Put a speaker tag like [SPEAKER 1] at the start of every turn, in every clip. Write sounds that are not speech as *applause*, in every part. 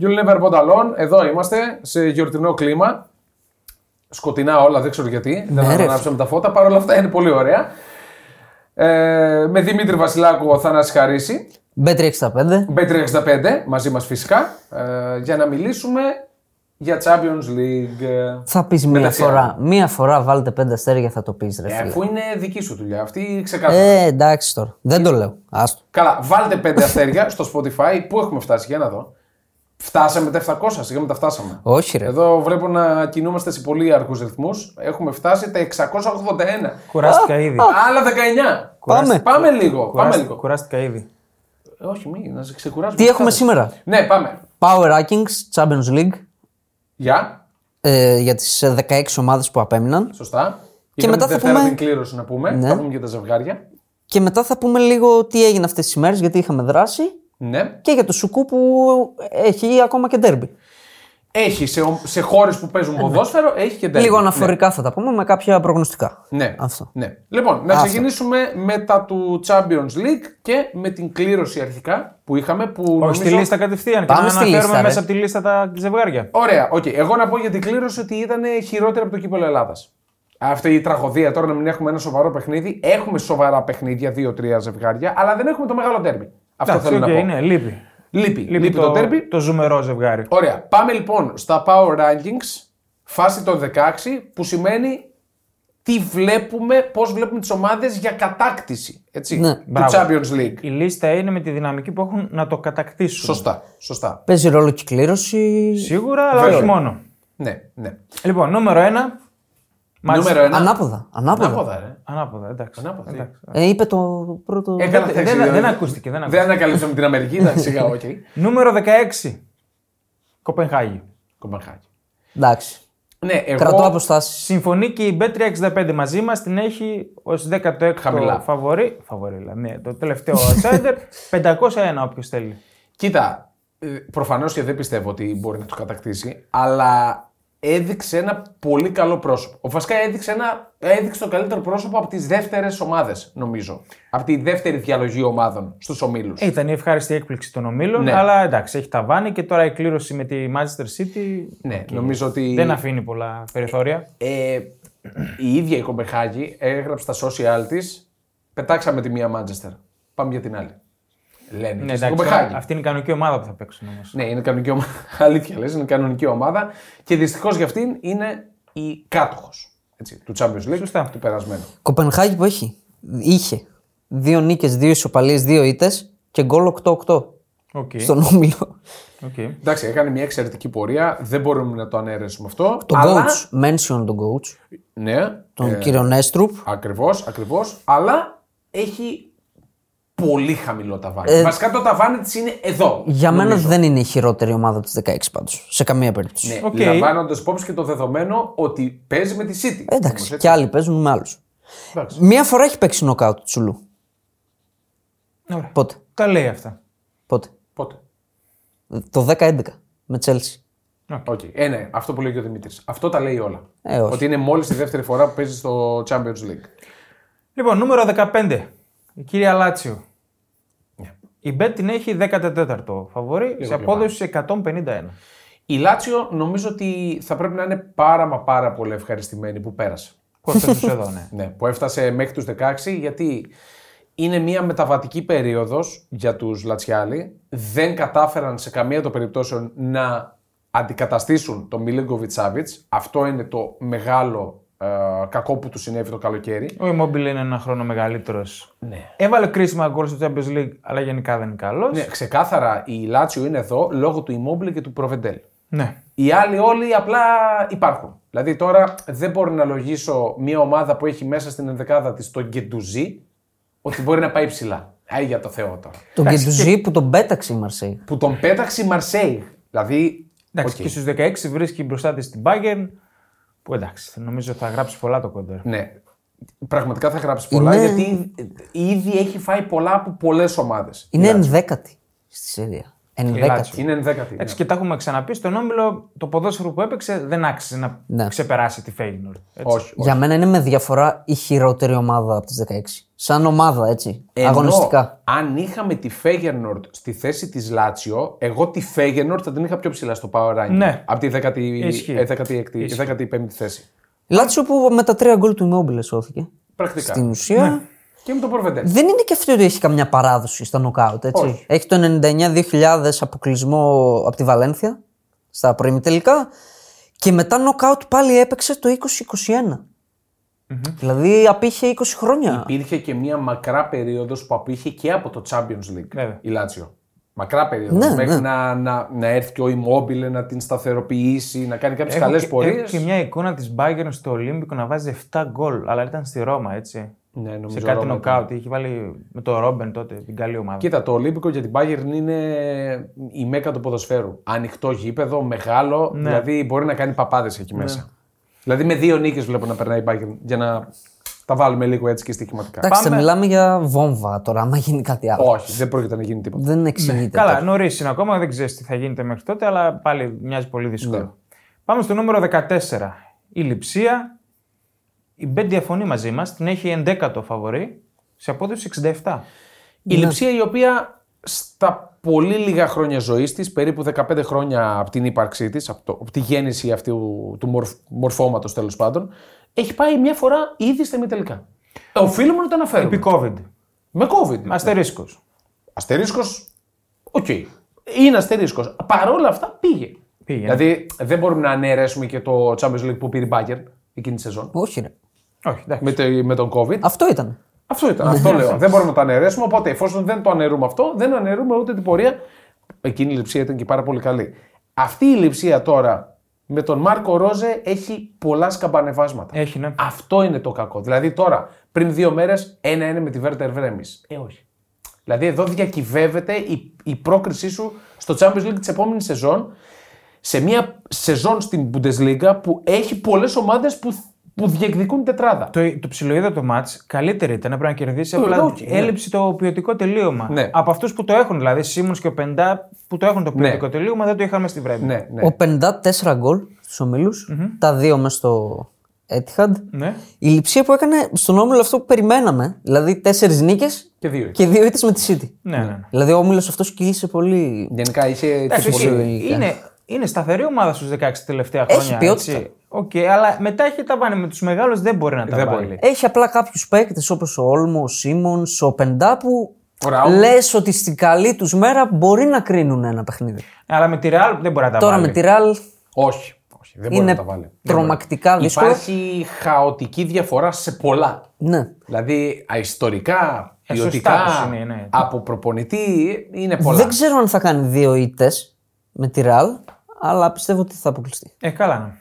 [SPEAKER 1] You'll never bought alone. Εδώ είμαστε σε γιορτινό κλίμα. Σκοτεινά όλα, δεν ξέρω γιατί.
[SPEAKER 2] Ναι,
[SPEAKER 1] δεν θα
[SPEAKER 2] ρε.
[SPEAKER 1] ανάψουμε τα φώτα. Παρ' όλα αυτά είναι πολύ ωραία. Ε, με Δημήτρη Βασιλάκο θα να χαρίσει.
[SPEAKER 2] B365.
[SPEAKER 1] B365 μαζί μας φυσικά. Ε, για να μιλήσουμε για Champions League.
[SPEAKER 2] Θα πεις μία
[SPEAKER 1] Μεταξύ
[SPEAKER 2] φορά. Μία φορά βάλτε πέντε αστέρια θα το πεις, ρε
[SPEAKER 1] Ε,
[SPEAKER 2] φίλε.
[SPEAKER 1] αφού είναι δική σου δουλειά αυτή, ξεκάθαρα.
[SPEAKER 2] Ε, εντάξει τώρα. Δεν το λέω. Άστο.
[SPEAKER 1] Καλά, βάλτε πέντε αστέρια στο Spotify. Πού έχουμε φτάσει, για να δω. Φτάσαμε τα 700, σιγά μην τα φτάσαμε.
[SPEAKER 2] Όχι, ρε.
[SPEAKER 1] Εδώ βλέπω να κινούμαστε σε πολύ αργούς ρυθμούς. Έχουμε φτάσει τα 681.
[SPEAKER 3] Κουράστηκα ήδη.
[SPEAKER 1] Άλλα 19.
[SPEAKER 2] Πάμε.
[SPEAKER 1] Πάμε λίγο. Πάμε
[SPEAKER 3] Κουράστη-
[SPEAKER 1] λίγο. Ε,
[SPEAKER 3] Κουράστηκα ήδη.
[SPEAKER 1] Όχι, μην, να σε ξεκουράσουμε.
[SPEAKER 2] Τι έχουμε
[SPEAKER 1] Κάτσε.
[SPEAKER 2] σήμερα.
[SPEAKER 1] Ναι, πάμε.
[SPEAKER 2] Power Rankings, Champions League.
[SPEAKER 1] Γεια.
[SPEAKER 2] Ε, για τις ε, 16 ομάδες που απέμειναν.
[SPEAKER 1] Σωστά. Και
[SPEAKER 2] μετά θα
[SPEAKER 1] Δευτέρα
[SPEAKER 2] πούμε-
[SPEAKER 1] την κλήρωση να πούμε.
[SPEAKER 2] Ναι.
[SPEAKER 1] Θα πούμε για τα ζευγάρια.
[SPEAKER 2] Και μετά θα πούμε λίγο τι έγινε αυτές τις ημέρες, γιατί είχαμε δράση.
[SPEAKER 1] Ναι.
[SPEAKER 2] Και για το Σουκού που έχει ακόμα και ντέρμπι.
[SPEAKER 1] Έχει σε, σε χώρες που παίζουν ποδόσφαιρο, έχει και τέτοια.
[SPEAKER 2] Ναι. Λίγο αναφορικά θα τα πούμε με κάποια προγνωστικά.
[SPEAKER 1] Ναι.
[SPEAKER 2] Αυτό.
[SPEAKER 1] Ναι. Λοιπόν, να ξεκινήσουμε με τα του Champions League και με την κλήρωση αρχικά που είχαμε. Που
[SPEAKER 3] Όχι, στη λίστα κατευθείαν. Και να
[SPEAKER 2] Πάμε στη λίστα,
[SPEAKER 3] αναφέρουμε
[SPEAKER 2] ρε.
[SPEAKER 3] μέσα από τη λίστα τα ζευγάρια.
[SPEAKER 1] Ωραία, οκ. Εγώ να πω για την κλήρωση ότι ήταν χειρότερη από το κύπελο Ελλάδας. Αυτή η τραγωδία τώρα να μην έχουμε ένα σοβαρό παιχνίδι. Έχουμε σοβαρά παιχνίδια, δύο-τρία ζευγάρια, αλλά δεν έχουμε το μεγάλο τέρμι. Αυτό
[SPEAKER 3] Εντάξει,
[SPEAKER 1] θέλω να
[SPEAKER 3] οκ,
[SPEAKER 1] πω.
[SPEAKER 3] είναι, λείπει.
[SPEAKER 1] Λείπει, λείπει, το, το τέρμι.
[SPEAKER 3] το ζουμερό ζευγάρι.
[SPEAKER 1] Ωραία. Πάμε λοιπόν στα Power Rankings, φάση των 16, που σημαίνει τι βλέπουμε, πώς βλέπουμε τις ομάδες για κατάκτηση, έτσι,
[SPEAKER 2] Ναι.
[SPEAKER 1] του
[SPEAKER 3] Μπράβο.
[SPEAKER 1] Champions League.
[SPEAKER 3] Η λίστα είναι με τη δυναμική που έχουν να το κατακτήσουν.
[SPEAKER 1] Σωστά, σωστά.
[SPEAKER 2] Παίζει ρόλο και η κλήρωση.
[SPEAKER 3] Σίγουρα, αλλά
[SPEAKER 1] Βέβαια.
[SPEAKER 3] όχι μόνο.
[SPEAKER 1] Ναι, ναι.
[SPEAKER 3] Λοιπόν, νούμερο 1.
[SPEAKER 1] Νούμερο 1.
[SPEAKER 2] Ανάποδα. Ανάποδα.
[SPEAKER 1] Ανάποδα, ρε.
[SPEAKER 3] Ανάποδα, εντάξει.
[SPEAKER 1] Ανάποδα.
[SPEAKER 3] Εντάξει. Ε,
[SPEAKER 2] Ε, είπε το πρώτο.
[SPEAKER 1] Έκανα
[SPEAKER 3] δεν-
[SPEAKER 1] θέση,
[SPEAKER 3] δεν-
[SPEAKER 1] δηλαδή.
[SPEAKER 3] δεν ακούστηκε, δεν
[SPEAKER 1] Δεν
[SPEAKER 3] ακούστηκε.
[SPEAKER 1] ανακαλύψαμε την Αμερική, ήταν
[SPEAKER 3] *laughs*
[SPEAKER 1] σιγά, οκ.
[SPEAKER 3] Νούμερο 16. Κοπενχάγη.
[SPEAKER 1] Κοπενχάγη.
[SPEAKER 2] Εντάξει.
[SPEAKER 1] Ναι, εγώ...
[SPEAKER 2] Κρατώ αποστάσεις.
[SPEAKER 3] Συμφωνεί και η B365 μαζί μας, την έχει ως 16ο
[SPEAKER 1] Χαμηλά.
[SPEAKER 3] φαβορή. Φαβορή, δηλαδή. Ναι, το τελευταίο
[SPEAKER 1] *laughs*
[SPEAKER 3] outsider. 501 όποιος θέλει.
[SPEAKER 1] Κοίτα, προφανώς και δεν πιστεύω ότι μπορεί να το κατακτήσει, αλλά έδειξε ένα πολύ καλό πρόσωπο. Ο Βασικά έδειξε, ένα, έδειξε το καλύτερο πρόσωπο από τις δεύτερες ομάδες, νομίζω. Από τη δεύτερη διαλογή ομάδων στους ομίλους.
[SPEAKER 3] Ε, Ήταν η ευχάριστη έκπληξη των ομίλων,
[SPEAKER 1] Ναι.
[SPEAKER 3] αλλά εντάξει, έχει ταβάνει και τώρα η κλήρωση με τη Manchester City
[SPEAKER 1] ναι, νομίζω ότι.
[SPEAKER 3] δεν αφήνει πολλά περιθώρια.
[SPEAKER 1] Ε, η ίδια η Κομπεχάγη έγραψε στα social της. Πετάξαμε τη μία Μάντζεστερ. Πάμε για την άλλη. Λένε.
[SPEAKER 3] Ναι,
[SPEAKER 1] και στην
[SPEAKER 3] εντάξει,
[SPEAKER 1] Κοπεχάγη.
[SPEAKER 3] αυτή είναι η κανονική ομάδα που θα παίξουν όμως.
[SPEAKER 1] Ναι, είναι κανονική ομάδα. *laughs* Αλήθεια λες, είναι κανονική ομάδα. Και δυστυχώς για αυτήν είναι η κάτοχος του Champions League
[SPEAKER 3] Σωστά.
[SPEAKER 1] του περασμένου.
[SPEAKER 2] Κοπενχάγη που έχει. Είχε. Δύο νίκες, δύο ισοπαλίες, δύο ήττες και γκολ 8-8
[SPEAKER 3] Οκ.
[SPEAKER 2] στον όμιλο.
[SPEAKER 3] οκ.
[SPEAKER 1] Εντάξει, έκανε μια εξαιρετική πορεία. Δεν μπορούμε να το αναιρέσουμε αυτό.
[SPEAKER 2] τον
[SPEAKER 1] αλλά...
[SPEAKER 2] coach, mention τον coach,
[SPEAKER 1] Ναι,
[SPEAKER 2] τον κύριο Νέστρουπ.
[SPEAKER 1] ακριβώς, ακριβώς. Αλλά έχει πολύ χαμηλό ταβάνι.
[SPEAKER 2] Ε,
[SPEAKER 1] Βασικά το ταβάνι της είναι εδώ.
[SPEAKER 2] Για μένα δεν είναι η χειρότερη ομάδα του 16 πάντως. Σε καμία περίπτωση.
[SPEAKER 1] Ναι,
[SPEAKER 3] Οκ.
[SPEAKER 1] Λαμβάνοντας υπόψη και το δεδομένο ότι παίζει με τη City.
[SPEAKER 2] Εντάξει,
[SPEAKER 1] Όμως, ε, έτσι.
[SPEAKER 2] και άλλοι παίζουν με άλλους.
[SPEAKER 1] Εντάξει.
[SPEAKER 2] Μία φορά έχει παίξει νοκάουτ του Τσουλού.
[SPEAKER 3] Ωραία.
[SPEAKER 2] Πότε,
[SPEAKER 3] Τα λέει αυτά.
[SPEAKER 2] πότε.
[SPEAKER 1] Πότε.
[SPEAKER 2] Το 10-11 με Τσέλσι.
[SPEAKER 1] Οκ. Ε, ναι, αυτό που λέει και ο Δημήτρης. Αυτό τα λέει όλα.
[SPEAKER 2] Ε, όχι.
[SPEAKER 1] Ότι είναι μόλις η δεύτερη φορά που παίζει στο Champions League.
[SPEAKER 3] Λοιπόν, νούμερο 15. Η κυρία Λάτσιο.
[SPEAKER 1] Ναι.
[SPEAKER 3] Η Bet την έχει 14ο φαβορή σε απόδοση 151.
[SPEAKER 1] Η Λάτσιο νομίζω ότι θα πρέπει να είναι πάρα μα πάρα πολύ ευχαριστημένη που πέρασε. *laughs*
[SPEAKER 3] Που αυτός εδώ, ναι.
[SPEAKER 1] Ναι, που έφτασε μέχρι τους 16 γιατί είναι μια μεταβατική περίοδος για τους Λατσιάλη. Δεν κατάφεραν σε καμία των περιπτώσεων να αντικαταστήσουν τον Μιλίνκοβιτ Σάβιτς. Αυτό είναι το μεγάλο ε, κακό που τους συνέβη το καλοκαίρι.
[SPEAKER 3] Ο Immobile είναι ένα χρόνο μεγαλύτερος.
[SPEAKER 1] Ναι.
[SPEAKER 3] Έβαλε κρίσιμα γκολ στο Champions League, αλλά γενικά δεν είναι καλός.
[SPEAKER 1] Ναι, ξεκάθαρα η Λάτσιο είναι εδώ λόγω του Immobile και του Προβεντέλ.
[SPEAKER 3] ναι.
[SPEAKER 1] Οι άλλοι όλοι απλά υπάρχουν. Δηλαδή τώρα δεν μπορώ να λογίσω μια ομάδα που έχει μέσα στην ενδεκάδα της τον Γκεντουζή ότι μπορεί να πάει ψηλά. Άι για το Θεό τώρα.
[SPEAKER 2] Τον Κεντουζή που τον πέταξε η Μαρσέη.
[SPEAKER 1] Που τον πέταξε η Μαρσέη. Δηλαδή.
[SPEAKER 3] Εντάξει,
[SPEAKER 1] οκ.
[SPEAKER 3] και στους 16 βρίσκει μπροστά της την Bayern. Που εντάξει, νομίζω θα γράψει πολλά το κοντέρ.
[SPEAKER 1] Ναι. Πραγματικά θα γράψει πολλά
[SPEAKER 2] Είναι-
[SPEAKER 1] γιατί ήδη έχει φάει πολλά από πολλές ομάδες.
[SPEAKER 2] Είναι ενδέκατη στη Σερία. Ενδέκατη.
[SPEAKER 1] Είναι ενδέκατη. ναι.
[SPEAKER 3] Εντάξει, και τα έχουμε ξαναπεί. Στον όμιλο το ποδόσφαιρο που έπαιξε δεν άξιζε να
[SPEAKER 2] Ναι.
[SPEAKER 3] ξεπεράσει τη Φέινορ.
[SPEAKER 1] Όχι. όχι.
[SPEAKER 2] Για μένα είναι με διαφορά η χειρότερη ομάδα από τις 16. Σαν ομάδα, έτσι.
[SPEAKER 1] Ενώ,
[SPEAKER 2] αγωνιστικά.
[SPEAKER 1] Αν είχαμε τη Φέγενορτ στη θέση της Λάτσιο, εγώ τη Φέγενορτ θα την είχα πιο ψηλά στο Power Ranking.
[SPEAKER 3] Ναι.
[SPEAKER 1] Από τη 16η
[SPEAKER 3] Ισχύει.
[SPEAKER 1] ε, 16η, 15η θέση.
[SPEAKER 2] Λάτσιο που με τα τρία γκολ του Immobile σώθηκε.
[SPEAKER 1] Πρακτικά.
[SPEAKER 2] Στην ουσία.
[SPEAKER 1] ναι. Και με το Προβεντέ.
[SPEAKER 2] Δεν είναι και αυτό ότι έχει καμιά παράδοση στα νοκάουτ, έτσι.
[SPEAKER 1] Όχι.
[SPEAKER 2] Έχει το 99-2000 αποκλεισμό από τη Βαλένθια στα πρώιμη τελικά. Και μετά νοκάουτ πάλι έπαιξε το 2021. Δηλαδή απήχε 20 χρόνια.
[SPEAKER 1] Υπήρχε και μια μακρά περίοδος που απήχε και από το Champions League
[SPEAKER 3] Βέβαια.
[SPEAKER 1] η Λάτσιο. Μακρά περίοδος.
[SPEAKER 2] Ναι,
[SPEAKER 1] μέχρι
[SPEAKER 2] ναι.
[SPEAKER 1] Να, να, να έρθει και ο Immobile να την σταθεροποιήσει, να κάνει κάποιες
[SPEAKER 3] Έχω
[SPEAKER 1] καλές
[SPEAKER 3] και-
[SPEAKER 1] πορείε.
[SPEAKER 3] Έχω και μια εικόνα της Bayern στο Ολύμπικο να βάζει 7 γκολ, αλλά ήταν στη Ρώμα, έτσι.
[SPEAKER 1] Ναι, νομίζω
[SPEAKER 3] σε κάτι
[SPEAKER 1] Ρώμα
[SPEAKER 3] νοκάουτ. Είχε βάλει με το Ρόμπεν τότε την καλή ομάδα.
[SPEAKER 1] Κοίτα, το Ολύμπικο για την Bayern είναι η μέκα του ποδοσφαίρου. Ανοιχτό γήπεδο, μεγάλο, δηλαδή μπορεί να κάνει παπάδες εκεί μέσα. Δηλαδή με δύο νίκες βλέπω να περνάει η Bayern για να τα βάλουμε λίγο έτσι και στοιχηματικά.
[SPEAKER 2] Εντάξει, θα
[SPEAKER 3] πάμε.
[SPEAKER 2] μιλάμε για βόμβα τώρα, άμα γίνει κάτι άλλο.
[SPEAKER 1] Όχι, δεν πρόκειται να γίνει τίποτα.
[SPEAKER 2] Δεν εξηγείται.
[SPEAKER 3] Καλά,
[SPEAKER 2] τώρα.
[SPEAKER 3] νωρίς είναι ακόμα, δεν ξέρεις τι θα γίνεται μέχρι τότε, αλλά πάλι μοιάζει πολύ δύσκολο.
[SPEAKER 1] Ναι.
[SPEAKER 3] Πάμε στο νούμερο 14. Η Λιψία. Η Μπεν διαφωνεί μαζί μας, την έχει 11ο φαβορή σε απόδοση 67.
[SPEAKER 1] Η λειψία η οποία στα πολύ λίγα χρόνια ζωής της, περίπου 15 χρόνια από την ύπαρξή της, από, το- από τη γέννηση αυτού του μορφ, μορφώματος τέλος πάντων, έχει πάει μια φορά ήδη στα τελικά. Οφείλουμε να το αναφέρουμε.
[SPEAKER 3] Επί COVID.
[SPEAKER 1] Με COVID.
[SPEAKER 3] Αστερίσκος.
[SPEAKER 1] Αστερίσκος. Οκ. Είναι αστερίσκος. Παρ' όλα αυτά πήγε.
[SPEAKER 3] Πήγε.
[SPEAKER 1] Δηλαδή δεν μπορούμε να αναιρέσουμε και το Champions League που πήρε η Bayern εκείνη τη σεζόν.
[SPEAKER 2] Όχι, ρε.
[SPEAKER 3] Όχι, εντάξει.
[SPEAKER 1] Με, το, με τον COVID.
[SPEAKER 2] Αυτό ήταν.
[SPEAKER 1] Αυτό ήταν. αυτό λέω. δεν μπορούμε να το αναιρέσουμε. Οπότε εφόσον δεν το αναιρούμε αυτό, δεν αναιρούμε ούτε την πορεία. Εκείνη η λειψία ήταν και πάρα πολύ καλή. Αυτή η λειψία τώρα με τον Μάρκο Ρόζε έχει πολλά σκαμπανεβάσματα.
[SPEAKER 3] Έχει, ναι.
[SPEAKER 1] Αυτό είναι το κακό. Δηλαδή τώρα, πριν δύο μέρες, ένα-ένα με τη Βέρτερ Βρέμι. Ε, όχι. Δηλαδή εδώ διακυβεύεται η, η πρόκρισή σου στο Champions League της επόμενης σεζόν. Σε μια σεζόν στην Bundesliga που έχει πολλές ομάδες που, που διεκδικούν τετράδα.
[SPEAKER 3] Το, το ψιλοείδα το μάτ καλύτερη ήταν πρέπει να κερδίσει. Απλά
[SPEAKER 1] όχι, ναι.
[SPEAKER 3] έλειψε το ποιοτικό τελείωμα.
[SPEAKER 1] Ναι.
[SPEAKER 3] Από αυτούς που το έχουν, δηλαδή Σίμον και ο Πεντά που το έχουν το ποιοτικό
[SPEAKER 1] Ναι.
[SPEAKER 3] τελείωμα, δεν το είχαμε στη Βρέμη.
[SPEAKER 1] Ναι, ναι.
[SPEAKER 2] Ο 54 γκολ στους ομιλου τα δύο μέσα στο Etihad.
[SPEAKER 3] Ναι.
[SPEAKER 2] Η λειψία που έκανε στον όμιλο αυτό που περιμέναμε, δηλαδή τέσσερις νίκες
[SPEAKER 1] Και δύο. ήττες.
[SPEAKER 2] και δύο ήττε με τη City.
[SPEAKER 3] Ναι, ναι, ναι.
[SPEAKER 2] Δηλαδή ο όμιλος αυτός κύλησε πολύ.
[SPEAKER 1] Γενικά
[SPEAKER 2] Ε,
[SPEAKER 1] είχε
[SPEAKER 3] Εντάξει,
[SPEAKER 1] και
[SPEAKER 3] όχι,
[SPEAKER 1] πολύ.
[SPEAKER 2] λογικά.
[SPEAKER 3] είναι, είναι σταθερή ομάδα στους 16 τελευταία
[SPEAKER 2] Έχει
[SPEAKER 3] χρόνια.
[SPEAKER 2] ποιότητα.
[SPEAKER 3] έτσι. Οκ, αλλά μετά έχει τα πάνε με τους μεγάλους, δεν μπορεί να τα
[SPEAKER 1] Δεν
[SPEAKER 3] βάλει.
[SPEAKER 1] μπορεί.
[SPEAKER 2] Έχει απλά κάποιους παίκτες όπως ο Όλμο, ο Σίμον, ο Πεντά που
[SPEAKER 1] Ο Ραούλ.
[SPEAKER 2] λες ότι στην καλή τους μέρα μπορεί να κρίνουν ένα παιχνίδι.
[SPEAKER 3] Αλλά με τη Real δεν μπορεί να τα
[SPEAKER 2] Τώρα
[SPEAKER 3] βάλει.
[SPEAKER 2] με τη Ραλ
[SPEAKER 1] Όχι. όχι. Δεν μπορεί
[SPEAKER 2] είναι
[SPEAKER 1] να τα βάλει.
[SPEAKER 2] τρομακτικά δύσκολο.
[SPEAKER 1] Υπάρχει χαοτική διαφορά σε πολλά.
[SPEAKER 2] Ναι.
[SPEAKER 1] Δηλαδή, α, ιστορικά,
[SPEAKER 3] Ε, σωστά
[SPEAKER 1] ποιοτικά,
[SPEAKER 3] πως είναι, ναι.
[SPEAKER 1] από προπονητή είναι πολλά.
[SPEAKER 2] Δεν ξέρω αν θα κάνει δύο ήττες με τη Ραλ, αλλά πιστεύω ότι θα αποκλειστεί.
[SPEAKER 3] Ε, καλά. ναι.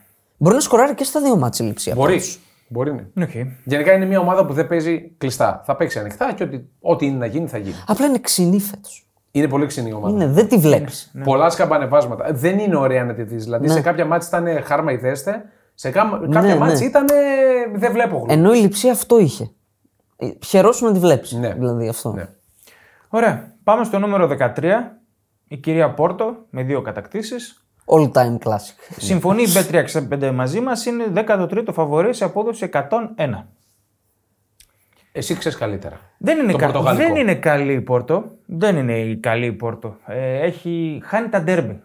[SPEAKER 2] Μπορεί να σκοράρει και στα δύο μάτια λήψη.
[SPEAKER 1] Μπορεί. Μπορεί ναι.
[SPEAKER 3] Ναι. οκ.
[SPEAKER 1] Γενικά είναι μια ομάδα που δεν παίζει κλειστά. Θα παίξει ανοιχτά και ό,τι, ό,τι είναι να γίνει θα γίνει.
[SPEAKER 2] Απλά είναι ξινή φέτος.
[SPEAKER 1] Είναι πολύ ξινή η ομάδα.
[SPEAKER 2] Ναι, δεν τη βλέπει.
[SPEAKER 1] Πολλά σκαμπανεβάσματα. Δεν είναι ωραία να τη δεις. Δηλαδή σε κάποια μάτια ήταν χάρμα ιδέστε, σε κα- κάποια
[SPEAKER 2] Ναι, Ε. ναι.
[SPEAKER 1] μάτια ήταν δεν βλέπω γλου.
[SPEAKER 2] Ενώ η λειψία αυτό είχε. Ε, Χαιρόσου να τη βλέπεις.
[SPEAKER 1] Ναι.
[SPEAKER 2] Δηλαδή αυτό.
[SPEAKER 1] Ναι.
[SPEAKER 3] Ωραία. Πάμε στο νούμερο 13. Η κυρία Πόρτο με δύο κατακτήσεις.
[SPEAKER 2] All time classic.
[SPEAKER 3] Συμφωνεί η B365 μαζί μας. Είναι 13ο φαβορή σε απόδοση 101.
[SPEAKER 1] Εσύ ξέρεις καλύτερα.
[SPEAKER 3] Δεν είναι,
[SPEAKER 1] Το
[SPEAKER 3] κα...
[SPEAKER 1] πορτογαλικό.
[SPEAKER 3] δεν είναι καλή η Πόρτο. Δεν είναι η καλή η Πόρτο. Ε, έχει χάνει τα ντέρμπι,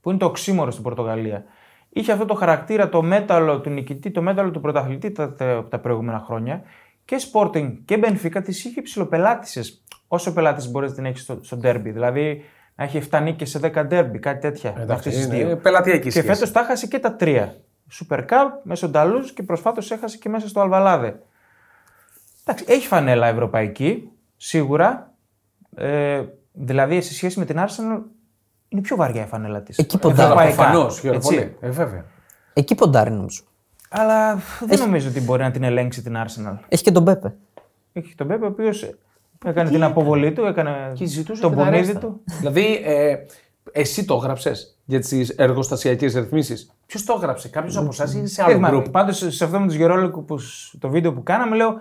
[SPEAKER 3] που είναι το οξύμορο στην Πορτογαλία. Είχε αυτό το χαρακτήρα, το μέταλλο του νικητή, το μέταλλο του πρωταθλητή τα, τα, τα προηγούμενα χρόνια. Και Sporting και Benfica τις είχε ψηλοπελάτησε. Όσο πελάτη μπορείς να την έχεις στο, στο ντέρμπι. Δηλαδή να έχει 7 νίκες σε 10 ντέρμπι, κάτι τέτοια.
[SPEAKER 1] Ε, Εντάξει,
[SPEAKER 3] αυτές τις
[SPEAKER 1] είναι
[SPEAKER 3] δύο.
[SPEAKER 1] πελατειακή
[SPEAKER 3] Και
[SPEAKER 1] σχέση.
[SPEAKER 3] φέτος τα χάσει και τα τρία. Super Cup, μέσω Νταλούζ και προσφάτως έχασε και μέσα στο Αλβαλάδε. Εντάξει, έχει φανέλα ευρωπαϊκή, σίγουρα. Ε, δηλαδή, σε σχέση με την Arsenal, είναι πιο βαριά η φανέλα της.
[SPEAKER 2] Εκεί
[SPEAKER 1] Ε, βέβαια,
[SPEAKER 2] ποντάρει.
[SPEAKER 3] Ευρωπαϊκά.
[SPEAKER 1] προφανώς, Γιώργο,
[SPEAKER 3] Έτσι.
[SPEAKER 1] πολύ. Ε, βέβαια.
[SPEAKER 2] Εκεί ποντάρει νομίζω.
[SPEAKER 3] Αλλά φ, δεν νομίζω ότι μπορεί να την ελέγξει την Arsenal.
[SPEAKER 2] Έχει και τον Πέπε.
[SPEAKER 3] Έχει τον Πέπε, ο οποίος έκανε την αποβολή του, έκανε τον πονίδι του.
[SPEAKER 1] δηλαδή, ε, εσύ το έγραψες για τις εργοστασιακές ρυθμίσεις. Ποιος το έγραψε, κάποιος από εσάς ή σε
[SPEAKER 3] Ε,
[SPEAKER 1] άλλο group.
[SPEAKER 3] Πάντως, σε αυτό με του Γερόλικου, που, σ- το βίντεο που κάναμε, λέω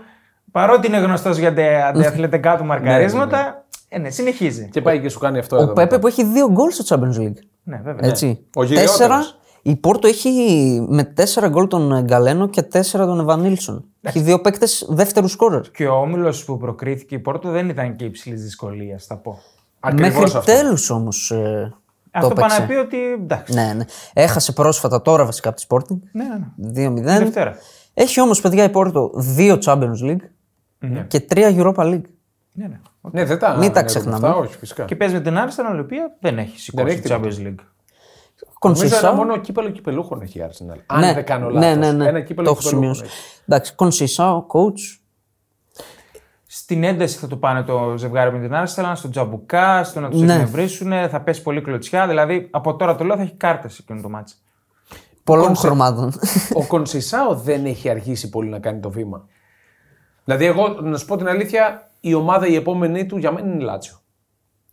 [SPEAKER 3] παρότι είναι γνωστός για τα τα αθλητικά του μαρκαρίσματα, Ε, ναι, συνεχίζει.
[SPEAKER 1] Και πάει και σου κάνει αυτό
[SPEAKER 2] Ο
[SPEAKER 1] εδώ.
[SPEAKER 2] Πέπε που έχει δύο γκολ στο Champions League.
[SPEAKER 3] Ναι, βέβαια.
[SPEAKER 2] Έτσι.
[SPEAKER 1] Ο γυριότερος.
[SPEAKER 2] τέσσερα, η Πόρτο έχει με τέσσερα γκολ τον Γκαλένο και τέσσερα τον Ευανίλσον.
[SPEAKER 1] Ναι.
[SPEAKER 2] Έχει δύο παίκτες δεύτερου σκόρερ.
[SPEAKER 3] Και ο όμιλος που προκρίθηκε η Πόρτο δεν ήταν και υψηλής δυσκολίας, θα πω.
[SPEAKER 1] Ακριβώς
[SPEAKER 2] Μέχρι
[SPEAKER 1] αυτό.
[SPEAKER 2] τέλους όμως. το
[SPEAKER 3] Αυτό πάνε να πει
[SPEAKER 2] έπαιξε.
[SPEAKER 3] ότι εντάξει.
[SPEAKER 2] Ναι, ναι. Έχασε πρόσφατα τώρα βασικά από τη Sporting.
[SPEAKER 3] Ναι, ναι,
[SPEAKER 2] 2-0.
[SPEAKER 3] ναι. Δευτέρα.
[SPEAKER 2] Έχει όμως, παιδιά, η Πόρτο δύο Champions League και τρία Europa League.
[SPEAKER 3] ναι, ναι.
[SPEAKER 1] Ναι, δεν τα,
[SPEAKER 2] Μην τα
[SPEAKER 1] ανέβουμε
[SPEAKER 2] ξεχνάμε.
[SPEAKER 1] αυτά, όχι, φυσικά.
[SPEAKER 3] Και παίζει με την Άρισταν, η οποία δεν έχει σηκώσει
[SPEAKER 1] έχει
[SPEAKER 3] τη Champions League.
[SPEAKER 1] Νομίζω
[SPEAKER 2] Κονσίσα.
[SPEAKER 1] ένα μόνο κύπελο κυπελούχων έχει η Arsenal. Αν δεν κάνω λάθος.
[SPEAKER 2] ναι, ναι, ναι.
[SPEAKER 1] Ένα
[SPEAKER 2] το
[SPEAKER 1] κύπελο
[SPEAKER 2] έχω
[SPEAKER 1] κυπελούχων
[SPEAKER 2] σημειώσει.
[SPEAKER 1] έχει.
[SPEAKER 2] Εντάξει, Κονσίσα, ο coach.
[SPEAKER 3] Στην ένταση θα το πάνε το ζευγάρι με την Άρισταν, στον Τζαμπουκά, στο να τους
[SPEAKER 2] Ναι.
[SPEAKER 3] εκνευρίσουν, θα πέσει πολύ κλωτσιά. Δηλαδή από τώρα το λέω θα έχει κάρτες εκείνο το μάτσο.
[SPEAKER 2] Πολλών χρωμάτων. *laughs*
[SPEAKER 1] Ο Κονσισάο δεν έχει αργήσει πολύ να κάνει το βήμα. Δηλαδή, εγώ να σου πω την αλήθεια, η ομάδα η επόμενη του για μένα είναι η Λάτσιο.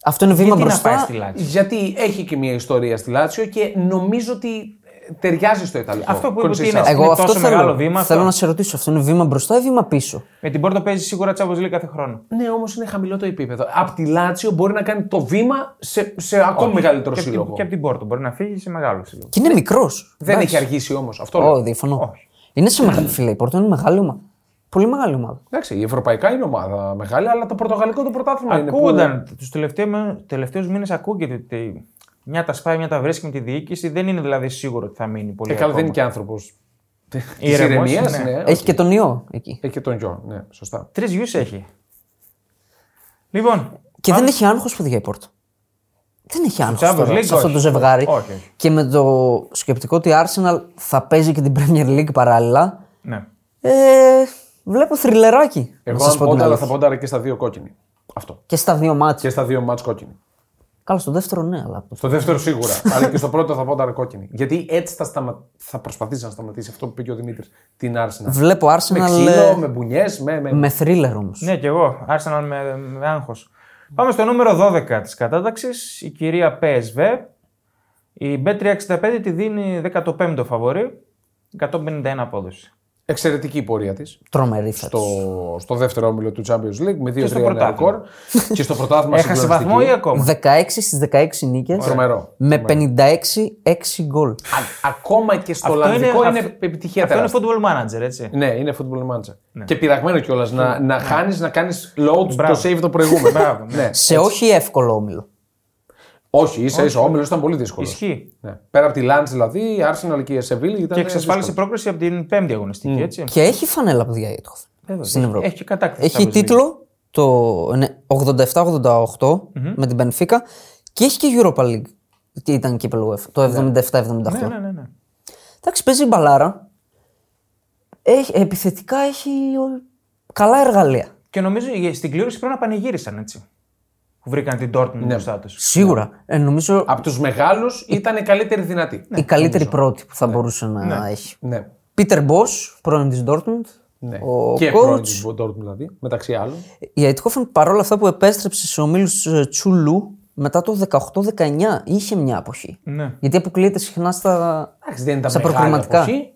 [SPEAKER 2] Αυτό είναι βήμα
[SPEAKER 3] Τι να πάει
[SPEAKER 2] μπροστά.
[SPEAKER 3] στη Λάτσιο.
[SPEAKER 1] Γιατί έχει και μια ιστορία στη Λάτσιο και νομίζω ότι ε, ταιριάζει στο Ιταλικό.
[SPEAKER 3] Αυτό που είπε ότι είναι
[SPEAKER 1] Κονσεϊσάο.
[SPEAKER 2] Εγώ
[SPEAKER 3] Είναι
[SPEAKER 2] αυτό
[SPEAKER 3] τόσο
[SPEAKER 2] θέλω,
[SPEAKER 3] μεγάλο βήμα
[SPEAKER 2] θέλω
[SPEAKER 3] αυτό.
[SPEAKER 2] να σε ρωτήσω. Αυτό είναι βήμα μπροστά ή βήμα πίσω.
[SPEAKER 3] Με την Πόρτο παίζει σίγουρα Champions League κάθε χρόνο.
[SPEAKER 1] Ναι, όμως είναι χαμηλό το επίπεδο. Απ' τη Λάτσιο μπορεί να κάνει το βήμα σε, σε ακόμη μεγαλύτερο
[SPEAKER 3] και, απ' την-
[SPEAKER 1] σύλλογο.
[SPEAKER 3] και από την Πόρτο μπορεί να φύγει σε μεγάλο σύλλογο.
[SPEAKER 2] Και είναι μικρός.
[SPEAKER 1] Δεν έχει αργήσει όμως. Αυτό λέω.
[SPEAKER 2] Όχι, διαφωνώ. Είναι σε μεγάλη φίλε. Η Πόρτο είναι μεγάλη ομάδα. Πολύ μεγάλη ομάδα.
[SPEAKER 1] Εντάξει, η ευρωπαϊκά είναι ομάδα μεγάλη, αλλά το πορτογαλικό το πρωτάθλημα είναι. που-
[SPEAKER 3] Ακούγονταν τους τελευταίους μήνες, ακούγεται ότι μια τα σπάει, μια τα βρίσκει με τη διοίκηση. Δεν είναι δηλαδή σίγουρο ότι θα μείνει πολύ.
[SPEAKER 1] Ε, καλά, δεν
[SPEAKER 3] ακόμα.
[SPEAKER 1] είναι και άνθρωπος. Της
[SPEAKER 3] Ήρεμος,
[SPEAKER 1] ηρεμίας,
[SPEAKER 3] ναι.
[SPEAKER 1] ναι.
[SPEAKER 2] Έχει και τον ιό εκεί.
[SPEAKER 1] Έχει και τον γιο, ναι, σωστά.
[SPEAKER 3] Τρεις γιους έχει. Λοιπόν,
[SPEAKER 2] Και δεν έχει άγχος, παιδιά, η Πόρτο. Δεν έχει άγχος
[SPEAKER 3] Champions
[SPEAKER 2] τώρα
[SPEAKER 3] League,
[SPEAKER 2] σε αυτό
[SPEAKER 3] όχι.
[SPEAKER 2] το ζευγάρι.
[SPEAKER 3] Όχι, όχι.
[SPEAKER 2] Και με το σκεπτικό ότι η Arsenal θα παίζει και την Premier League παράλληλα.
[SPEAKER 3] ναι.
[SPEAKER 2] Ε, βλέπω θρυλεράκι. να
[SPEAKER 1] Εγώ
[SPEAKER 2] σας
[SPEAKER 1] αν
[SPEAKER 2] πω δηλαδή. την
[SPEAKER 1] πόνταρα
[SPEAKER 2] αλήθεια.
[SPEAKER 1] θα πόνταρα και στα δύο κόκκινη. Αυτό.
[SPEAKER 2] Και στα δύο μάτια.
[SPEAKER 1] Και στα δύο μάτς κόκκινη.
[SPEAKER 2] Καλά, στο δεύτερο ναι, αλλά.
[SPEAKER 1] Στο δεύτερο σίγουρα. αλλά και στο πρώτο θα πόνταρα κόκκινη. Γιατί έτσι θα, σταμα... θα προσπαθήσει να σταματήσει αυτό που πήγε ο Δημήτρης. Την Arsenal.
[SPEAKER 2] Βλέπω
[SPEAKER 1] Με
[SPEAKER 2] Arsenal
[SPEAKER 1] ξύλο,
[SPEAKER 2] ε,
[SPEAKER 1] με μπουνιές, με. με...
[SPEAKER 2] με θρίλερ όμως.
[SPEAKER 3] ναι, και εγώ. Arsenal με, με άγχος. Πάμε στο νούμερο 12 της κατάταξης. Η κυρία PSV. Η B365 τη δίνει 15ο φαβορή. 151 απόδοση.
[SPEAKER 1] Εξαιρετική η πορεία της.
[SPEAKER 2] Τρομερή θα
[SPEAKER 1] Στο, στο δεύτερο όμιλο του Champions League με 2-3
[SPEAKER 3] πρωτάθλημα.
[SPEAKER 1] ρεκόρ. και στο πρωτάθλημα
[SPEAKER 3] Έχασε βαθμό ή
[SPEAKER 1] συγκλονιστική.
[SPEAKER 3] ακόμα.
[SPEAKER 2] 16 στι 16 νίκε.
[SPEAKER 1] Τρομερό.
[SPEAKER 2] Με 56-6 γκολ.
[SPEAKER 1] Α- ακόμα και στο
[SPEAKER 3] Αυτό είναι-
[SPEAKER 1] Ολλανδικό είναι,
[SPEAKER 3] αυτό-
[SPEAKER 1] επιτυχία
[SPEAKER 3] Αυτό είναι
[SPEAKER 1] τεράστια.
[SPEAKER 3] football manager, έτσι.
[SPEAKER 1] Ναι, είναι football manager. Και πειραγμένο κιόλας να, να χάνεις, να κάνεις load
[SPEAKER 3] Ναι. Μπράβο.
[SPEAKER 1] το save το προηγούμενο.
[SPEAKER 3] Μπράβο, ναι.
[SPEAKER 1] ναι.
[SPEAKER 2] Σε όχι εύκολο όμιλο.
[SPEAKER 1] Όχι, ίσα ίσα. Ο όμιλος ήταν πολύ δύσκολος.
[SPEAKER 3] Ισχύει.
[SPEAKER 1] Ναι. Πέρα από τη Λάντ δηλαδή, η Arsenal και η Σεβίλη ήταν.
[SPEAKER 3] Και εξασφάλισε πρόκριση από την πέμπτη αγωνιστική, έτσι.
[SPEAKER 2] Και έχει φανέλα παιδιά η Eindhoven στην Ευρώπη.
[SPEAKER 3] Έχει και κατάκτηση.
[SPEAKER 2] Έχει
[SPEAKER 3] Champions League.
[SPEAKER 2] τίτλο το ναι, 87-88 με την Benfica και έχει και Europa League. Τι ήταν κύπελο UEFA, το 77-78.
[SPEAKER 3] Ναι, ναι, ναι, ναι.
[SPEAKER 2] Εντάξει, παίζει μπαλάρα. Έχει, επιθετικά έχει ο- καλά εργαλεία.
[SPEAKER 3] Και νομίζω για- στην κλήρωση πρέπει να πανηγύρισαν έτσι. Που βρήκαν την Dortmund μπροστά τους.
[SPEAKER 2] Σίγουρα. Ε, νομίζω
[SPEAKER 1] Από τους μεγάλους ήταν η καλύτερη δυνατή.
[SPEAKER 3] Ναι.
[SPEAKER 2] η καλύτερη πρώτη που θα μπορούσε να έχει.
[SPEAKER 1] Ναι.
[SPEAKER 2] Πίτερ Μπος, πρώην της Dortmund.
[SPEAKER 1] ναι.
[SPEAKER 2] Ο
[SPEAKER 1] και πρώην
[SPEAKER 2] coach.
[SPEAKER 1] της Dortmund, δηλαδή, μεταξύ άλλων.
[SPEAKER 2] Η Αιτχόφεν παρόλα αυτά που επέστρεψε σε ομίλους ε, Τσουλού μετά το 18-19 είχε μια εποχή.
[SPEAKER 3] Ναι.
[SPEAKER 2] Γιατί αποκλείεται συχνά στα.
[SPEAKER 1] Εντάξει, δεν ήταν
[SPEAKER 2] Στα
[SPEAKER 1] μεγάλη
[SPEAKER 2] προκριματικά.
[SPEAKER 1] εποχή.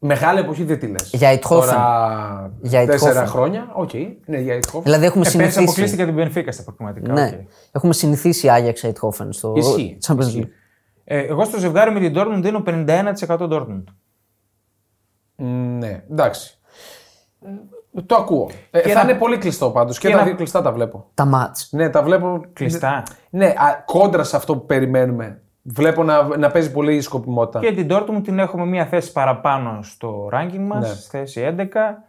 [SPEAKER 1] Μεγάλη εποχή δεν τη λες.
[SPEAKER 2] Για Eindhoven.
[SPEAKER 1] Τώρα
[SPEAKER 2] Για
[SPEAKER 1] τέσσερα
[SPEAKER 2] Eindhoven.
[SPEAKER 1] χρόνια. Οκ. Ναι, για Eindhoven.
[SPEAKER 2] Δηλαδή έχουμε
[SPEAKER 3] Ε, πέρσι
[SPEAKER 2] συνηθίσει.
[SPEAKER 3] αποκλείστηκε την Benfica στα προκριματικά.
[SPEAKER 2] Ναι.
[SPEAKER 3] οκ.
[SPEAKER 2] Έχουμε συνηθίσει Άγιαξ Αιτχόφεν στο
[SPEAKER 1] Ισχύει.
[SPEAKER 2] Champions League.
[SPEAKER 3] Ε, εγώ στο ζευγάρι με την Dortmund δίνω 51% Dortmund.
[SPEAKER 1] Ναι, εντάξει. Ε, Το ακούω. Ε, θα είναι πολύ κλειστό πάντως. Και, τα
[SPEAKER 3] να-
[SPEAKER 1] δύο κλειστά τα βλέπω.
[SPEAKER 2] Τα μάτς.
[SPEAKER 1] Ναι, τα βλέπω
[SPEAKER 3] Κλειστά.
[SPEAKER 1] Ναι, α, κόντρα σε αυτό που περιμένουμε. Βλέπω να, να παίζει πολύ η σκοπιμότητα.
[SPEAKER 3] Και την Dortmund την έχουμε μία θέση παραπάνω στο ranking μας, θέση 11.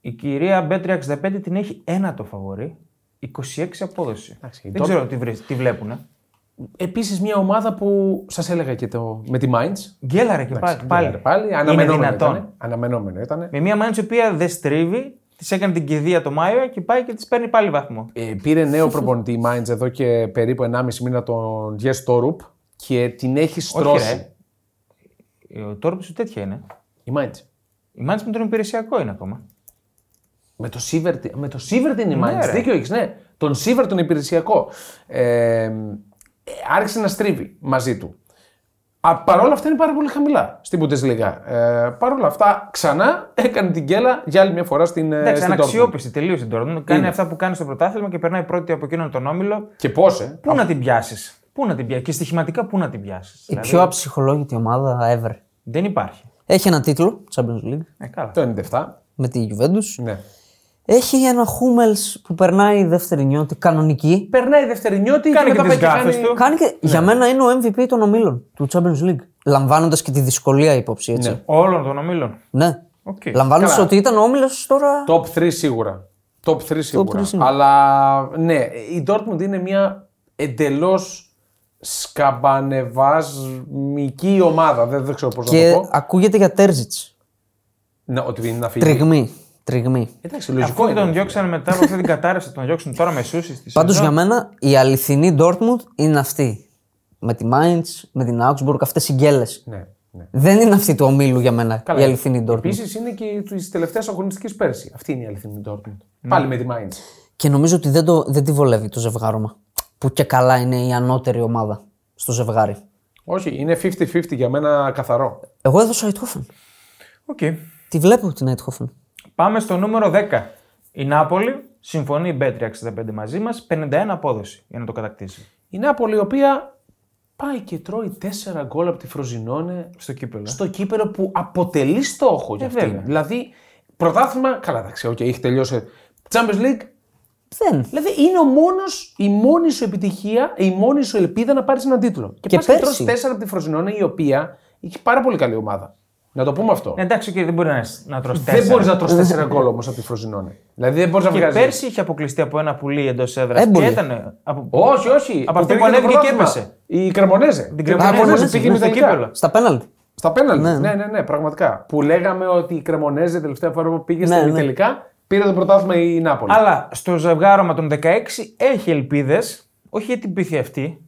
[SPEAKER 3] Η κυρία B365 την έχει ένα το φαβορή. 26 απόδοση.
[SPEAKER 1] Εντάξει, η
[SPEAKER 3] Δεν
[SPEAKER 1] Dortmund-
[SPEAKER 3] ξέρω τι, βρεις- τι βλέπουν. ε.
[SPEAKER 1] Επίσης, μια ομάδα που σας έλεγα και το, με τη Mainz.
[SPEAKER 3] Γκέλαρε και πάλι.
[SPEAKER 1] Πάλι, πάλι
[SPEAKER 3] Είναι
[SPEAKER 1] αναμενόμενο
[SPEAKER 3] δυνατόν.
[SPEAKER 1] ήταν. Αναμενόμενο ήταν.
[SPEAKER 3] Με μια μάνιτσα η οποία δεν στρίβει, της έκανε την κηδεία το Μάιο και πάει και της παίρνει πάλι βαθμό.
[SPEAKER 1] Ε, πήρε *laughs* νέο προπονητή η Mainz εδώ και περίπου 1,5 μήνα τον Γιές Τόρουπ και την έχει στρώσει.
[SPEAKER 3] ρε. Ε, Ο Τόρπι σου τέτοια είναι.
[SPEAKER 1] Η Mainz.
[SPEAKER 3] Η μάνιτσα με τον υπηρεσιακό είναι ακόμα.
[SPEAKER 1] Με το Σίβερτ, με το Σίβερτ είναι η Mainz.
[SPEAKER 3] ρε.
[SPEAKER 1] Δίκιο έχεις, ναι. Τον Σίβερτ τον υπηρεσιακό. Ε, ε, άρχισε να στρίβει μαζί του. Α, Παρ' όλα αυτά είναι πάρα πολύ χαμηλά στην Bundesliga. Ε, Παρ' όλα αυτά, ξανά έκανε την κέλα για άλλη μια φορά στην, ε,
[SPEAKER 3] Εντάξει,
[SPEAKER 1] στην Dortmund.
[SPEAKER 3] αναξιόπιστη τελείω την Dortmund. Κάνει
[SPEAKER 1] Είναι.
[SPEAKER 3] αυτά που κάνει στο πρωτάθλημα και περνάει πρώτη από εκείνον τον όμιλο.
[SPEAKER 1] Και πώς, ε.
[SPEAKER 3] Πού να την πιάσεις. Πού να την πιάσει. Και στοιχηματικά πού να την πιάσεις.
[SPEAKER 1] Ε.
[SPEAKER 2] Η πιο αψυχολόγητη ομάδα ever.
[SPEAKER 3] Δεν υπάρχει.
[SPEAKER 2] Έχει ένα τίτλο, Champions League,
[SPEAKER 3] Ε, καλά.
[SPEAKER 1] Το 97.
[SPEAKER 2] με τη Juventus.
[SPEAKER 1] Ναι.
[SPEAKER 2] Έχει ένα Χούμελ που περνάει η δεύτερη νιώτη, κανονική.
[SPEAKER 1] Περνάει η δευτερινιώτη
[SPEAKER 3] Κάνει
[SPEAKER 1] και
[SPEAKER 3] και
[SPEAKER 1] μετά
[SPEAKER 3] τις
[SPEAKER 1] πάει και
[SPEAKER 3] γκάφες
[SPEAKER 1] κάνει...
[SPEAKER 3] του.
[SPEAKER 2] Κάνει και, για μένα είναι ο MVP των ομίλων του Champions League. Λαμβάνοντας και τη δυσκολία υπόψη, έτσι. Ναι.
[SPEAKER 3] Όλων των ομίλων. Οκ.
[SPEAKER 2] Λαμβάνοντας
[SPEAKER 1] καλά.
[SPEAKER 2] ότι ήταν ο όμιλο τώρα.
[SPEAKER 1] Top 3 σίγουρα. Top 3 σίγουρα.
[SPEAKER 2] three σίγουρα.
[SPEAKER 1] Αλλά ναι, η Dortmund είναι μια εντελώς σκαμπανεβασμική ομάδα. Δεν, δεν ξέρω πώς να
[SPEAKER 2] Και
[SPEAKER 1] το πω.
[SPEAKER 2] ακούγεται για Τέρζιτ.
[SPEAKER 1] Ναι, ότι είναι να φύγει.
[SPEAKER 2] Τριγμή. Τριγμή.
[SPEAKER 1] Εντάξει, λογικό
[SPEAKER 3] Αυτό
[SPEAKER 1] είναι.
[SPEAKER 3] τον διώξαν μετά από αυτή την κατάρρευση, τον διώξουν τώρα με σούση τη
[SPEAKER 2] Πάντω για μένα η αληθινή Dortmund είναι αυτή. Με τη Mainz, με την Augsburg, αυτές οι γκέλες.
[SPEAKER 1] Ναι, ναι.
[SPEAKER 2] Δεν είναι αυτή του ομίλου για μένα η αληθινή Dortmund.
[SPEAKER 1] Επίσης είναι και της τελευταίας αγωνιστικής πέρσι. Αυτή είναι η αληθινή Dortmund. Πάλι με τη Mainz.
[SPEAKER 2] Και νομίζω ότι δεν, το, δεν τη βολεύει το ζευγάρωμα. Που και καλά είναι η ανώτερη ομάδα στο ζευγάρι.
[SPEAKER 1] Όχι, είναι 50-50 για μένα καθαρό.
[SPEAKER 2] Εγώ έδωσα Αιτχόφεν. Τη βλέπω την Αιτχόφεν.
[SPEAKER 3] Πάμε στο νούμερο 10. Η Νάπολη συμφωνεί η Μπέτρια 65 μαζί μας, 51 απόδοση για να το κατακτήσει.
[SPEAKER 1] Η Νάπολη η οποία πάει και τρώει 4 γκολ από τη Φροζινόνε
[SPEAKER 3] Στο κύπελο.
[SPEAKER 1] στο κύπελο που αποτελεί στόχο για αυτήν.
[SPEAKER 3] Ε, βέβαια.
[SPEAKER 1] Δηλαδή, πρωτάθλημα, καλά, εντάξει, οκ, έχει τελειώσει. Champions League,
[SPEAKER 2] Δεν.
[SPEAKER 1] δηλαδή είναι ο μόνος, η μόνη σου επιτυχία, η μόνη σου ελπίδα να πάρεις έναν τίτλο. Και,
[SPEAKER 2] Και
[SPEAKER 1] πας και τρως
[SPEAKER 2] πέρσι.
[SPEAKER 1] 4 από τη Φροζινόνε, η οποία έχει πάρα πολύ καλή ομάδα. Να το πούμε αυτό.
[SPEAKER 3] Ναι, εντάξει, και δεν μπορεί να, να τρως
[SPEAKER 1] δεν
[SPEAKER 3] τέσσερα.
[SPEAKER 1] μπορεί να τρως 4 γκολ όμως από τη Φροζινόνε. Δηλαδή δεν μπορείς να
[SPEAKER 3] Και
[SPEAKER 1] βγάζεις.
[SPEAKER 3] πέρσι είχε αποκλειστεί από ένα πουλί εντός έδρας.
[SPEAKER 2] Έμπολη.
[SPEAKER 3] Και ήταν. Από...
[SPEAKER 1] Όχι, όχι.
[SPEAKER 3] Από αυτή
[SPEAKER 1] Το
[SPEAKER 3] που
[SPEAKER 1] πήγε το
[SPEAKER 3] ανέβηκε και
[SPEAKER 1] πρωτάθλημα.
[SPEAKER 3] έπεσε.
[SPEAKER 1] Η Κρεμονέζε.
[SPEAKER 3] Την Κρεμονέζε,
[SPEAKER 1] Η Κρεμονέζε
[SPEAKER 2] ναι,
[SPEAKER 1] πήγε με
[SPEAKER 3] στο
[SPEAKER 1] τα
[SPEAKER 3] κύπελλο.
[SPEAKER 1] κύπελα.
[SPEAKER 2] Στα πέναλτι.
[SPEAKER 1] Στα πέναλτι. Ναι.
[SPEAKER 2] Ναι.
[SPEAKER 1] ναι, ναι, πραγματικά. Που λέγαμε ότι η Κρεμονέζε τελευταία φορά που πήγε στα
[SPEAKER 2] Ναι, ναι.
[SPEAKER 1] τελικά πήρε το πρωτάθλημα η Νάπολη.
[SPEAKER 3] Αλλά στο ζευγάρωμα των 16 έχει ελπίδες. Όχι γιατί πήθη αυτή.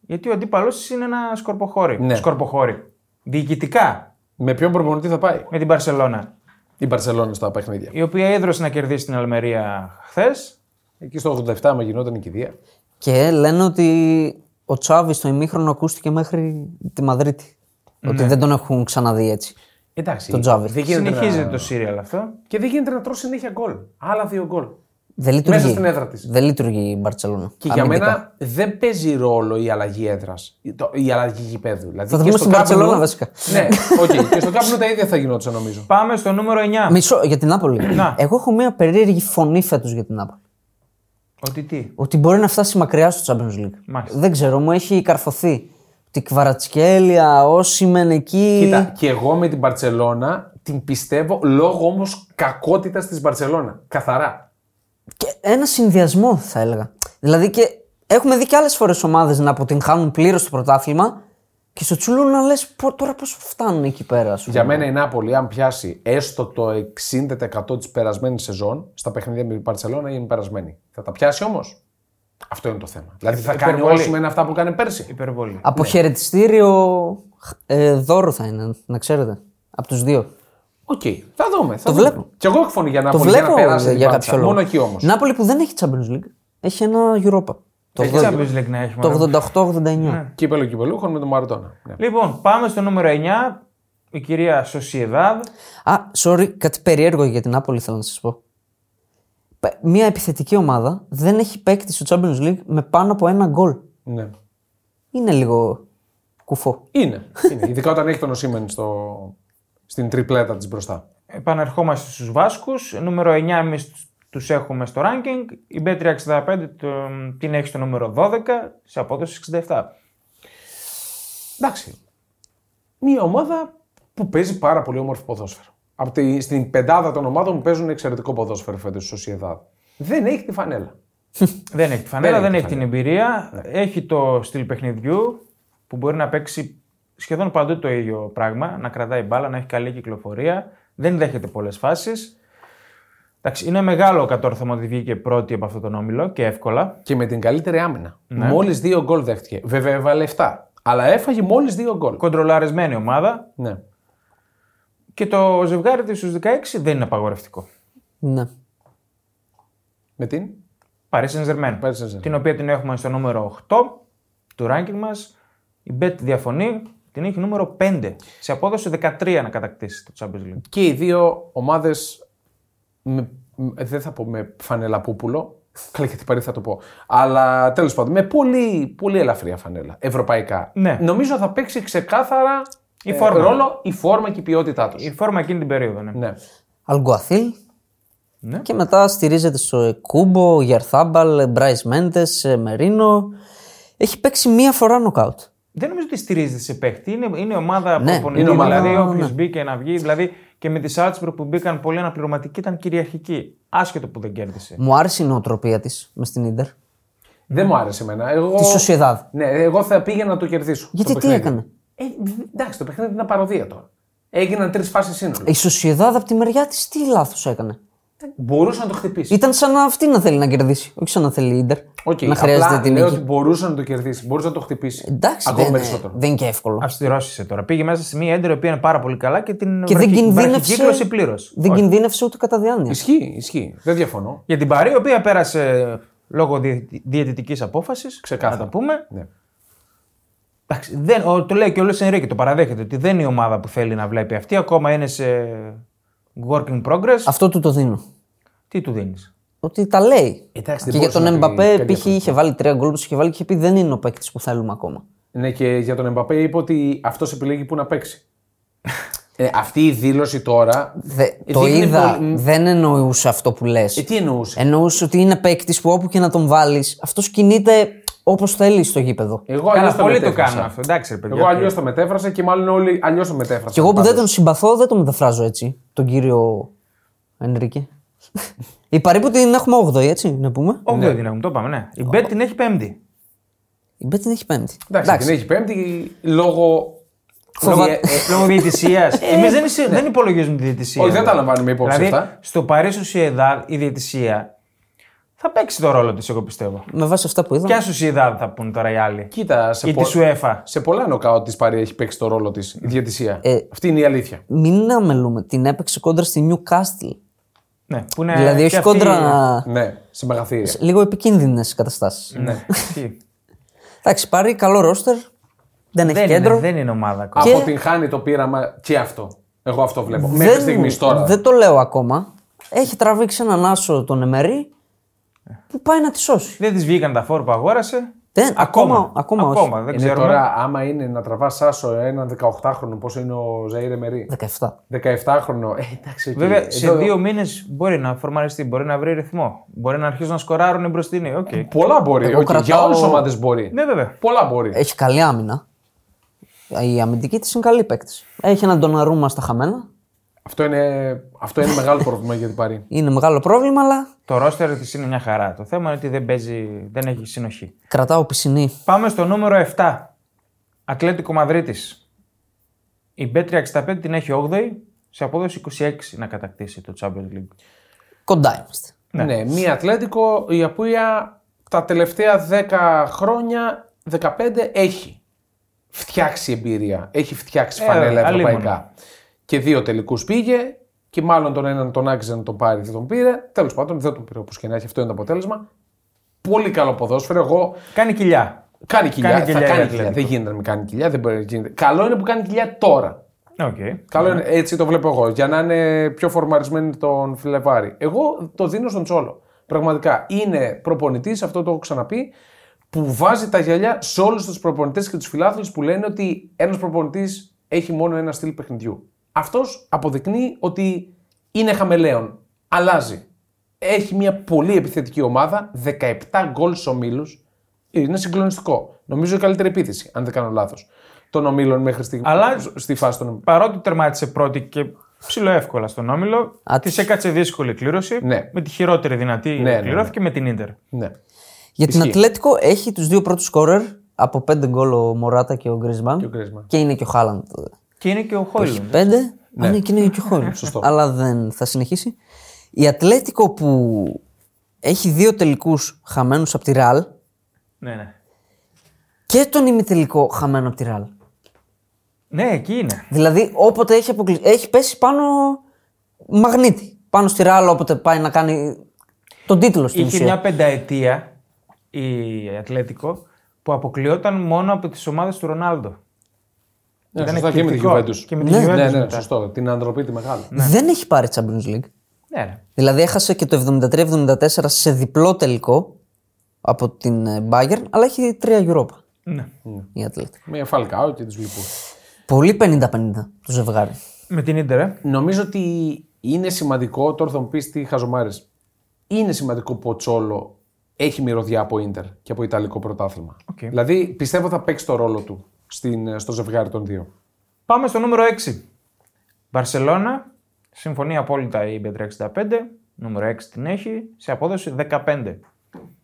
[SPEAKER 3] Γιατί ο αντίπαλός της είναι ένα σκορποχώρι.
[SPEAKER 1] Ναι.
[SPEAKER 3] Σκορποχώρι. Διοικητικά
[SPEAKER 1] Με ποιον προπονητή θα πάει
[SPEAKER 3] με την Παρσελώνα.
[SPEAKER 1] η Μπαρσελόνα στα παιχνίδια.
[SPEAKER 3] Η οποία έδρωσε να κερδίσει την Αλμερία χθες.
[SPEAKER 1] Εκεί στο 87 μα γινόταν η κηδεία.
[SPEAKER 2] Και λένε ότι ο Τσάβης στο ημίχρονο ακούστηκε μέχρι τη Μαδρίτη.
[SPEAKER 1] Ναι.
[SPEAKER 2] Ότι δεν τον έχουν ξαναδεί έτσι.
[SPEAKER 1] Εντάξει.
[SPEAKER 2] Τον Τζάβερ.
[SPEAKER 1] Δεν γίνεται
[SPEAKER 3] Συνεχίζεται
[SPEAKER 1] να...
[SPEAKER 3] το σύριαλ αυτό.
[SPEAKER 1] Και δεν γίνεται να τρως συνέχεια γκολ. Άλλα δύο γκολ.
[SPEAKER 2] Δεν λειτουργεί.
[SPEAKER 1] στην έδρα της.
[SPEAKER 2] Δεν λειτουργεί η Μπαρσελόνα.
[SPEAKER 1] Και για μένα δεν παίζει ρόλο η αλλαγή έδρας. Η αλλαγή γηπέδου. Δηλαδή
[SPEAKER 2] Θα το
[SPEAKER 1] και
[SPEAKER 2] δούμε
[SPEAKER 1] στο
[SPEAKER 2] στην
[SPEAKER 1] Camp Nou-
[SPEAKER 2] Μπαρσελόνα, βασικά.
[SPEAKER 1] Ναι, οκ. Και στο κάπνο τα ίδια θα γινόταν
[SPEAKER 2] *laughs*
[SPEAKER 1] νομίζω.
[SPEAKER 3] Πάμε στο νούμερο 9.
[SPEAKER 2] Μισό για την Νάπολη.
[SPEAKER 3] Να.
[SPEAKER 2] Εγώ έχω μια περίεργη φωνή φέτος για την Νάπολη.
[SPEAKER 3] Ότι τι.
[SPEAKER 2] Ότι μπορεί να φτάσει μακριά στο Champions League.
[SPEAKER 3] Μάλιστα.
[SPEAKER 2] Δεν ξέρω, μου έχει καρφωθεί. Ότι Κβαρατσχέλια, Όσιμεν εκεί.
[SPEAKER 1] Κοίτα, και εγώ με την Μπαρσελόνα την πιστεύω λόγω όμως κακότητας της Μπαρσελόνα. Καθαρά.
[SPEAKER 2] Και ένα συνδυασμό θα έλεγα. Δηλαδή και έχουμε δει και άλλες φορές ομάδες να αποτυγχάνουν πλήρως το πρωτάθλημα και στο τσουλού να λες τώρα πώς φτάνουν εκεί πέρα, ας πούμε.
[SPEAKER 1] Για μένα η Νάπολη, αν πιάσει έστω το 60% της περασμένης σεζόν στα παιχνίδια με την Μπαρσελόνα, είναι περασμένη. Θα τα πιάσει όμως. Αυτό είναι το θέμα. Δηλαδή θα κάνει
[SPEAKER 3] υπερβολή.
[SPEAKER 1] όσο με αυτά που κάνει πέρσι.
[SPEAKER 3] Υπερβολή.
[SPEAKER 2] Από χαιρετιστήριο ε, δώρο θα είναι, να ξέρετε. Από τους δύο.
[SPEAKER 1] Οκ, θα δούμε. Θα
[SPEAKER 2] Το
[SPEAKER 1] δούμε.
[SPEAKER 2] βλέπω.
[SPEAKER 1] Και εγώ εκφωνή για
[SPEAKER 2] Το
[SPEAKER 1] Νάπολη για να
[SPEAKER 2] βλέπω
[SPEAKER 1] περάσει
[SPEAKER 2] ε,
[SPEAKER 1] την
[SPEAKER 2] για
[SPEAKER 1] Μπάρτσα.
[SPEAKER 2] κάποιο λόγο.
[SPEAKER 1] Μόνο εκεί όμως.
[SPEAKER 2] Νάπολη που δεν έχει Champions League έχει ένα Europa. Το,
[SPEAKER 3] Τι
[SPEAKER 2] ογδόντα-
[SPEAKER 3] Champions League να έχουμε. ρε.
[SPEAKER 2] το 88-89.
[SPEAKER 1] Κύπελο κυπελούχων με τον Μαροντόνα. Ναι.
[SPEAKER 3] Λοιπόν, πάμε στο νούμερο 9. Η κυρία Σοσιεδάδ.
[SPEAKER 2] Α, sorry, κάτι περίεργο για την Νάπολη θέλω να σας πω. Πε- Μια επιθετική ομάδα δεν έχει παίκτη στο Champions League με πάνω από ένα γκολ.
[SPEAKER 1] Ναι.
[SPEAKER 2] Είναι λίγο κουφό.
[SPEAKER 1] Είναι. είναι. Ειδικά όταν έχει τον Οσίμεν στο... στην τριπλέτα της μπροστά.
[SPEAKER 3] Επαναρχόμαστε στους Βάσκους. Νούμερο 9 εμείς τους έχουμε στο ranking. Η B365 το- την έχει στο νούμερο 12 σε απόδοση 67.
[SPEAKER 1] Εντάξει. Μία ομάδα που παίζει πάρα πολύ όμορφο ποδόσφαιρο. Από τη, στην πεντάδα των ομάδων που παίζουν εξαιρετικό ποδόσφαιρο φέτος στη Sociedad. Δεν έχει τη φανέλα.
[SPEAKER 3] Δεν έχει τη φανέλα, Ναι.
[SPEAKER 1] έχει
[SPEAKER 3] δεν
[SPEAKER 1] τη
[SPEAKER 3] έχει την εμπειρία. Έχει το στυλ παιχνιδιού που μπορεί να παίξει σχεδόν παντού το ίδιο πράγμα. Να κρατάει μπάλα, να έχει καλή κυκλοφορία. Δεν δέχεται πολλές φάσεις. Εντάξει, είναι μεγάλο κατόρθωμα ότι βγήκε πρώτη από αυτόν τον όμιλο και εύκολα.
[SPEAKER 1] Και με την καλύτερη άμυνα. Μόλις Μόλις δύο γκολ δέχτηκε. Βέβαια έβαλε 7. Αλλά έφαγε μόλις δύο γκολ.
[SPEAKER 3] Κοντρολαρισμένη ομάδα
[SPEAKER 1] Ναι.
[SPEAKER 3] και το ζευγάρι της στους 16 δεν είναι απαγορευτικό.
[SPEAKER 2] Ναι.
[SPEAKER 1] Με την.
[SPEAKER 3] Paris Saint-Germain,
[SPEAKER 1] Paris Saint-Germain.
[SPEAKER 3] την οποία την έχουμε στο νούμερο 8 του ranking μας. Η Bet διαφωνεί, Την έχει νούμερο 5. Σε απόδοση 13 να κατακτήσει το Champions League.
[SPEAKER 1] Και οι δύο ομάδες. Δεν θα πω με φανελαπόπουλο. Καλά, γιατί παρή θα το πω. Αλλά τέλος πάντων, με πολύ, πολύ ελαφριά φανέλα. Ευρωπαϊκά.
[SPEAKER 3] Ναι.
[SPEAKER 1] Νομίζω θα παίξει ξεκάθαρα ε,
[SPEAKER 3] Η φόρμα.
[SPEAKER 1] ρόλο η φόρμα και η ποιότητά τους.
[SPEAKER 3] Η φόρμα εκείνη την περίοδο, ναι.
[SPEAKER 1] Ναι.
[SPEAKER 2] Αλγκουαθίλ.
[SPEAKER 3] Ναι.
[SPEAKER 2] Και μετά στηρίζεται στο Κούμπο, Γερθάμπαλ, Μπράις Μέντες, Μερίνο. Έχει παίξει μία φορά νοκάουτ.
[SPEAKER 3] Δεν νομίζω ότι στηρίζεται σε παίχτη. Είναι, είναι ομάδα
[SPEAKER 2] Ναι,
[SPEAKER 3] προπονητή.
[SPEAKER 1] είναι ομάδα,
[SPEAKER 3] δηλαδή,
[SPEAKER 1] ναι.
[SPEAKER 3] όποιο μπήκε να βγει. Δηλαδή και με τη Σάτσπρο που μπήκαν πολύ αναπληρωματικοί ήταν κυριαρχική. Άσχετο που δεν κέρδισε.
[SPEAKER 2] Μου άρεσε η νοοτροπία της μες στην ντερ.
[SPEAKER 1] Δεν μου άρεσε εμένα. Εγώ...
[SPEAKER 2] Της Σοσιαδάδ.
[SPEAKER 1] Ναι, εγώ θα πήγαινα να το κερδίσω.
[SPEAKER 2] Γιατί
[SPEAKER 1] το
[SPEAKER 2] τι
[SPEAKER 1] παιχνίδι.
[SPEAKER 2] έκανε.
[SPEAKER 1] Ε, εντάξει, το παιχνίδι ήταν παροδία τώρα. Έγιναν τρεις φάσεις σύνολο.
[SPEAKER 2] Η Σοσιαδάδ από τη μεριά της τι λάθος έκανε.
[SPEAKER 1] Μπορούσε να το χτυπήσει.
[SPEAKER 2] Ήταν σαν να αυτή να θέλει να κερδίσει, όχι σαν να θέλει η ντερ.
[SPEAKER 1] Οκ,
[SPEAKER 2] να χρειάζεται
[SPEAKER 1] απλά
[SPEAKER 2] την
[SPEAKER 1] λέω
[SPEAKER 2] νίκη.
[SPEAKER 1] ότι μπορούσε να το κερδίσει. Μπορούσε να το χτυπήσει.
[SPEAKER 2] Εντάξει, ναι,
[SPEAKER 1] Ακόμα
[SPEAKER 2] δεν,
[SPEAKER 1] περισσότερο.
[SPEAKER 2] δεν είναι και εύκολο.
[SPEAKER 3] Αυστηρώσησε τώρα. Πήγε μέσα σε μια έντερη η οποία είναι πάρα πολύ καλά και την
[SPEAKER 2] και δεν κινδύνευσε,
[SPEAKER 3] κύκλωσε πλήρως.
[SPEAKER 2] δεν κινδύνευσε ούτε κατά διάνοια.
[SPEAKER 1] Ισχύει, ισχύει. Δεν διαφωνώ.
[SPEAKER 3] Για την Παρή, η οποία πέρασε λόγω διαιτητικής απόφασης.
[SPEAKER 1] Ξεκάθαρα.
[SPEAKER 3] Να το πούμε.
[SPEAKER 1] Ναι.
[SPEAKER 3] Εντάξει, δεν, ο- το λέει και ο Λουίς Ενρίκη, το παραδέχεται ότι δεν είναι η ομάδα που θέλει να βλέπει αυτή. Ακόμα είναι σε work in progress.
[SPEAKER 2] Αυτό του το δίνω.
[SPEAKER 3] Τι του δίνεις.
[SPEAKER 2] Ότι τα λέει.
[SPEAKER 1] Εντάξει, δεν
[SPEAKER 2] και για
[SPEAKER 1] μπορούσε
[SPEAKER 2] τον
[SPEAKER 1] να πει κάτι
[SPEAKER 2] Εμπαπέ π.χ.
[SPEAKER 1] διαφορετικό.
[SPEAKER 2] είχε βάλει τρία γκολ που είχε βάλει και είχε πει δεν είναι ο παίκτης που θέλουμε ακόμα.
[SPEAKER 1] Ναι, και για τον Εμπαπέ είπε ότι αυτός επιλέγει που να παίξει. ε, αυτή η δήλωση τώρα.
[SPEAKER 2] Δε-
[SPEAKER 1] Ε,
[SPEAKER 2] το
[SPEAKER 1] δείχνει
[SPEAKER 2] είδα.
[SPEAKER 1] πολύ-
[SPEAKER 2] Δεν εννοούσε αυτό που λες.
[SPEAKER 1] Ε, τι εννοούσε.
[SPEAKER 2] Εννοούσε ότι είναι παίκτης που όπου και να τον βάλεις, αυτός κινείται όπως θέλει στο γήπεδο.
[SPEAKER 1] εγώ
[SPEAKER 3] Καλά,
[SPEAKER 1] αλλιώς το
[SPEAKER 3] πολλοί το κάνουν
[SPEAKER 1] μετέφρασα.
[SPEAKER 3] αυτό. Εντάξει, ρε παιδιά.
[SPEAKER 1] Εγώ
[SPEAKER 3] οκ.
[SPEAKER 1] αλλιώς το μετέφρασα και μάλλον όλοι αλλιώς το μετέφρασαν.
[SPEAKER 2] Και εγώ που δεν τον συμπαθώ, δεν τον μεταφράζω έτσι. Τον κύριο Ενρίκε. Η παρή που την έχουμε 8η, έτσι να πούμε.
[SPEAKER 3] Όχι, δεν την έχουμε, το είπαμε, ναι. Η Μπέτ την έχει πέμπτη.
[SPEAKER 2] Η Μπέ την έχει πέμπτη.
[SPEAKER 1] Εντάξει, την έχει πέμπτη λόγω.
[SPEAKER 2] Φοβα-
[SPEAKER 1] λόγω- ε,
[SPEAKER 3] Λόγω διαιτησίας. Εμείς δεν, ισ- δεν υπολογίζουμε τη διαιτησία.
[SPEAKER 1] ναι. Όχι, δεν τα λαμβάνουμε υπόψη
[SPEAKER 3] δηλαδή,
[SPEAKER 1] αυτά.
[SPEAKER 3] Στο Παρίσι Σοσιεδάδ η διαιτησία θα παίξει το ρόλο της, εγώ πιστεύω.
[SPEAKER 2] Με βάση αυτά που είδα.
[SPEAKER 3] Ποια Σοσιεδάδ θα πούν τώρα οι άλλοι.
[SPEAKER 1] Κοίτα, σε,
[SPEAKER 3] Ή τη UEFA.
[SPEAKER 1] σε πολλά νοκάουτ της Παρή έχει παίξει το ρόλο της η διαιτησία. Αυτή είναι η αλήθεια.
[SPEAKER 2] Μην αμελούμε. Την έπαιξε κόντρα στη Νιου Κάστιλ.
[SPEAKER 3] Ναι, που είναι
[SPEAKER 2] δηλαδή,
[SPEAKER 3] και
[SPEAKER 2] όχι
[SPEAKER 3] αυτή- *laughs*
[SPEAKER 2] κόντρα.
[SPEAKER 1] Ναι, σε μεγαθύρια.
[SPEAKER 2] Λίγο επικίνδυνες καταστάσεις.
[SPEAKER 3] Ναι, αυτή.
[SPEAKER 2] Εντάξει, πάρει καλό ρόστερ. Δεν έχει
[SPEAKER 3] δεν, είναι,
[SPEAKER 2] κέντρο.
[SPEAKER 3] δεν είναι ομάδα ακόμα.
[SPEAKER 2] Και-
[SPEAKER 1] Αποτυγχάνει το πείραμα και αυτό. Εγώ αυτό βλέπω. Μέχρι στιγμής τώρα.
[SPEAKER 2] δεν το λέω ακόμα. Έχει τραβήξει έναν άσο τον Εμερή που πάει να τη σώσει.
[SPEAKER 3] Δεν της βγήκαν τα φόρου που αγόρασε.
[SPEAKER 2] Δεν, ακόμα, ακόμα,
[SPEAKER 3] ακόμα,
[SPEAKER 2] όχι.
[SPEAKER 3] δεν
[SPEAKER 1] είναι
[SPEAKER 3] ξέρουμε.
[SPEAKER 1] Ε, ναι, τώρα, άμα είναι να τραβάς άσο έναν 18χρονο, πόσο είναι ο Ζαήρε Μερή.
[SPEAKER 2] 17.
[SPEAKER 1] 17χρονο. Ε, εντάξει, οκ.
[SPEAKER 3] Ναι. Βέβαια,
[SPEAKER 1] Ε,
[SPEAKER 3] σε
[SPEAKER 1] εδώ-
[SPEAKER 3] δύο μήνες μπορεί να φορμαριστεί, μπορεί να βρει ρυθμό. Μπορεί να αρχίσουν να σκοράρουν οι μπροστινοί. Οκ.
[SPEAKER 1] Πολλά μπορεί.
[SPEAKER 2] Εγώ
[SPEAKER 1] οκ, Για
[SPEAKER 2] κρατάω-
[SPEAKER 1] όλες τις ομάδες μπορεί.
[SPEAKER 3] Ναι, βέβαια.
[SPEAKER 1] Πολλά μπορεί.
[SPEAKER 2] Έχει καλή άμυνα. Η αμυντική της είναι καλή παίκτης. Έχει έναν Ντοναρούμα στα χαμένα.
[SPEAKER 1] Αυτό είναι, αυτό είναι μεγάλο πρόβλημα για την Παρή.
[SPEAKER 2] Είναι μεγάλο πρόβλημα, αλλά
[SPEAKER 3] Το ρόστερ της είναι μια χαρά. Το θέμα είναι ότι δεν, παίζει, δεν έχει συνοχή.
[SPEAKER 2] κρατάω πισινή.
[SPEAKER 3] Πάμε στο νούμερο 7. Ατλέτικο Μαδρίτης. Η B365 την έχει 8η σε απόδοση 26 να κατακτήσει το Champions League.
[SPEAKER 2] Κοντά είμαστε.
[SPEAKER 1] Ναι, μία Ατλέτικο η οποία τα τελευταία 10 χρόνια, 15 έχει φτιάξει εμπειρία. Έχει φτιάξει
[SPEAKER 3] Ε,
[SPEAKER 1] φανέλα
[SPEAKER 3] αλίμονο.
[SPEAKER 1] ευρωπαϊκά. Και δύο τελικούς πήγε και μάλλον τον έναν τον άξιζε να τον πάρει, δεν τον πήρε. Τέλος πάντων, δεν τον πήρε όπως και να έχει. Αυτό είναι το αποτέλεσμα. Πολύ καλό ποδόσφαιρο. Εγώ
[SPEAKER 3] Κάνει κοιλιά.
[SPEAKER 1] κάνει κοιλιά.
[SPEAKER 3] Κάνει
[SPEAKER 1] θα
[SPEAKER 3] κοιλιά η
[SPEAKER 1] κάνει
[SPEAKER 3] Ατλέτικο.
[SPEAKER 1] κοιλιά. Δεν γίνεται να μην κάνει κοιλιά. Δεν μπορεί, να γίνεται. Καλό είναι που κάνει κοιλιά τώρα.
[SPEAKER 3] Οκ.
[SPEAKER 1] Καλό είναι, έτσι το βλέπω εγώ. Για να είναι πιο φορμαρισμένοι τον Φλεβάρη. Εγώ το δίνω στον Τσόλο. Πραγματικά είναι προπονητής, αυτό το έχω ξαναπεί, που βάζει τα γυαλιά σε όλους τους προπονητές και τους φιλάθλους που λένε ότι ένας προπονητής έχει μόνο ένα στυλ παιχνιδιού. Αυτός αποδεικνύει ότι είναι χαμελέον. Αλλάζει. Έχει μια πολύ επιθετική ομάδα, 17 γκολ στου ομίλους. Είναι συγκλονιστικό. Νομίζω η καλύτερη επίθεση, αν δεν κάνω λάθος, των ομίλων μέχρι στιγμή.
[SPEAKER 3] Αλλά-
[SPEAKER 1] στη φάση των ομίλων.
[SPEAKER 3] Παρότι τερμάτισε πρώτη και ψηλοεύκολα στον όμιλο,
[SPEAKER 2] Α,
[SPEAKER 3] της έκατσε δύσκολη κλήρωση.
[SPEAKER 1] Ναι.
[SPEAKER 3] Με τη χειρότερη δυνατή
[SPEAKER 1] ναι, ναι.
[SPEAKER 3] κληρώθηκε με την ντερ.
[SPEAKER 1] Ναι.
[SPEAKER 2] Για την
[SPEAKER 1] Ισχύει.
[SPEAKER 2] Ατλέτικο έχει τους δύο πρώτους σκόρερ από πέντε γκολ ο Μωράτα και ο Γκρίσμαν.
[SPEAKER 1] ο Γκρίσμαν.
[SPEAKER 2] Και είναι και ο Χάλαντ.
[SPEAKER 3] Και είναι και ο Χόιλουντ.
[SPEAKER 2] Πέντε. Ναι. και είναι και ο Χόλμ.
[SPEAKER 1] *laughs* Σωστό.
[SPEAKER 2] Αλλά δεν θα συνεχίσει. Η Ατλέτικο που έχει δύο τελικούς χαμένους από τη Ραλ
[SPEAKER 3] Ναι, ναι.
[SPEAKER 2] και τον ημιτελικό χαμένο από τη Ραλ.
[SPEAKER 3] Ναι, εκεί είναι.
[SPEAKER 2] Δηλαδή, όποτε έχει, αποκλει... έχει πέσει πάνω μαγνήτη. Πάνω στη Ρεάλ, όποτε πάει να κάνει τον τίτλο στην
[SPEAKER 3] Είχε
[SPEAKER 2] ουσία.
[SPEAKER 3] μια πενταετία η Ατλέτικο που αποκλειόταν μόνο από τις ομάδες του Ρονάλντο.
[SPEAKER 1] Ναι,
[SPEAKER 3] Ήταν
[SPEAKER 1] σωστά και με τη
[SPEAKER 3] εκπληκτικό.
[SPEAKER 1] Juventus.
[SPEAKER 3] Και με τη
[SPEAKER 1] ναι,
[SPEAKER 3] Juventus
[SPEAKER 1] ναι, ναι,
[SPEAKER 3] μετά.
[SPEAKER 1] σωστό. Την ανθρωπή τη μεγάλη.
[SPEAKER 2] Δεν έχει πάρει Champions League.
[SPEAKER 3] Ναι, ρε.
[SPEAKER 2] Δηλαδή έχασε και το 73-74 σε διπλό τελικό από την ε, Bayern, αλλά έχει τρία Europa
[SPEAKER 3] Ναι.
[SPEAKER 2] η Ατλέτη.
[SPEAKER 1] Με Φαλκάο και του λοιπού.
[SPEAKER 2] Πολύ 50-50 το ζευγάρι.
[SPEAKER 3] Με την Ίντερ, ε.
[SPEAKER 1] Νομίζω ότι είναι σημαντικό, τώρα θα μου πεις τι χαζομάρες. Είναι σημαντικό που ο Τσόλο έχει μυρωδιά από Ιντερ και από Ιταλικό πρωτάθλημα.
[SPEAKER 3] Οκ.
[SPEAKER 1] Δηλαδή πιστεύω θα παίξει το ρόλο του στην, στο ζευγάρι των δύο.
[SPEAKER 3] Πάμε στο νούμερο 6. Μπαρσελώνα. Συμφωνεί απόλυτα η B365. Νούμερο 6 την έχει. Σε απόδοση 15.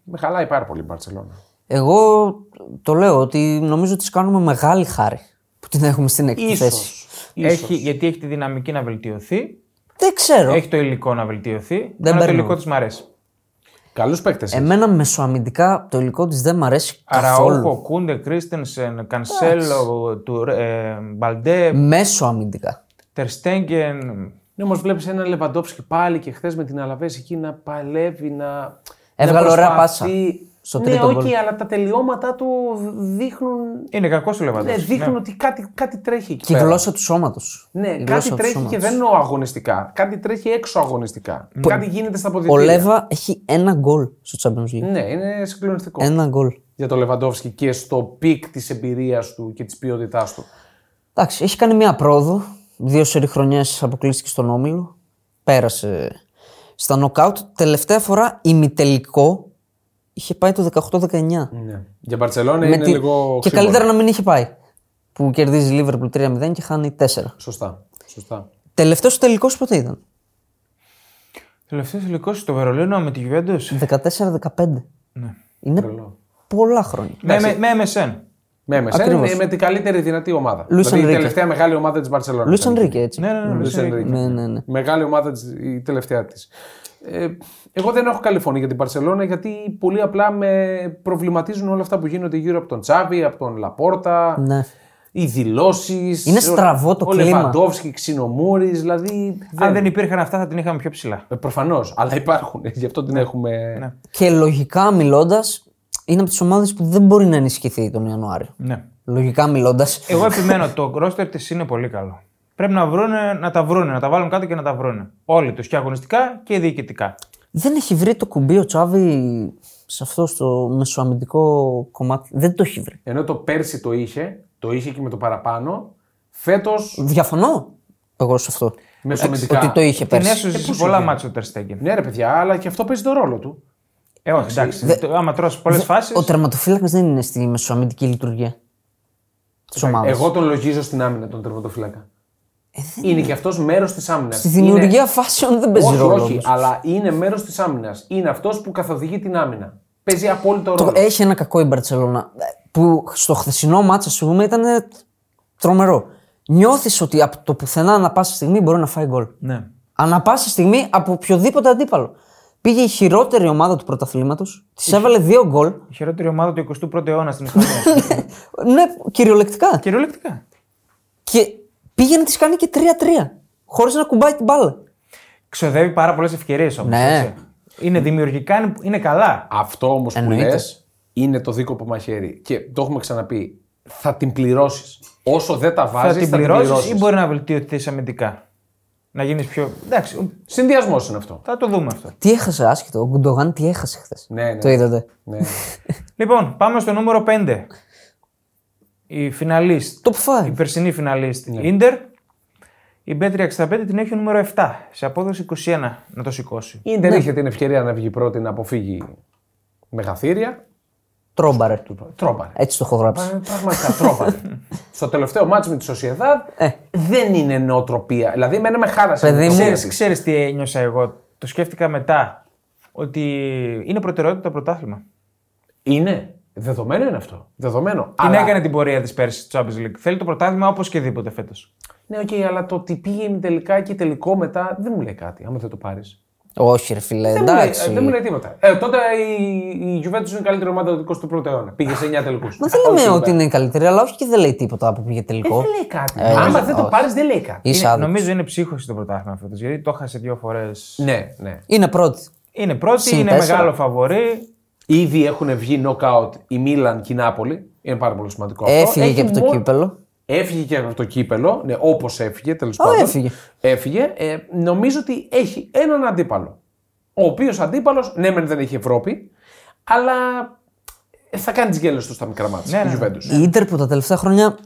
[SPEAKER 1] Με χαλάει πάρα πολύ η Μπαρσελόνα.
[SPEAKER 2] Εγώ το λέω ότι νομίζω ότι της κάνουμε μεγάλη χάρη που την έχουμε στην έκτη θέση.
[SPEAKER 3] Έχει, γιατί έχει τη δυναμική να βελτιωθεί.
[SPEAKER 2] Δεν ξέρω.
[SPEAKER 3] Έχει το υλικό να βελτιωθεί. Δεν το
[SPEAKER 2] παίρνω.
[SPEAKER 3] υλικό της μ' αρέσει.
[SPEAKER 1] Καλούς
[SPEAKER 3] Ε,
[SPEAKER 1] παίκτε.
[SPEAKER 2] Εμένα μεσοαμυντικά το υλικό της δεν μ' αρέσει καθόλου.
[SPEAKER 3] Αραούχο, Κούντε, Κρίστενσεν, Κανσέλο, του- ε, Μπαλντέ,
[SPEAKER 2] Μεσοαμυντικά.
[SPEAKER 3] Τερστέγγεν.
[SPEAKER 1] Ναι, όμως βλέπεις ένα Λεβαντόφσκι πάλι και χθες με την Αλαβές εκεί να παλεύει, να.
[SPEAKER 2] Έβγαλε
[SPEAKER 1] να
[SPEAKER 2] ωραία
[SPEAKER 1] προσπαθεί.
[SPEAKER 2] πάσα στο
[SPEAKER 1] ναι,
[SPEAKER 2] τρίτο
[SPEAKER 1] όχι,
[SPEAKER 2] γκολ.
[SPEAKER 1] αλλά τα τελειώματά του δείχνουν.
[SPEAKER 3] Είναι κακός ο
[SPEAKER 1] Ναι,
[SPEAKER 3] Λεβαντόφσκι.
[SPEAKER 1] δείχνουν ότι κάτι, κάτι τρέχει εκεί
[SPEAKER 2] Και η
[SPEAKER 1] πέρα.
[SPEAKER 2] γλώσσα του σώματος.
[SPEAKER 1] Ναι, κάτι τρέχει και δεν εννοώ αγωνιστικά. Κάτι τρέχει έξω αγωνιστικά. Κάτι γίνεται στα
[SPEAKER 2] Ο
[SPEAKER 1] αποδητήρια.
[SPEAKER 2] Λέβα έχει ένα γκολ στο Champions League.
[SPEAKER 1] Ναι, είναι συγκλονιστικό
[SPEAKER 2] Ένα γκολ.
[SPEAKER 1] για τον Λεβαντόφσκι και στο πικ της εμπειρίας του και της ποιότητάς του.
[SPEAKER 2] Εντάξει, έχει κάνει μια πρόοδο. Δύο σερι χρονιές αποκλείστηκε στον Όμιλο. Πέρασε στα νοκάουτ. Τελευταία φορά ημιτελικό είχε πάει το 18-19.
[SPEAKER 1] Ναι. Για Μπαρσελόνα
[SPEAKER 2] Με
[SPEAKER 1] είναι
[SPEAKER 2] τη-
[SPEAKER 1] λίγο. ξύμορο.
[SPEAKER 2] Και καλύτερα να μην είχε πάει. Που κερδίζει η Liverpool 3-0 και χάνει 4.
[SPEAKER 1] Σωστά. Σωστά.
[SPEAKER 2] Τελευταίος τελικός πότε ήταν.
[SPEAKER 3] Τελευταίος υλικό στο Βερολίνο με τη Γιουβέντο.
[SPEAKER 2] Ναι, 14-15.
[SPEAKER 3] Ναι.
[SPEAKER 2] Είναι
[SPEAKER 1] Τρελό.
[SPEAKER 2] πολλά χρόνια.
[SPEAKER 3] Με, με, με MSN.
[SPEAKER 1] Με MSN
[SPEAKER 2] Ακριβώς.
[SPEAKER 1] είναι με την καλύτερη δυνατή ομάδα.
[SPEAKER 2] Λουίς
[SPEAKER 1] δηλαδή η
[SPEAKER 2] Ενρίκε.
[SPEAKER 1] τελευταία μεγάλη ομάδα της Μπαρσελόνα.
[SPEAKER 2] Λουί Ενρίκε, έτσι.
[SPEAKER 3] Ναι, ναι, ναι.
[SPEAKER 1] Λουίς
[SPEAKER 3] MSN.
[SPEAKER 1] Ενρίκε.
[SPEAKER 2] ναι, ναι, ναι.
[SPEAKER 1] Μεγάλη ομάδα της, η τελευταία της. Ε, εγώ δεν έχω καλή φωνή για την Παρσελόνα γιατί πολύ απλά με προβληματίζουν όλα αυτά που γίνονται γύρω από τον Τσάβη, από τον Λαπόρτα.
[SPEAKER 2] Ναι.
[SPEAKER 1] Οι δηλώσεις.
[SPEAKER 2] Είναι στραβό το
[SPEAKER 1] ο,
[SPEAKER 2] κλίμα.
[SPEAKER 1] Ο Λεβαντόφσκι, Ξινομούρης, δηλαδή.
[SPEAKER 3] Αν
[SPEAKER 1] Δεν...
[SPEAKER 3] δεν υπήρχαν αυτά, θα την είχαμε πιο ψηλά.
[SPEAKER 1] Προφανώς, αλλά υπάρχουν. ε, Γι' αυτό την έχουμε.
[SPEAKER 3] Ναι.
[SPEAKER 2] Και λογικά μιλώντας, είναι από τις ομάδες που δεν μπορεί να ενισχυθεί τον Ιανουάριο.
[SPEAKER 3] Ναι.
[SPEAKER 2] Λογικά μιλώντας.
[SPEAKER 1] Ε,
[SPEAKER 3] Εγώ επιμένω, το ρόστερ της είναι πολύ καλό. Πρέπει να βρούνε, να τα βρούνε, να τα βάλουν κάτω και να τα βρούνε. Όλοι τους και αγωνιστικά και διοικητικά.
[SPEAKER 2] Δεν έχει βρει το κουμπί ο Τσάβη σε αυτό στο μεσοαμυντικό κομμάτι. Δεν το έχει βρει.
[SPEAKER 1] Ενώ το πέρσι το είχε, το είχε και με το παραπάνω. Φέτος
[SPEAKER 2] Διαφωνώ εγώ σε αυτό.
[SPEAKER 1] μεσομετικά.
[SPEAKER 2] Ότι το είχε
[SPEAKER 3] Την
[SPEAKER 2] πέρσι.
[SPEAKER 3] έσωσε
[SPEAKER 1] Ε, πού
[SPEAKER 3] σε πολλά
[SPEAKER 1] σου
[SPEAKER 3] μάτια ο Τερστέγγεν.
[SPEAKER 1] Ναι, ρε παιδιά, αλλά και αυτό παίζει τον ρόλο του.
[SPEAKER 3] Ε, όχι, εντάξει. το- Άμα τρώσει πολλέ φάσεις.
[SPEAKER 2] Ο τερματοφύλακας δεν είναι στη μεσοαμυντική λειτουργία της ομάδας.
[SPEAKER 1] Εγώ τον λογίζω στην άμυνα τον τερματοφύλακα.
[SPEAKER 3] Ε,
[SPEAKER 1] είναι και αυτός μέρος της άμυνας.
[SPEAKER 2] Στη δημιουργία φάσεων δεν παίζει
[SPEAKER 1] Όχι,
[SPEAKER 2] ρόλο.
[SPEAKER 1] όχι,
[SPEAKER 2] όμως.
[SPEAKER 1] αλλά είναι μέρος της άμυνας. Είναι αυτός που καθοδηγεί την άμυνα. Παίζει απόλυτο
[SPEAKER 2] Το-
[SPEAKER 1] ρόλο.
[SPEAKER 3] ε,
[SPEAKER 2] Έχει ένα κακό η Μπαρσελόνα που στο χθεσινό μάτσα, ας πούμε, ήταν ε, τρομερό. Νιώθεις ότι από το πουθενά, ανά πάσα στιγμή, μπορεί να φάει γκολ.
[SPEAKER 3] Ναι.
[SPEAKER 2] Ανά πάσα στιγμή από οποιοδήποτε αντίπαλο. Πήγε η χειρότερη ομάδα του πρωταθλήματος, της έβαλε δύο γκολ. *laughs*
[SPEAKER 3] Η χειρότερη ομάδα του 21ου αιώνα στην Ισπανία.
[SPEAKER 2] Ναι, κυριολεκτικά.
[SPEAKER 3] Κυριολεκτικά.
[SPEAKER 2] Και πήγε να της κάνει και 3-3. Χωρίς να κουμπάει την μπάλα.
[SPEAKER 3] Ξοδεύει πάρα πολλές ευκαιρίες όμως.
[SPEAKER 2] Ναι.
[SPEAKER 3] Είναι δημιουργικά, είναι, είναι καλά.
[SPEAKER 1] Αυτό όμως που
[SPEAKER 2] Εννοείται.
[SPEAKER 1] λες είναι το δίκοπο μαχαίρι. Και το έχουμε ξαναπεί. Θα την πληρώσεις. Όσο δεν τα
[SPEAKER 3] θα
[SPEAKER 1] βάζεις,
[SPEAKER 3] την
[SPEAKER 1] θα την
[SPEAKER 3] πληρώσεις
[SPEAKER 1] πληρώσει.
[SPEAKER 3] ή μπορεί να βελτιωθεί αμυντικά. Να γίνεις πιο. Εντάξει,
[SPEAKER 1] Συνδυασμός είναι
[SPEAKER 3] *laughs*
[SPEAKER 1] αυτό.
[SPEAKER 3] θα το δούμε αυτό.
[SPEAKER 2] Τι έχασε άσχετο. Ο Γκουντογάν τι έχασε χθες.
[SPEAKER 1] Ναι, ναι.
[SPEAKER 2] Το είδατε.
[SPEAKER 1] ναι.
[SPEAKER 3] Λοιπόν, πάμε στο νούμερο 5. Η φιναλίστ.
[SPEAKER 2] Top
[SPEAKER 3] Η
[SPEAKER 2] 5.
[SPEAKER 3] περσινή φιναλίστ Ιντερ. Η B365 την έχει νούμερο 7 σε απόδοση 21 να το σηκώσει.
[SPEAKER 1] Η Ιντερ είχε την ευκαιρία να βγει πρώτη να αποφύγει μεγαθύρια.
[SPEAKER 2] Τρόμπαρε.
[SPEAKER 1] Τρόμπαρε.
[SPEAKER 2] Έτσι το έχω γράψει.
[SPEAKER 1] Ε, Πραγματικά τρόμπαρε. *laughs* Στο τελευταίο μάτς με τη Σοσιαδάδ δεν είναι νοοτροπία. Δηλαδή, εμένα με χάλασε.
[SPEAKER 2] Ε. Παιδί μου.
[SPEAKER 1] Ξέρεις,
[SPEAKER 3] Ξέρεις, ξέρεις τι ένιωσα εγώ. Το σκέφτηκα μετά. Ότι είναι προτεραιότητα το πρωτάθλημα.
[SPEAKER 1] Είναι. Δεδομένο είναι αυτό. Δεδομένο.
[SPEAKER 3] Την
[SPEAKER 1] Αλλά-
[SPEAKER 3] έκανε την πορεία της πέρσι στο Champions League. Θέλει το πρωτάθλημα όπως και δίποτε φέτος.
[SPEAKER 1] Ναι, οκ, αλλά το ότι πήγε τελικά και τελικό μετά δεν μου λέει κάτι, άμα δεν το πάρεις.
[SPEAKER 2] Όχι, ρε φιλέ.
[SPEAKER 1] Δεν, μου λέει-
[SPEAKER 2] Εντάξει.
[SPEAKER 1] δεν μου λέει τίποτα. Ε, τότε η, η Juventus είναι η καλύτερη ομάδα του 21ου αιώνα. Πήγε σε 9 τελικούς.
[SPEAKER 2] Μα δεν λέμε ότι είναι η καλύτερη, αλλά όχι και δεν λέει τίποτα που πήγε
[SPEAKER 1] Ε,
[SPEAKER 2] τελικό.
[SPEAKER 1] δεν λέει κάτι. άμα δεν το πάρεις, δεν λέει κάτι.
[SPEAKER 2] Είσαι
[SPEAKER 3] Είναι,
[SPEAKER 2] άδικος.
[SPEAKER 3] νομίζω είναι ψύχωση το πρωτάθλημα φέτος. Γιατί το έχασε δύο φορές.
[SPEAKER 1] Ναι, ναι.
[SPEAKER 2] Είναι πρώτη.
[SPEAKER 3] Είναι πρώτη,
[SPEAKER 2] Συν
[SPEAKER 3] είναι
[SPEAKER 2] τέσσερα.
[SPEAKER 3] μεγάλο φαβορή.
[SPEAKER 1] Ήδη έχουν βγει knockout η Μίλαν και η Νάπολη. Είναι πάρα πολύ σημαντικό αυτό.
[SPEAKER 2] Έφυγε
[SPEAKER 1] Έχει
[SPEAKER 2] και από το
[SPEAKER 1] μόνο-
[SPEAKER 2] κύπελο.
[SPEAKER 1] Έφυγε και από το κύπελο, ναι, όπως έφυγε τέλος
[SPEAKER 2] Α,
[SPEAKER 1] πάντων.
[SPEAKER 2] έφυγε.
[SPEAKER 1] Έφυγε. Ε, νομίζω ότι έχει έναν αντίπαλο. Ο οποίος αντίπαλος, ναι, μεν δεν έχει Ευρώπη, αλλά θα κάνει τις γέλες του στα μικρά μάτια.
[SPEAKER 3] Ναι,
[SPEAKER 1] η
[SPEAKER 3] ναι, ναι.
[SPEAKER 1] Juventus.
[SPEAKER 2] Η Ιντερ που τα τελευταία χρόνια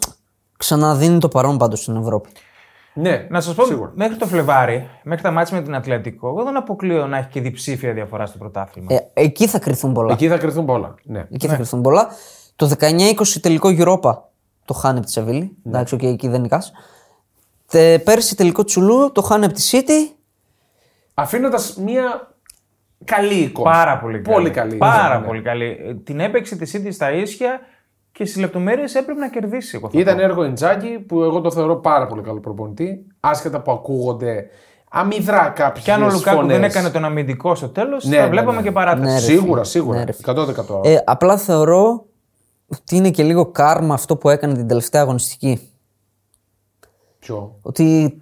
[SPEAKER 2] ξαναδίνει το παρόν πάντως στην Ευρώπη.
[SPEAKER 1] Ναι,
[SPEAKER 3] Να σας πω,
[SPEAKER 1] σίγουρα.
[SPEAKER 3] μέχρι το Φλεβάρι, μέχρι τα μάτια με την Ατλαντικό, εγώ δεν αποκλείω να έχει και διψήφια διαφορά στο πρωτάθλημα.
[SPEAKER 2] Ε, εκεί θα κρυθούν πολλά.
[SPEAKER 1] Εκεί θα κρυθούν πολλά. Ναι.
[SPEAKER 2] Εκεί θα κρυφθούν πολλά. Το 19-20 τελικό Europa το χάνει από τη
[SPEAKER 1] Ναι.
[SPEAKER 2] Σεβίλη. Εντάξει, οκ, εκεί δεν νικάς. Τε, πέρσι τελικό Τσουλού το χάνει από τη City.
[SPEAKER 1] Αφήνοντας μία καλή εικόνα.
[SPEAKER 3] Πάρα πολύ καλή.
[SPEAKER 1] Πολύ καλή.
[SPEAKER 3] Πάρα
[SPEAKER 1] εικόνα, ναι.
[SPEAKER 3] πολύ καλή. Ε, Την έπαιξε τη City στα ίσια και στις λεπτομέρειες έπρεπε να κερδίσει. εγώ θα
[SPEAKER 1] Ήταν
[SPEAKER 3] πω.
[SPEAKER 1] έργο Ιντζάκη που εγώ το θεωρώ πάρα πολύ καλό προπονητή. Άσχετα που ακούγονται αμυδρά κάποιες
[SPEAKER 3] Και αν ο Λουκάκου δεν έκανε τον αμυντικό στο τέλος,
[SPEAKER 1] Ναι,
[SPEAKER 3] θα
[SPEAKER 1] ναι,
[SPEAKER 3] βλέπαμε
[SPEAKER 1] ναι.
[SPEAKER 3] και παράταση.
[SPEAKER 2] Ναι, ρε.
[SPEAKER 1] Σίγουρα,
[SPEAKER 2] Ναι,
[SPEAKER 1] σίγουρα.
[SPEAKER 2] ρε,
[SPEAKER 1] 100%.
[SPEAKER 2] Ε, απλά θεωρώ ότι είναι και λίγο κάρμα αυτό που έκανε την τελευταία αγωνιστική.
[SPEAKER 1] Ποιο.
[SPEAKER 2] Ότι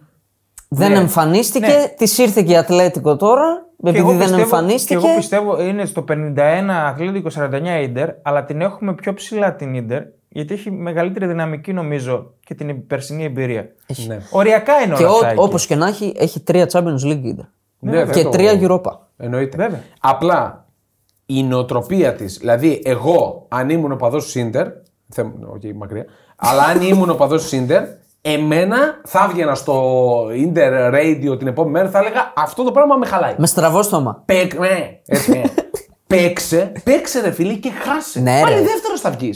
[SPEAKER 2] δεν
[SPEAKER 3] Ναι.
[SPEAKER 2] εμφανίστηκε,
[SPEAKER 3] Ναι.
[SPEAKER 2] της ήρθε και η Ατλέτικο τώρα,
[SPEAKER 3] Και εγώ
[SPEAKER 2] επειδή δεν
[SPEAKER 3] πιστεύω-
[SPEAKER 2] εμφανίστηκε.
[SPEAKER 3] Και εγώ πιστεύω είναι στο 51 Αθλήτικο 49 Ιντερ, αλλά την έχουμε πιο ψηλά την Ιντερ, γιατί έχει μεγαλύτερη δυναμική νομίζω και την περσινή εμπειρία.
[SPEAKER 1] Ναι.
[SPEAKER 3] Οριακά είναι
[SPEAKER 2] Και
[SPEAKER 3] όλα αυτά. εκεί.
[SPEAKER 2] όπως και να έχει, έχει τρία Champions League Inter.
[SPEAKER 1] Ναι,
[SPEAKER 2] και
[SPEAKER 1] δεν το-
[SPEAKER 2] τρία Europa.
[SPEAKER 1] Εννοείται.
[SPEAKER 3] Βέβαια.
[SPEAKER 1] Απλά η νοοτροπία της, δηλαδή εγώ αν ήμουν οπαδό του Σίντερ. Θε... Okay, μακριά. Αλλά αν ήμουν οπαδό του Σίντερ, εμένα θα έβγαινα στο Ιντερ Radio την επόμενη μέρα θα έλεγα αυτό το πράγμα με χαλάει.
[SPEAKER 2] Με στραβό στόμα.
[SPEAKER 1] Παίκ, ναι, έτσι, ναι. παίξε, παίξε ρε φίλε και χάσε.
[SPEAKER 2] Ναι,
[SPEAKER 1] Πάλι
[SPEAKER 2] ρε.
[SPEAKER 1] δεύτερος θα βγεις.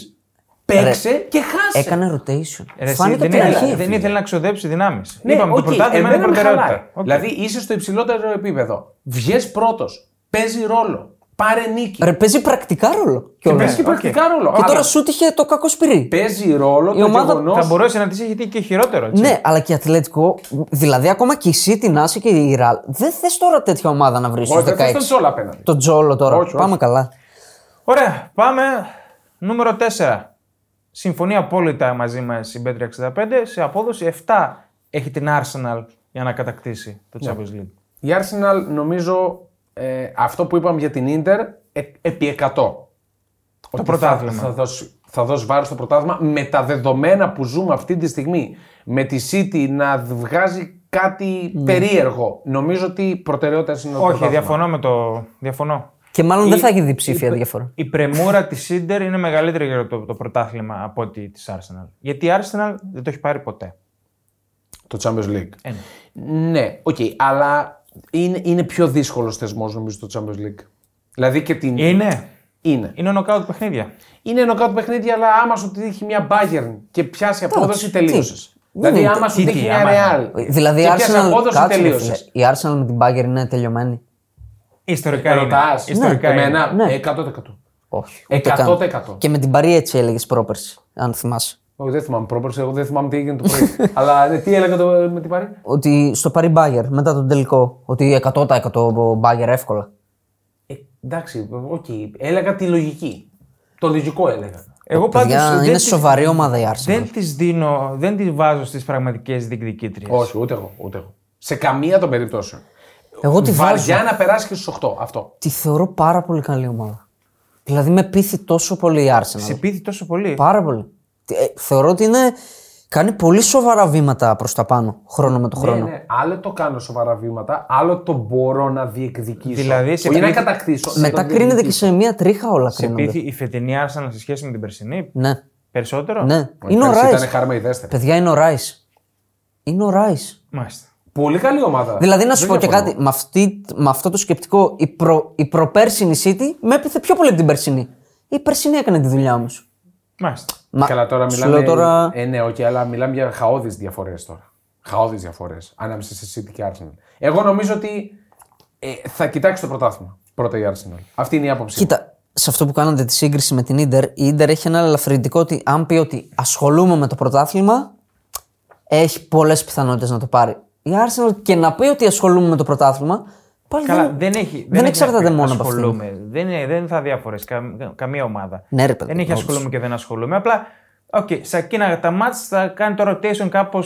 [SPEAKER 1] Παίξε και χάσε.
[SPEAKER 2] Έκανε rotation.
[SPEAKER 3] Ρε,
[SPEAKER 2] Φάνηκε
[SPEAKER 3] εσύ, δεν,
[SPEAKER 2] από την
[SPEAKER 3] ήθελε,
[SPEAKER 2] αρχή.
[SPEAKER 3] δεν ήθελε να ξοδέψει δυνάμεις.
[SPEAKER 1] Ναι,
[SPEAKER 3] Είπαμε
[SPEAKER 1] οκ,
[SPEAKER 3] το πρωτάθλημα είναι
[SPEAKER 1] εμένα με χαλάει.
[SPEAKER 3] προτεραιότητα. Οκ.
[SPEAKER 1] Δηλαδή είσαι στο υψηλότερο επίπεδο. Βγες πρώτος. Παίζει ρόλο. Πάρε νίκη.
[SPEAKER 2] Ρε, παίζει πρακτικά ρόλο. Και,
[SPEAKER 1] Παίζει και πρακτικά ρόλο.
[SPEAKER 2] και
[SPEAKER 1] Άρα,
[SPEAKER 2] τώρα σου τύχε το κακό σπυρί.
[SPEAKER 1] Παίζει ρόλο το
[SPEAKER 2] ομάδα
[SPEAKER 1] γεγονός.
[SPEAKER 3] Θα μπορούσε να τη είχε τύχει και χειρότερο. Έτσι.
[SPEAKER 2] Ναι, αλλά και η Ατλέτικο, δηλαδή ακόμα και η City να είσαι και η Ραλ. Δεν θες τώρα τέτοια ομάδα να βρεις στο
[SPEAKER 1] Όχι, δεν
[SPEAKER 2] 16.
[SPEAKER 1] θες τον Τσόλα απέναντι.
[SPEAKER 2] Το Τζόλο τώρα.
[SPEAKER 1] Όχι, όχι.
[SPEAKER 2] Πάμε καλά.
[SPEAKER 3] Ωραία, πάμε. Νούμερο 4. Συμφωνεί απόλυτα μαζί μας η Μπέτρια 65. Σε απόδοση 7 έχει την Arsenal για να κατακτήσει το
[SPEAKER 2] Ναι.
[SPEAKER 3] Champions League.
[SPEAKER 1] Η Arsenal νομίζω ε, αυτό που είπαμε για την Ίντερ ε, επί 100. Το
[SPEAKER 3] πρωτάθλημα.
[SPEAKER 1] Θα, θα δώσει, θα δώσει βάρος στο πρωτάθλημα με τα δεδομένα που ζούμε αυτή τη στιγμή. Με τη City να βγάζει κάτι
[SPEAKER 2] Ναι.
[SPEAKER 1] περίεργο. Νομίζω ότι προτεραιότητα είναι το
[SPEAKER 3] Όχι,
[SPEAKER 1] πρωτάθλημα.
[SPEAKER 3] διαφωνώ με το. Διαφωνώ.
[SPEAKER 2] Και μάλλον δεν
[SPEAKER 3] Η-
[SPEAKER 2] θα έχει διψήφια
[SPEAKER 3] η-
[SPEAKER 2] διαφορά.
[SPEAKER 3] Η πρεμούρα της Ίντερ είναι μεγαλύτερη για το, το πρωτάθλημα από ότι της Arsenal. Γιατί η Arsenal δεν το έχει πάρει ποτέ.
[SPEAKER 1] Το Champions League.
[SPEAKER 3] Ε, ναι.
[SPEAKER 1] Ναι, οκ, αλλά είναι, είναι πιο δύσκολος θεσμός νομίζω το Champions League. Δηλαδή και την.
[SPEAKER 3] Είναι.
[SPEAKER 1] Είναι.
[SPEAKER 3] Είναι νοκάουτ παιχνίδια.
[SPEAKER 1] Είναι νοκάουτ παιχνίδι, αλλά άμα σου τύχει μια Bayern και πιάσει απόδοση,
[SPEAKER 2] τι.
[SPEAKER 1] τελείωσες.
[SPEAKER 2] Δεν
[SPEAKER 1] Δηλαδή,
[SPEAKER 2] είναι
[SPEAKER 1] άμα σου
[SPEAKER 3] τι,
[SPEAKER 1] τύχει
[SPEAKER 3] τι,
[SPEAKER 1] μια
[SPEAKER 3] άμα.
[SPEAKER 1] Real.
[SPEAKER 2] Δηλαδή η
[SPEAKER 1] και πιάσει
[SPEAKER 2] Arsenal.
[SPEAKER 1] απόδοση,
[SPEAKER 2] ρε φίλε.
[SPEAKER 1] τελείωσε.
[SPEAKER 2] Η Arsenal με την Bagger είναι τελειωμένη.
[SPEAKER 3] Ιστορικά είναι.
[SPEAKER 1] Ρωτάς.
[SPEAKER 3] Ιστορικά είναι.
[SPEAKER 1] Ε, Εμένα,
[SPEAKER 2] Ναι.
[SPEAKER 1] 100%.
[SPEAKER 2] Όχι.
[SPEAKER 1] 100%.
[SPEAKER 2] Και με την Παρή έτσι έλεγες πρόπερση, αν θυμάσαι.
[SPEAKER 1] Όχι, δεν θυμάμαι πρόπερση, εγώ δεν θυμάμαι τι έγινε το
[SPEAKER 2] *laughs*
[SPEAKER 1] πρωί. αλλά ναι, τι έλεγα το, με την Παρή.
[SPEAKER 2] Ότι στο Παρή Bagger μετά τον τελικό. Ότι 100% Bagger εύκολα.
[SPEAKER 1] Ε, εντάξει, οκ. Έλεγα τη λογική. Το λογικό έλεγα.
[SPEAKER 3] Εγώ πάντω.
[SPEAKER 2] Παιδιά, είναι σοβαρή ομάδα η Arsenal.
[SPEAKER 3] Δεν τις δίνω, δεν τις βάζω στις πραγματικές διεκδικήτριες.
[SPEAKER 1] Όχι, ούτε εγώ. Ούτε εγώ. Σε καμία των περιπτώσεων.
[SPEAKER 2] Εγώ τη βάζω.
[SPEAKER 1] Βαριά να περάσει και στους 8. Αυτό.
[SPEAKER 2] Τη θεωρώ πάρα πολύ καλή ομάδα. Δηλαδή με πείθει τόσο πολύ η Arsenal.
[SPEAKER 3] Σε πείθει τόσο πολύ.
[SPEAKER 2] Πάρα πολύ. Τι- ε, θεωρώ ότι είναι. Κάνει πολύ σοβαρά βήματα προς τα πάνω, χρόνο με το χρόνο.
[SPEAKER 1] Ναι, ναι. Άλλο το κάνω σοβαρά βήματα, άλλο το μπορώ να διεκδικήσω.
[SPEAKER 3] Δηλαδή, σε
[SPEAKER 1] Όχι να
[SPEAKER 3] πλήθη-
[SPEAKER 1] κατακτήσω. να
[SPEAKER 2] Μετά
[SPEAKER 1] το
[SPEAKER 2] κρίνεται και
[SPEAKER 1] διεκδικήσω.
[SPEAKER 2] σε μία τρίχα όλα
[SPEAKER 3] Σε
[SPEAKER 2] κρίνονται.
[SPEAKER 3] πείθει η φετινή Arsenal σε σχέση με την περσινή.
[SPEAKER 2] Ναι,
[SPEAKER 3] Περισσότερο.
[SPEAKER 2] ναι.
[SPEAKER 1] Όχι,
[SPEAKER 2] Είναι ο
[SPEAKER 1] πέρσι
[SPEAKER 2] Ράι.
[SPEAKER 1] Ήταν χάρμα η δεύτερη.
[SPEAKER 2] Παιδιά, είναι ο Ράι. Είναι ο Ράι.
[SPEAKER 3] Μάλιστα.
[SPEAKER 1] Πολύ καλή ομάδα.
[SPEAKER 2] Δηλαδή, να σου
[SPEAKER 1] Δεν
[SPEAKER 2] πω και
[SPEAKER 1] διαφωνώ.
[SPEAKER 2] κάτι. Με, αυτή, με αυτό το σκεπτικό, η, προ, η προπέρσινη City με έπειθε πιο πολύ από την περσινή. Η περσινή έκανε τη δουλειά μου.
[SPEAKER 3] Μάλιστα.
[SPEAKER 2] Μα,
[SPEAKER 1] Καλά, τώρα
[SPEAKER 2] σου
[SPEAKER 1] μιλάμε.
[SPEAKER 2] λέω τώρα-
[SPEAKER 1] Ε, ναι, όχι, αλλά μιλάμε για χαόδει διαφορές τώρα. Χαόδει διαφορές ανάμεσα σε City και Arsenal. Εγώ νομίζω ότι ε, θα κοιτάξει το πρωτάθλημα πρώτα η Arsenal. Αυτή είναι η άποψή μου.
[SPEAKER 2] Κοίτα, σε αυτό που κάνατε τη σύγκριση με την ντερ, η ντερ έχει ένα ελαφρυντικό ότι αν πει ότι ασχολούμαι με το πρωτάθλημα, έχει πολλές πιθανότητες να το πάρει. Η Arsenal και να πει ότι ασχολούμαι με το πρωτάθλημα, πάλι
[SPEAKER 3] Καλά,
[SPEAKER 2] δεν,
[SPEAKER 3] δεν, έχει.
[SPEAKER 2] δεν εξαρτάται
[SPEAKER 3] έχει να
[SPEAKER 2] μόνο από αυτήν.
[SPEAKER 3] ασχολούμαι. Δεν, είναι- δεν θα διαφορές. Κα, καμία ομάδα.
[SPEAKER 2] Ναι, ρε, παιδί,
[SPEAKER 3] δεν έχει
[SPEAKER 2] όντως.
[SPEAKER 3] ασχολούμαι και δεν ασχολούμαι. Απλά okay, σε εκείνα τα μάτς θα κάνει το rotation κάπως.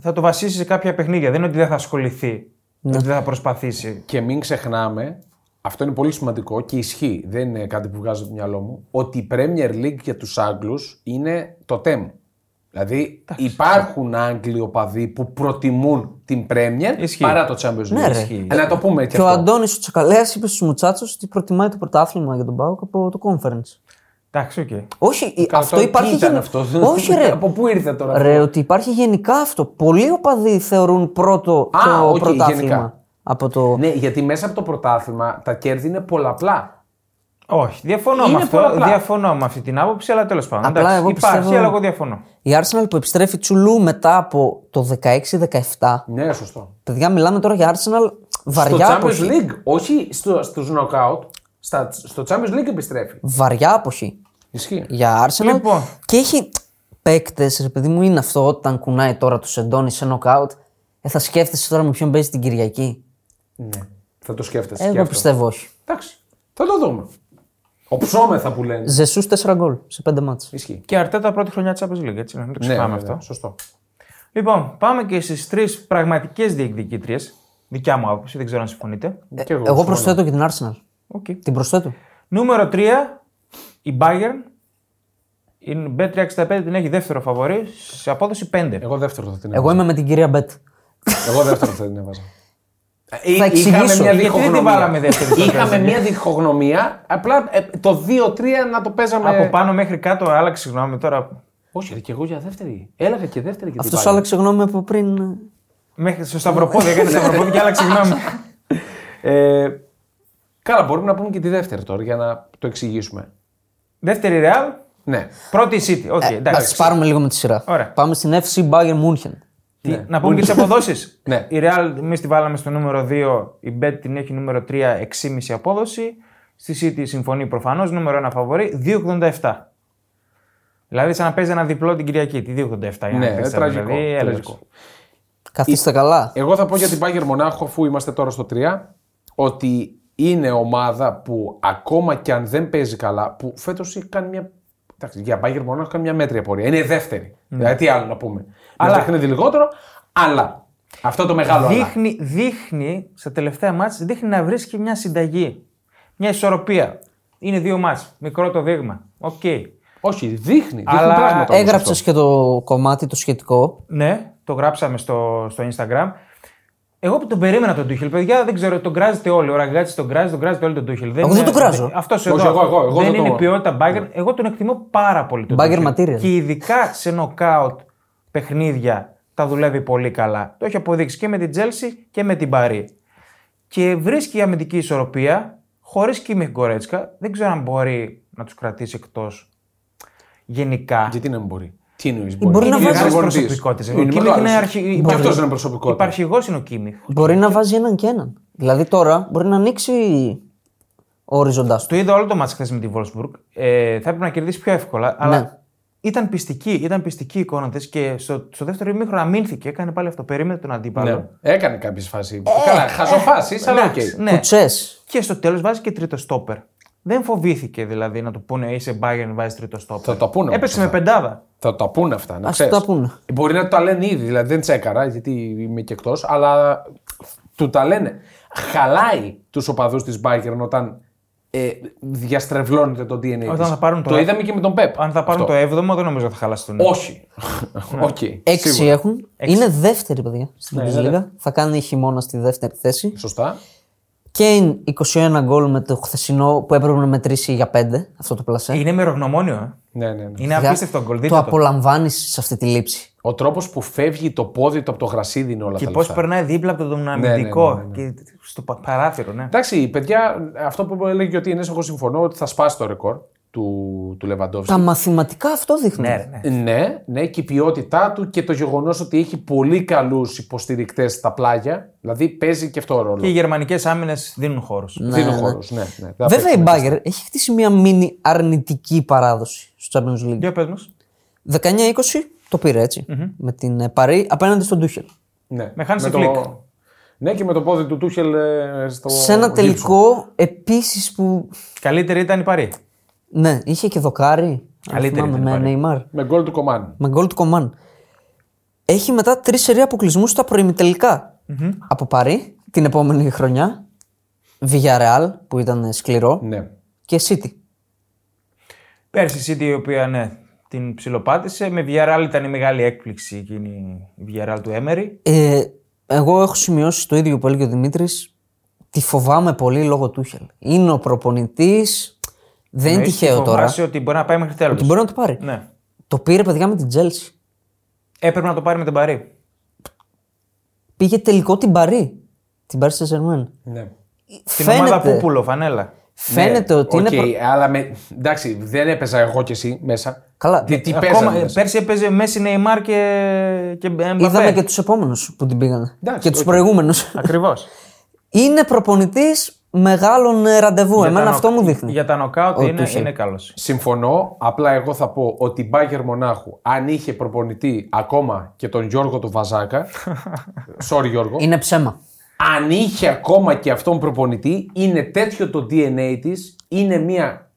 [SPEAKER 3] Θα το βασίσει σε κάποια παιχνίδια. Δεν είναι ότι δεν θα ασχοληθεί.
[SPEAKER 2] Ναι.
[SPEAKER 3] Ότι δεν θα προσπαθήσει.
[SPEAKER 1] Και μην ξεχνάμε, αυτό είναι πολύ σημαντικό και ισχύει, δεν είναι κάτι που βγάζω από το μυαλό μου, ότι η Premier League για τους Άγγλους είναι το τέμ. Δηλαδή υπάρχουν Άγγλοι οπαδοί που προτιμούν την Premier
[SPEAKER 3] Ισχύει.
[SPEAKER 1] παρά το Champions League.
[SPEAKER 2] Ναι, ρε.
[SPEAKER 1] Ε, Να το πούμε και
[SPEAKER 2] Και ο
[SPEAKER 1] αυτό.
[SPEAKER 2] Αντώνης ο Τσακαλέας είπε στους Μουτσάτσους ότι προτιμάει το πρωτάθλημα για τον Πάοκ από το conference.
[SPEAKER 3] Εντάξει, οκ. Okay.
[SPEAKER 2] Όχι, ε,
[SPEAKER 1] Καλά,
[SPEAKER 2] αυτό
[SPEAKER 1] τώρα,
[SPEAKER 2] υπάρχει.
[SPEAKER 1] τι ήταν
[SPEAKER 2] γεν-
[SPEAKER 1] αυτό.
[SPEAKER 2] Όχι,
[SPEAKER 1] *laughs*
[SPEAKER 2] ρε.
[SPEAKER 1] Από πού ήρθε τώρα.
[SPEAKER 2] ρε. Ότι υπάρχει γενικά αυτό. Πολλοί οπαδοί θεωρούν πρώτο
[SPEAKER 1] Α,
[SPEAKER 2] το
[SPEAKER 1] οκ,
[SPEAKER 2] πρωτάθλημα.
[SPEAKER 1] γενικά.
[SPEAKER 2] Από το...
[SPEAKER 1] Ναι, γιατί μέσα από το πρωτάθλημα τα κέρδη είναι πολλαπλά.
[SPEAKER 3] Όχι, διαφωνώ
[SPEAKER 1] Είναι
[SPEAKER 3] με αυτό.
[SPEAKER 1] πολλαπλά.
[SPEAKER 3] Διαφωνώ με αυτή την άποψη, αλλά τέλος πάντων.
[SPEAKER 2] Απλά
[SPEAKER 3] εντάξει,
[SPEAKER 2] εγώ
[SPEAKER 3] υπάρχει,
[SPEAKER 2] πιστεύω-
[SPEAKER 3] αλλά εγώ διαφωνώ.
[SPEAKER 2] Η Arsenal που επιστρέφει τσουλού μετά από το 16-17.
[SPEAKER 1] Ναι, σωστό.
[SPEAKER 2] Παιδιά, μιλάμε τώρα για Arsenal βαριά
[SPEAKER 1] στο Champions
[SPEAKER 2] αποχή.
[SPEAKER 1] League, όχι στο, στους knockout, στα, στο Champions League επιστρέφει.
[SPEAKER 2] Βαριά αποχή
[SPEAKER 1] Ισχύει.
[SPEAKER 2] για Arsenal.
[SPEAKER 3] Λοιπόν.
[SPEAKER 2] Και έχει παίκτες, ρε παιδί μου, είναι αυτό όταν κουνάει τώρα τους εντώνει σε νοκάουτ. Ε, θα σκέφτεσαι τώρα με ποιον παίζει την Κυριακή.
[SPEAKER 1] Ναι. Θα το σκέφτεσαι
[SPEAKER 2] Εγώ
[SPEAKER 1] και αυτό.
[SPEAKER 2] πιστεύω όχι.
[SPEAKER 1] Εντάξει, θα το δούμε. Ο ψώμεθα που λένε.
[SPEAKER 2] Ζεσούς 4 γκολ σε 5 μάτς.
[SPEAKER 1] Ισχύει.
[SPEAKER 3] Και αρτέτα πρώτη χρονιά της Champions League, έτσι, να μην
[SPEAKER 1] Ναι,
[SPEAKER 3] το ξεχνάμε αυτό.
[SPEAKER 1] Σωστό.
[SPEAKER 3] Λοιπόν, πάμε και στις τρεις πραγματικές διεκδικήτριες. Δικιά μου άποψη, δεν ξέρω αν συμφωνείτε.
[SPEAKER 1] Και Ε, εγώ,
[SPEAKER 2] Εγώ
[SPEAKER 1] συμφωνώ.
[SPEAKER 2] προσθέτω και την Arsenal.
[SPEAKER 3] Okay.
[SPEAKER 2] Την προσθέτω.
[SPEAKER 3] Νούμερο 3, η Bayern. Η B365 την έχει δεύτερο φαβορή σε απόδοση 5.
[SPEAKER 1] Εγώ δεύτερο θα την έβαζα.
[SPEAKER 2] Εγώ είμαι με την κυρία Μπέτ.
[SPEAKER 1] Εγώ δεύτερο θα την έβαζα. Ε,
[SPEAKER 2] εξηγήσω.
[SPEAKER 1] Είχαμε μια
[SPEAKER 3] Γιατί δεν την
[SPEAKER 1] διχογνωμία.
[SPEAKER 3] βάλαμε δεύτερη στο
[SPEAKER 1] Είχαμε
[SPEAKER 3] Champions League.
[SPEAKER 1] μια διχογνωμία. Απλά ε, το 2-3 να το παίζαμε.
[SPEAKER 3] Από πάνω μέχρι κάτω άλλαξε, συγγνώμη τώρα.
[SPEAKER 1] Όχι, ρε, και εγώ για δεύτερη. Έλεγα και δεύτερη και την
[SPEAKER 2] Αυτός
[SPEAKER 1] πάλι.
[SPEAKER 2] άλλαξε γνώμη από πριν. ε,
[SPEAKER 3] Μέχρι στο Σταυροπόδι,
[SPEAKER 1] Ναι.
[SPEAKER 3] έκανε Σταυροπόδι και άλλαξε γνώμη. ε,
[SPEAKER 1] Καλά, μπορούμε να πούμε και τη δεύτερη τώρα για να το εξηγήσουμε.
[SPEAKER 3] δεύτερη Real,
[SPEAKER 1] Ναι.
[SPEAKER 3] πρώτη η City. Οκ,
[SPEAKER 2] Να
[SPEAKER 3] εντάξει.
[SPEAKER 2] τι πάρουμε λίγο με τη σειρά.
[SPEAKER 3] Ωραία.
[SPEAKER 2] Πάμε στην FC Bayern München.
[SPEAKER 3] Τι- Να πούμε και τις αποδόσεις.
[SPEAKER 1] *laughs* Ναι.
[SPEAKER 3] Η Real, εμείς τη βάλαμε στο νούμερο 2, η Bet την έχει νούμερο 3, 6,5 απόδοση. Στη City συμφωνεί προφανώς, νούμερο 1 φαβορή, 2,87. Δηλαδή, σαν να παίζει ένα διπλό την Κυριακή, τη 2,87 είναι.
[SPEAKER 1] Ναι, τραγικό,
[SPEAKER 3] δηλαδή,
[SPEAKER 1] τραγικό.
[SPEAKER 2] Καθίστε καλά.
[SPEAKER 1] Εγώ θα πω για την Bayern Μονάχο, αφού είμαστε τώρα στο 3, ότι είναι ομάδα που ακόμα και αν δεν παίζει καλά, που φέτος έχει κάνει μια. Εντάξει, για Bayern Μονάχο κάνει μια μέτρια πορεία. Είναι δεύτερη.
[SPEAKER 3] Ναι.
[SPEAKER 1] Δηλαδή, τι άλλο να πούμε. Αλλά παιχνίδι λιγότερο, αλλά. Αυτό το μεγάλο αλλά.
[SPEAKER 3] Δείχνει, δείχνει, στα τελευταία μάτς, δείχνει να βρίσκει μια συνταγή. Μια ισορροπία. Είναι δύο μάτς, μικρό το δείγμα. Οκ.
[SPEAKER 1] Όχι, δείχνει. δείχνει
[SPEAKER 3] Αλλά
[SPEAKER 1] πράγματα όμως
[SPEAKER 2] Έγραψε
[SPEAKER 1] αυτό.
[SPEAKER 2] και το κομμάτι το σχετικό.
[SPEAKER 3] Ναι, το γράψαμε στο, στο Instagram. Εγώ που τον περίμενα τον Τούχελ, παιδιά, δεν ξέρω, τον κράζετε όλοι. Ο Ραγκάτσι τον κράζει, τον κράζετε όλοι τον Τούχελ.
[SPEAKER 2] Εγώ δεν τον κράζω.
[SPEAKER 3] Αυτός
[SPEAKER 1] Όχι,
[SPEAKER 3] εδώ
[SPEAKER 1] εγώ- εγώ- εγώ
[SPEAKER 3] δεν
[SPEAKER 1] δεν τον- Ναι.
[SPEAKER 3] είναι ποιότητα μπάγκερ. Εγώ τον εκτιμώ πάρα πολύ. Τον
[SPEAKER 2] Μπάγκερ
[SPEAKER 3] Tuchel.
[SPEAKER 2] material.
[SPEAKER 3] Και ειδικά σε νοκάουτ παιχνίδια τα δουλεύει πολύ καλά. Το έχει αποδείξει και με την Τζέλση και με την Παρή. Και βρίσκει η αμυντική ισορροπία χωρίς Κίμιχ Γκορέτσκα. Δεν ξέρω αν μπορεί να τους κρατήσει εκτός γενικά.
[SPEAKER 1] Γιατί να μην μπορεί. Τι εννοείς,
[SPEAKER 2] μπορεί να
[SPEAKER 1] Είναι
[SPEAKER 2] βάζει-
[SPEAKER 1] μεγάλος
[SPEAKER 3] Είναι
[SPEAKER 1] προπονητής.
[SPEAKER 3] προσωπικότητες.
[SPEAKER 1] Είναι
[SPEAKER 3] Ο Κίμιχ
[SPEAKER 1] μεγάλος.
[SPEAKER 3] είναι αρχι-
[SPEAKER 1] Και αυτό
[SPEAKER 3] Μπορεί.
[SPEAKER 1] είναι προσωπικότητα.
[SPEAKER 3] Υπαρχηγό είναι ο Κίμιχ.
[SPEAKER 2] Μπορεί να βάζει έναν και έναν. Δηλαδή τώρα μπορεί να ανοίξει ο οριζοντάς του.
[SPEAKER 3] Το είδα όλο το μάτς χθες με τη Wolfsburg. Ε, θα έπρεπε να κερδίσει πιο
[SPEAKER 1] Ναι.
[SPEAKER 3] εύκολα, αλλά ήταν πιστική, ήταν πιστική η εικόνα της και στο, στο δεύτερο ημίχρονο αμήνθηκε. Έκανε πάλι αυτό. Περίμενε τον αντίπαλο.
[SPEAKER 1] Ναι. Έκανε κάποιες φάσεις. Καλά, χαζοφάσει, αλλά οκ.
[SPEAKER 3] Ε, Εντάξει,
[SPEAKER 2] Ο
[SPEAKER 3] ναι.
[SPEAKER 2] Τσες.
[SPEAKER 3] Και στο τέλος βάζει και τρίτο στόπερ. Δεν φοβήθηκε δηλαδή να του πούνε είσαι Bayern, βάζεις τρίτο στόπερ.
[SPEAKER 1] Θα το πούνε όμως
[SPEAKER 3] Έπαιξε με
[SPEAKER 1] αυτά.
[SPEAKER 3] πεντάδα.
[SPEAKER 1] Θα τα πούνε αυτά, να
[SPEAKER 2] Ας
[SPEAKER 1] ξέρεις.
[SPEAKER 2] τα πούνε.
[SPEAKER 1] Μπορεί να τα λένε ήδη, δηλαδή δεν τσέκαρα, γιατί είμαι και εκτός, αλλά του τα λένε. Χαλάει τους οπαδούς της Bayern όταν ε, διαστρεβλώνεται το DNA.
[SPEAKER 3] Όταν
[SPEAKER 1] της.
[SPEAKER 3] θα πάρουν το-
[SPEAKER 1] το είδαμε και με τον Pep.
[SPEAKER 3] Αν θα πάρουν
[SPEAKER 1] Αυτό.
[SPEAKER 3] το Ναι. 7ο, δεν νομίζω ότι θα χαλαστούν.
[SPEAKER 1] Όχι. Οκ.
[SPEAKER 2] Έξι
[SPEAKER 1] σίγουρα.
[SPEAKER 2] έχουν. Είναι δεύτερη, παιδιά, στην
[SPEAKER 1] Ναι,
[SPEAKER 2] Bundesliga.
[SPEAKER 1] είναι
[SPEAKER 2] Θα κάνει χειμώνα στη δεύτερη θέση.
[SPEAKER 1] Σωστά.
[SPEAKER 2] Κέιν 21 γκολ με το χθεσινό που έπρεπε να μετρήσει για 5, αυτό το πλασέ.
[SPEAKER 3] Είναι μερογνωμόνιο. ε.
[SPEAKER 1] Ναι, ναι, ναι.
[SPEAKER 3] Είναι
[SPEAKER 2] Παιδιά,
[SPEAKER 3] απίστευτο γκολ.
[SPEAKER 2] Το
[SPEAKER 3] δείτε Το
[SPEAKER 2] απολαμβάνεις σε αυτή τη λήψη.
[SPEAKER 1] Ο τρόπος που φεύγει το πόδι του από το γρασίδι είναι όλα
[SPEAKER 3] Και
[SPEAKER 1] τα
[SPEAKER 3] πώς
[SPEAKER 1] λεφτά.
[SPEAKER 3] περνάει δίπλα από
[SPEAKER 1] Ναι,
[SPEAKER 3] τον αμυντικό. Και στο πα- παράθυρο, ναι.
[SPEAKER 1] Εντάξει, παιδιά, αυτό που έλεγε ότι είναι, εγώ συμφωνώ ότι θα σπάσει το ρεκόρ του, του Λεβαντόφσκι.
[SPEAKER 2] Τα μαθηματικά αυτό δείχνουν.
[SPEAKER 3] Ναι, ρε, ναι.
[SPEAKER 1] Ναι, ναι, και η ποιότητά του και το γεγονός ότι έχει πολύ καλούς υποστηρικτές στα πλάγια. Δηλαδή παίζει και αυτό ρόλο.
[SPEAKER 3] Και οι γερμανικές άμυνες δίνουν χώρους.
[SPEAKER 1] Δίνει χώρο. Ναι, ναι. Θα
[SPEAKER 2] Βέβαια η
[SPEAKER 1] παίξει.
[SPEAKER 2] Μπάγκερ έχει χτίσει μια μίνι αρνητική παράδοση στο Champions League.
[SPEAKER 3] Για πες μας.
[SPEAKER 2] 19-20 το πήρε έτσι, Με την ε, Παρή απέναντι στον Τούχελ.
[SPEAKER 1] Ναι.
[SPEAKER 3] Με Hansi Flick.
[SPEAKER 1] Ναι, και με το πόδι του Τούχελ ε, στο.
[SPEAKER 2] Σε ένα
[SPEAKER 1] Gibson.
[SPEAKER 2] τελικό επίσης που.
[SPEAKER 3] Καλύτερη ήταν η Παρή.
[SPEAKER 2] Ναι, είχε και δοκάρι. αν
[SPEAKER 3] Καλύτερη
[SPEAKER 2] θυμάμαι,
[SPEAKER 3] ήταν η
[SPEAKER 2] με Neymar.
[SPEAKER 1] Με γκολ του Κομάν.
[SPEAKER 2] Με γκολ του Κομάν. Έχει μετά τρεις σερία αποκλεισμούς στα προημιτελικα Από Παρή την επόμενη χρονιά. Villarreal που ήταν ε, σκληρό.
[SPEAKER 1] Ναι.
[SPEAKER 2] Και City.
[SPEAKER 3] Πέρσι η City η οποία ναι, την ψηλοπάτησε. Με Villarreal ήταν η μεγάλη έκπληξη εκείνη η Villarreal του Έμερι.
[SPEAKER 2] Ε, εγώ έχω σημειώσει το ίδιο που έλεγε ο Δημήτρης. Τη φοβάμαι πολύ λόγω Τούχελ. Είναι ο προπονητής. Δεν είναι τυχαίο τώρα.
[SPEAKER 3] Φοβάσαι ότι μπορεί να πάει μέχρι τέλος.
[SPEAKER 2] Ότι μπορεί να το πάρει.
[SPEAKER 3] Ναι.
[SPEAKER 2] Το πήρε παιδιά με την Τζέλση.
[SPEAKER 3] Έπρεπε να το πάρει με την Παρή.
[SPEAKER 2] Πήγε τελικό την Παρή. Την Παρή Σεζερμέν.
[SPEAKER 1] Ναι.
[SPEAKER 3] Την ομάδα Ναι, Πούπουλο, φανέλα.
[SPEAKER 2] φαίνεται ότι είναι.
[SPEAKER 1] Οκ,
[SPEAKER 2] προ-
[SPEAKER 1] αλλά με... εντάξει, δεν έπαιζα εγώ και εσύ μέσα.
[SPEAKER 2] Καλά,
[SPEAKER 1] Τι, τι
[SPEAKER 3] Ακόμα,
[SPEAKER 1] παίζαμε.
[SPEAKER 3] ε,
[SPEAKER 1] μέσα.
[SPEAKER 3] πέρσι έπαιζε Μέση Νεϊμάρ και, και Mbappé.
[SPEAKER 2] Είδαμε και τους επόμενους που την πήγανε.
[SPEAKER 1] Εντάξει,
[SPEAKER 2] και τους
[SPEAKER 1] οκ.
[SPEAKER 2] προηγούμενους.
[SPEAKER 3] Ακριβώς.
[SPEAKER 2] είναι προπονητής μεγάλων ε, ραντεβού.
[SPEAKER 3] Για
[SPEAKER 2] Εμένα
[SPEAKER 3] τα
[SPEAKER 2] αυτό
[SPEAKER 3] νοκ-
[SPEAKER 2] μου δείχνει.
[SPEAKER 3] Για τα νοκάουτ
[SPEAKER 2] Ο
[SPEAKER 3] είναι,
[SPEAKER 2] Tuchel.
[SPEAKER 3] είναι καλός.
[SPEAKER 1] Συμφωνώ. Απλά εγώ θα πω ότι η Μπάγκερ Μονάχου, αν είχε προπονητή ακόμα και τον Γιώργο του
[SPEAKER 2] *laughs*
[SPEAKER 1] Βαζάκα. sorry Γιώργο.
[SPEAKER 2] Είναι ψέμα.
[SPEAKER 1] αν είχε ακόμα και αυτόν προπονητή, είναι τέτοιο το DNA της, είναι μια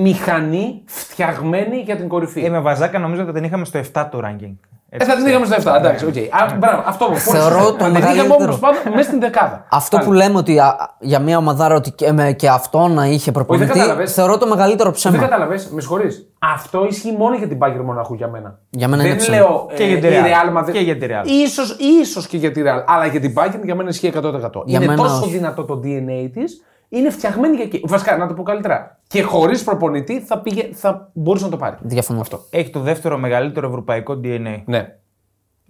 [SPEAKER 1] μηχανή φτιαγμένη για την κορυφή.
[SPEAKER 3] Ε, με Βαζάκα νομίζω ότι την είχαμε στο 7 του ranking.
[SPEAKER 1] Ε, θα την είχαμε στα 7, εντάξει, οκ.
[SPEAKER 3] Ναι.
[SPEAKER 1] Α, Μπράβο, αυτό μου
[SPEAKER 2] Θεωρώ το
[SPEAKER 1] Θα την είχαμε
[SPEAKER 2] μεγαλύτερο.
[SPEAKER 1] όμως πάντα μέσα στην δεκάδα.
[SPEAKER 2] Αυτό που λέμε ότι α, για μια ομαδάρα ότι και, με, και αυτό να είχε προπονητή.
[SPEAKER 1] κατάλαβες.
[SPEAKER 2] θεωρώ το μεγαλύτερο
[SPEAKER 1] Δεν
[SPEAKER 2] ψέμα.
[SPEAKER 1] κατάλαβες, με συγχωρείς. Αυτό ισχύει μόνο για την Πάγκερ Μοναχού για μένα.
[SPEAKER 2] Για μένα
[SPEAKER 1] δεν
[SPEAKER 2] είναι ψέμα.
[SPEAKER 1] λέω
[SPEAKER 3] Και
[SPEAKER 1] ε,
[SPEAKER 3] για τη
[SPEAKER 1] η
[SPEAKER 3] Real.
[SPEAKER 1] Real Madrid.
[SPEAKER 3] Και για τη Real.
[SPEAKER 1] Ίσως, ίσως και για τη Real. Αλλά για την Bayern για μένα ισχύει 100%. είναι
[SPEAKER 2] μένα
[SPEAKER 1] τόσο
[SPEAKER 2] όχι.
[SPEAKER 1] δυνατό το DNA της. Είναι φτιαγμένη για εκεί. Βασικά, να το πω καλύτερα. Και χωρίς προπονητή θα, πήγε, θα μπορούσε να το πάρει.
[SPEAKER 2] Διαφωνώ. Αυτό.
[SPEAKER 3] Έχει το δεύτερο μεγαλύτερο ευρωπαϊκό DNA.
[SPEAKER 1] Ναι.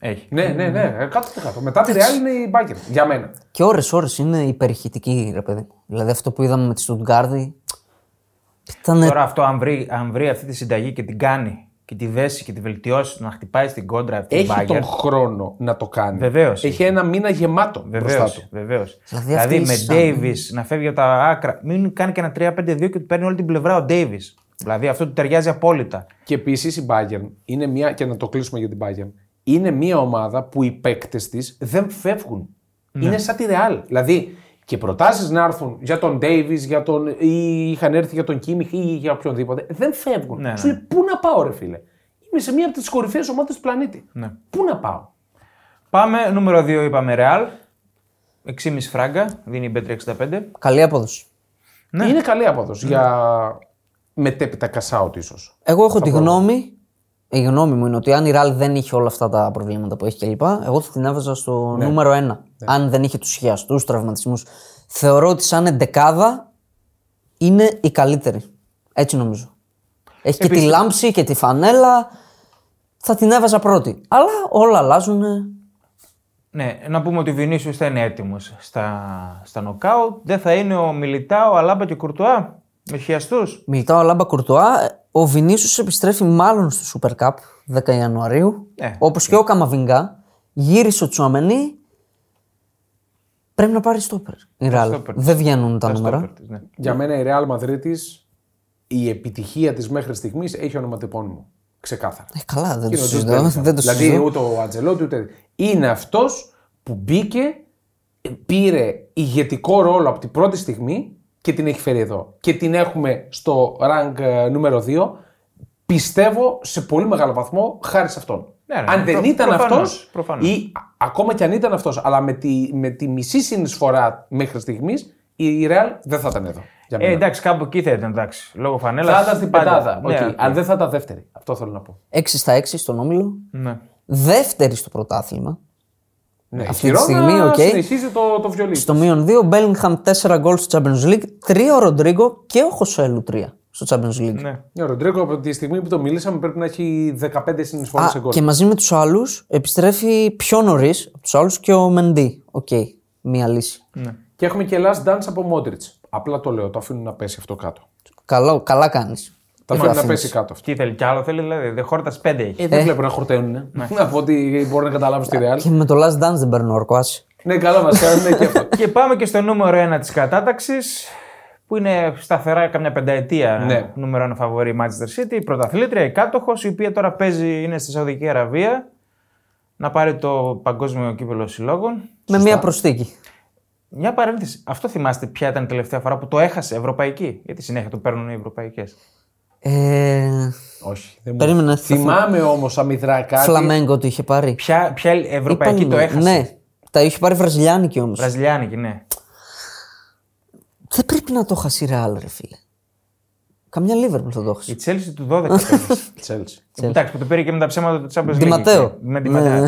[SPEAKER 3] Έχει.
[SPEAKER 1] Ναι, ναι, ναι. ε, Κάτω και κάτω. Μετά τη Real είναι η Bayern. Για μένα.
[SPEAKER 2] Και ώρε-ώρε είναι υπερηχητική, ρε παιδί. μου. Δηλαδή αυτό που είδαμε με τη Στουτγκάρδη.
[SPEAKER 1] Ναι.
[SPEAKER 2] Ήταν.
[SPEAKER 3] Τώρα αυτό, αν βρει, αν βρει αυτή τη συνταγή και την κάνει και τη δέσει και τη βελτιώσει, να χτυπάει στην κόντρα αυτή
[SPEAKER 1] Έχει
[SPEAKER 3] η Bayern.
[SPEAKER 1] τον χρόνο να το κάνει.
[SPEAKER 3] Βεβαίως.
[SPEAKER 1] Έχει ένα μήνα γεμάτο μπροστά
[SPEAKER 3] Βεβαίως.
[SPEAKER 1] του.
[SPEAKER 3] Βεβαίως.
[SPEAKER 2] Δηλαδή,
[SPEAKER 3] Δηλαδή,
[SPEAKER 2] αυτής η
[SPEAKER 3] με
[SPEAKER 2] σαν-
[SPEAKER 3] Ντέιβι να φεύγει από τα άκρα. Μην κάνει και ένα 3-5-2 και του παίρνει όλη την πλευρά ο Ντέιβι. Δηλαδή αυτό του ταιριάζει απόλυτα.
[SPEAKER 1] Και επίσης η Bayern είναι μια, και να το κλείσουμε για την Bayern, είναι μια ομάδα που οι παίκτες της δεν φεύγουν.
[SPEAKER 3] Ναι.
[SPEAKER 1] Είναι σαν τη Real. Δηλαδή και προτάσεις να έρθουν για τον Ντέιβι τον... ή είχαν έρθει για τον Κίμιχ ή για οποιονδήποτε. Δεν φεύγουν.
[SPEAKER 3] Ναι,
[SPEAKER 1] Σου
[SPEAKER 3] ναι.
[SPEAKER 1] λέει πού να πάω, ρε φίλε. Είμαι σε μια από τις κορυφαίες ομάδες του πλανήτη.
[SPEAKER 3] Ναι.
[SPEAKER 1] Πού να πάω.
[SPEAKER 3] Πάμε, νούμερο 2 είπαμε Ρεάλ. 6,5 φράγκα, δίνει η B365.
[SPEAKER 2] Καλή απόδοση.
[SPEAKER 3] Ναι.
[SPEAKER 1] Είναι καλή απόδοση για μετέπειτα κασάουτ ίσως.
[SPEAKER 2] Εγώ έχω τη γνώμη. Η γνώμη μου είναι ότι αν η Ραλ δεν είχε όλα αυτά τα προβλήματα που έχει κλπ., εγώ θα την έβαζα στο νούμερο 1. Αν δεν είχε τους χιαστούς, του τραυματισμούς. Θεωρώ ότι σαν εντεκάδα είναι η καλύτερη. Έτσι νομίζω. Έχει και τη λάμψη και τη φανέλα. Θα την έβαζα πρώτη. Αλλά όλα αλλάζουν.
[SPEAKER 3] Ναι, να πούμε ότι ο Βινίσιος θα είναι έτοιμος στα, στα νοκάουτ. Δεν θα είναι ο Μιλιτάο, Αλάμπα και Κουρτουά. Με χιαστού.
[SPEAKER 2] Μιλτάω ο Λάμπα Κουρτουά. Ο Βινίσιος επιστρέφει μάλλον στο Super Cup 10 Ιανουαρίου.
[SPEAKER 3] Ε,
[SPEAKER 2] Όπως και ο Καμαβιγκά. Γύρισε ο Τσουαμενή. Πρέπει να πάρει στόπερ. Η Ρεάλ.
[SPEAKER 3] στόπερ.
[SPEAKER 2] Δεν βγαίνουν τα νούμερα.
[SPEAKER 3] Ναι.
[SPEAKER 1] Για μένα η Real Madrid η επιτυχία της μέχρι στιγμής έχει ονοματεπώνυμο. Ξεκάθαρα.
[SPEAKER 2] Ε, καλά, δεν το
[SPEAKER 1] Είναι ο Jude
[SPEAKER 2] συζητώ.
[SPEAKER 1] Bellingham.
[SPEAKER 2] Δεν το
[SPEAKER 1] δηλαδή
[SPEAKER 2] συζητώ.
[SPEAKER 1] ούτε ο Ατζελότη ούτε. Είναι αυτός που μπήκε, πήρε ηγετικό ρόλο από την πρώτη στιγμή και την έχει φέρει εδώ. Και την έχουμε στο rank ε, νούμερο 2. Πιστεύω σε πολύ μεγάλο βαθμό χάρη σε αυτόν.
[SPEAKER 3] Ναι, ρε,
[SPEAKER 1] αν δεν
[SPEAKER 3] προ-
[SPEAKER 1] ήταν
[SPEAKER 3] προφανώς,
[SPEAKER 1] αυτός,
[SPEAKER 3] προφανώς.
[SPEAKER 1] ή α- ακόμα κι αν ήταν αυτός, αλλά με τη, με τη μισή συνεισφορά μέχρι στιγμής, η Real δεν θα ήταν εδώ. Για
[SPEAKER 3] Ε,
[SPEAKER 1] μένα.
[SPEAKER 3] εντάξει, κάπου εκεί θα ήταν. Εντάξει, ναι, λόγω φανέλας.
[SPEAKER 1] θα ήταν στην πεντάδα. οκ, Αν δεν θα ήταν δεύτερη. Αυτό θέλω να πω.
[SPEAKER 2] 6 στα 6 στον όμιλο.
[SPEAKER 3] ναι.
[SPEAKER 2] Δεύτερη στο πρωτάθλημα.
[SPEAKER 1] Ναι,
[SPEAKER 2] Αυτή τη
[SPEAKER 1] η Χιρόνα
[SPEAKER 2] στιγμή, οκ.
[SPEAKER 1] συνεχίζει το, το βιολί.
[SPEAKER 2] Στο μείον 2, Μπέλιγχαμ 4 γκολ στο Champions League. 3 ο Ροντρίγκο και ο Χωσέλου 3 στο Champions League.
[SPEAKER 3] ναι.
[SPEAKER 1] Ναι, ο Ροντρίγκο από τη στιγμή που το μιλήσαμε πρέπει να έχει 15 συνεισφορές
[SPEAKER 2] Α,
[SPEAKER 1] σε γκολ.
[SPEAKER 2] και μαζί με τους άλλους επιστρέφει πιο νωρίς από τους άλλους και ο Μεντί. Οκ, μία λύση.
[SPEAKER 3] ναι.
[SPEAKER 1] Και έχουμε και last dance από Μόντριτ. Απλά το λέω, το αφήνουν να πέσει αυτό κάτω.
[SPEAKER 2] Καλό, καλά κάνεις. Ε,
[SPEAKER 1] Το αφήνουν να πέσει κάτω αυτό.
[SPEAKER 3] Τι θέλει κι άλλο, θέλει δηλαδή. Δεν χόρτα πέντε
[SPEAKER 1] *laughs*
[SPEAKER 3] έχει.
[SPEAKER 1] Ε, δεν βλέπω να χορταίνουν. Από ό,τι μπορώ να καταλάβω στη Real.
[SPEAKER 2] *laughs* Και με το last dance δεν παίρνω όρκο, άσε.
[SPEAKER 1] ναι, καλά, βασικά είναι και αυτό.
[SPEAKER 3] και πάμε και στο νούμερο 1 της κατάταξης. Που είναι σταθερά καμιά πενταετία
[SPEAKER 1] Ναι.
[SPEAKER 3] νούμερο 1 φαβορή η Manchester City, η πρωταθλήτρια, η κάτοχος, η οποία τώρα παίζει, είναι στη Σαουδική Αραβία να πάρει το παγκόσμιο κύπελο συλλόγων.
[SPEAKER 2] Με μία προστίκη.
[SPEAKER 3] Μια παρένθεση. Αυτό θυμάστε ποια ήταν η τελευταία φορά που το έχασε ευρωπαϊκή. Γιατί συνέχεια το παίρνουν οι ευρωπαϊκές.
[SPEAKER 2] Ε,
[SPEAKER 1] Όχι. Δεν μου...
[SPEAKER 2] περίμενα.
[SPEAKER 1] Θυμάμαι όμως αμυδρά κάτι.
[SPEAKER 2] Φλαμέγκο το είχε πάρει.
[SPEAKER 3] Ποια, ποια ευρωπαϊκή
[SPEAKER 2] Είπαμε,
[SPEAKER 3] το έχασες.
[SPEAKER 2] Ναι, τα είχε πάρει βραζιλιάνικη όμως.
[SPEAKER 3] Βραζιλιάνικη, ναι.
[SPEAKER 2] Δεν πρέπει να το χάσει ρεάλ, ρε φίλε. Καμιά Λίβερπουλ θα το έχει.
[SPEAKER 3] Η Τσέλση του
[SPEAKER 2] *laughs*
[SPEAKER 3] 12 παίζει.
[SPEAKER 1] Chelsea.
[SPEAKER 3] Εντάξει, που το πήρε και με τα ψέματα του Champions League.
[SPEAKER 2] Ντι Ματέο.
[SPEAKER 3] εκεί, Με τη
[SPEAKER 2] Ναι.
[SPEAKER 3] Ματέο.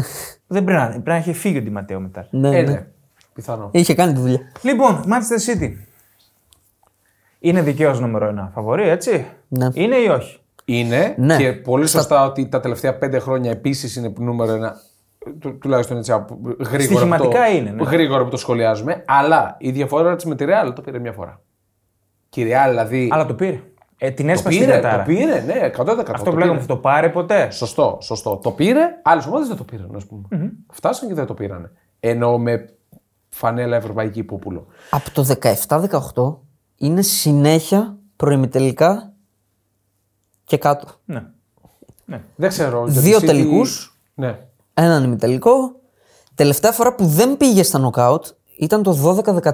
[SPEAKER 3] Δεν πρέπει να, πρέπει να είχε φύγει ο Ντι Ματέο μετά.
[SPEAKER 2] Ναι,
[SPEAKER 1] Ε,
[SPEAKER 2] ναι.
[SPEAKER 1] ναι. Πιθανό.
[SPEAKER 2] Είχε κάνει τη δουλειά.
[SPEAKER 3] Λοιπόν, Manchester City. Είναι δικαίως νούμερο ένα φαβορή, έτσι.
[SPEAKER 2] Ναι.
[SPEAKER 3] Είναι ή όχι.
[SPEAKER 1] Είναι
[SPEAKER 2] Ναι.
[SPEAKER 1] και πολύ σωστά ότι τα τελευταία πέντε χρόνια επίσης είναι νούμερο ένα. του- τουλάχιστον έτσι από- γρήγορα. που
[SPEAKER 3] Στοιχηματικά
[SPEAKER 1] το,
[SPEAKER 3] είναι, ναι.
[SPEAKER 1] Γρήγορα που το σχολιάζουμε. Αλλά η διαφορά της με τη Real το πήρε μια φορά. Και η Real δηλαδή.
[SPEAKER 3] Αλλά το πήρε. Ε, την
[SPEAKER 1] το
[SPEAKER 3] έσπασε την
[SPEAKER 1] πήρε, το
[SPEAKER 3] κατάρα.
[SPEAKER 1] πήρε, ναι, 100%.
[SPEAKER 3] Αυτό
[SPEAKER 1] το
[SPEAKER 3] που λέγαμε,
[SPEAKER 1] πήρε.
[SPEAKER 3] θα το πάρει ποτέ.
[SPEAKER 1] Σωστό, σωστό. Το πήρε, άλλες ομάδες δεν το πήραν, ας πουμε Φτάσαν και δεν το πήραν. Ενώ με φανέλα ευρωπαϊκή πούπουλο.
[SPEAKER 2] Από το 17-18 είναι συνέχεια προημιτελικά και κάτω.
[SPEAKER 3] Ναι. ναι.
[SPEAKER 1] Δεν ξέρω. για τη
[SPEAKER 2] Δύο
[SPEAKER 1] City-
[SPEAKER 2] τελικούς.
[SPEAKER 1] Ναι.
[SPEAKER 2] Έναν ημιτελικό. Τελευταία φορά που δεν πήγε στα νοκάουτ ήταν το 12-13.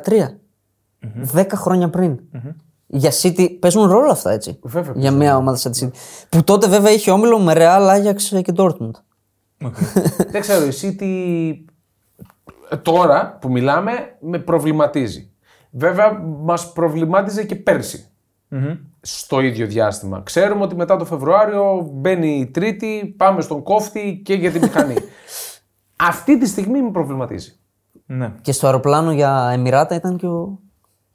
[SPEAKER 2] Δέκα χρόνια πριν. Για City παίζουν ρόλο αυτά έτσι.
[SPEAKER 1] Βέβαια
[SPEAKER 2] για μια ομάδα σαν τη City. Που τότε βέβαια είχε όμιλο με Real, Ajax και Dortmund.
[SPEAKER 1] Δεν ξέρω, η City τώρα που μιλάμε με προβληματίζει. Βέβαια, μας προβλημάτιζε και περσι Στο ίδιο διάστημα. Ξέρουμε ότι μετά το Φεβρουάριο μπαίνει η Τρίτη, πάμε στον κόφτη και για τη μηχανή. Αυτή τη στιγμή με προβληματίζει.
[SPEAKER 3] ναι.
[SPEAKER 2] Και στο αεροπλάνο για Εμμυράτα ήταν και ο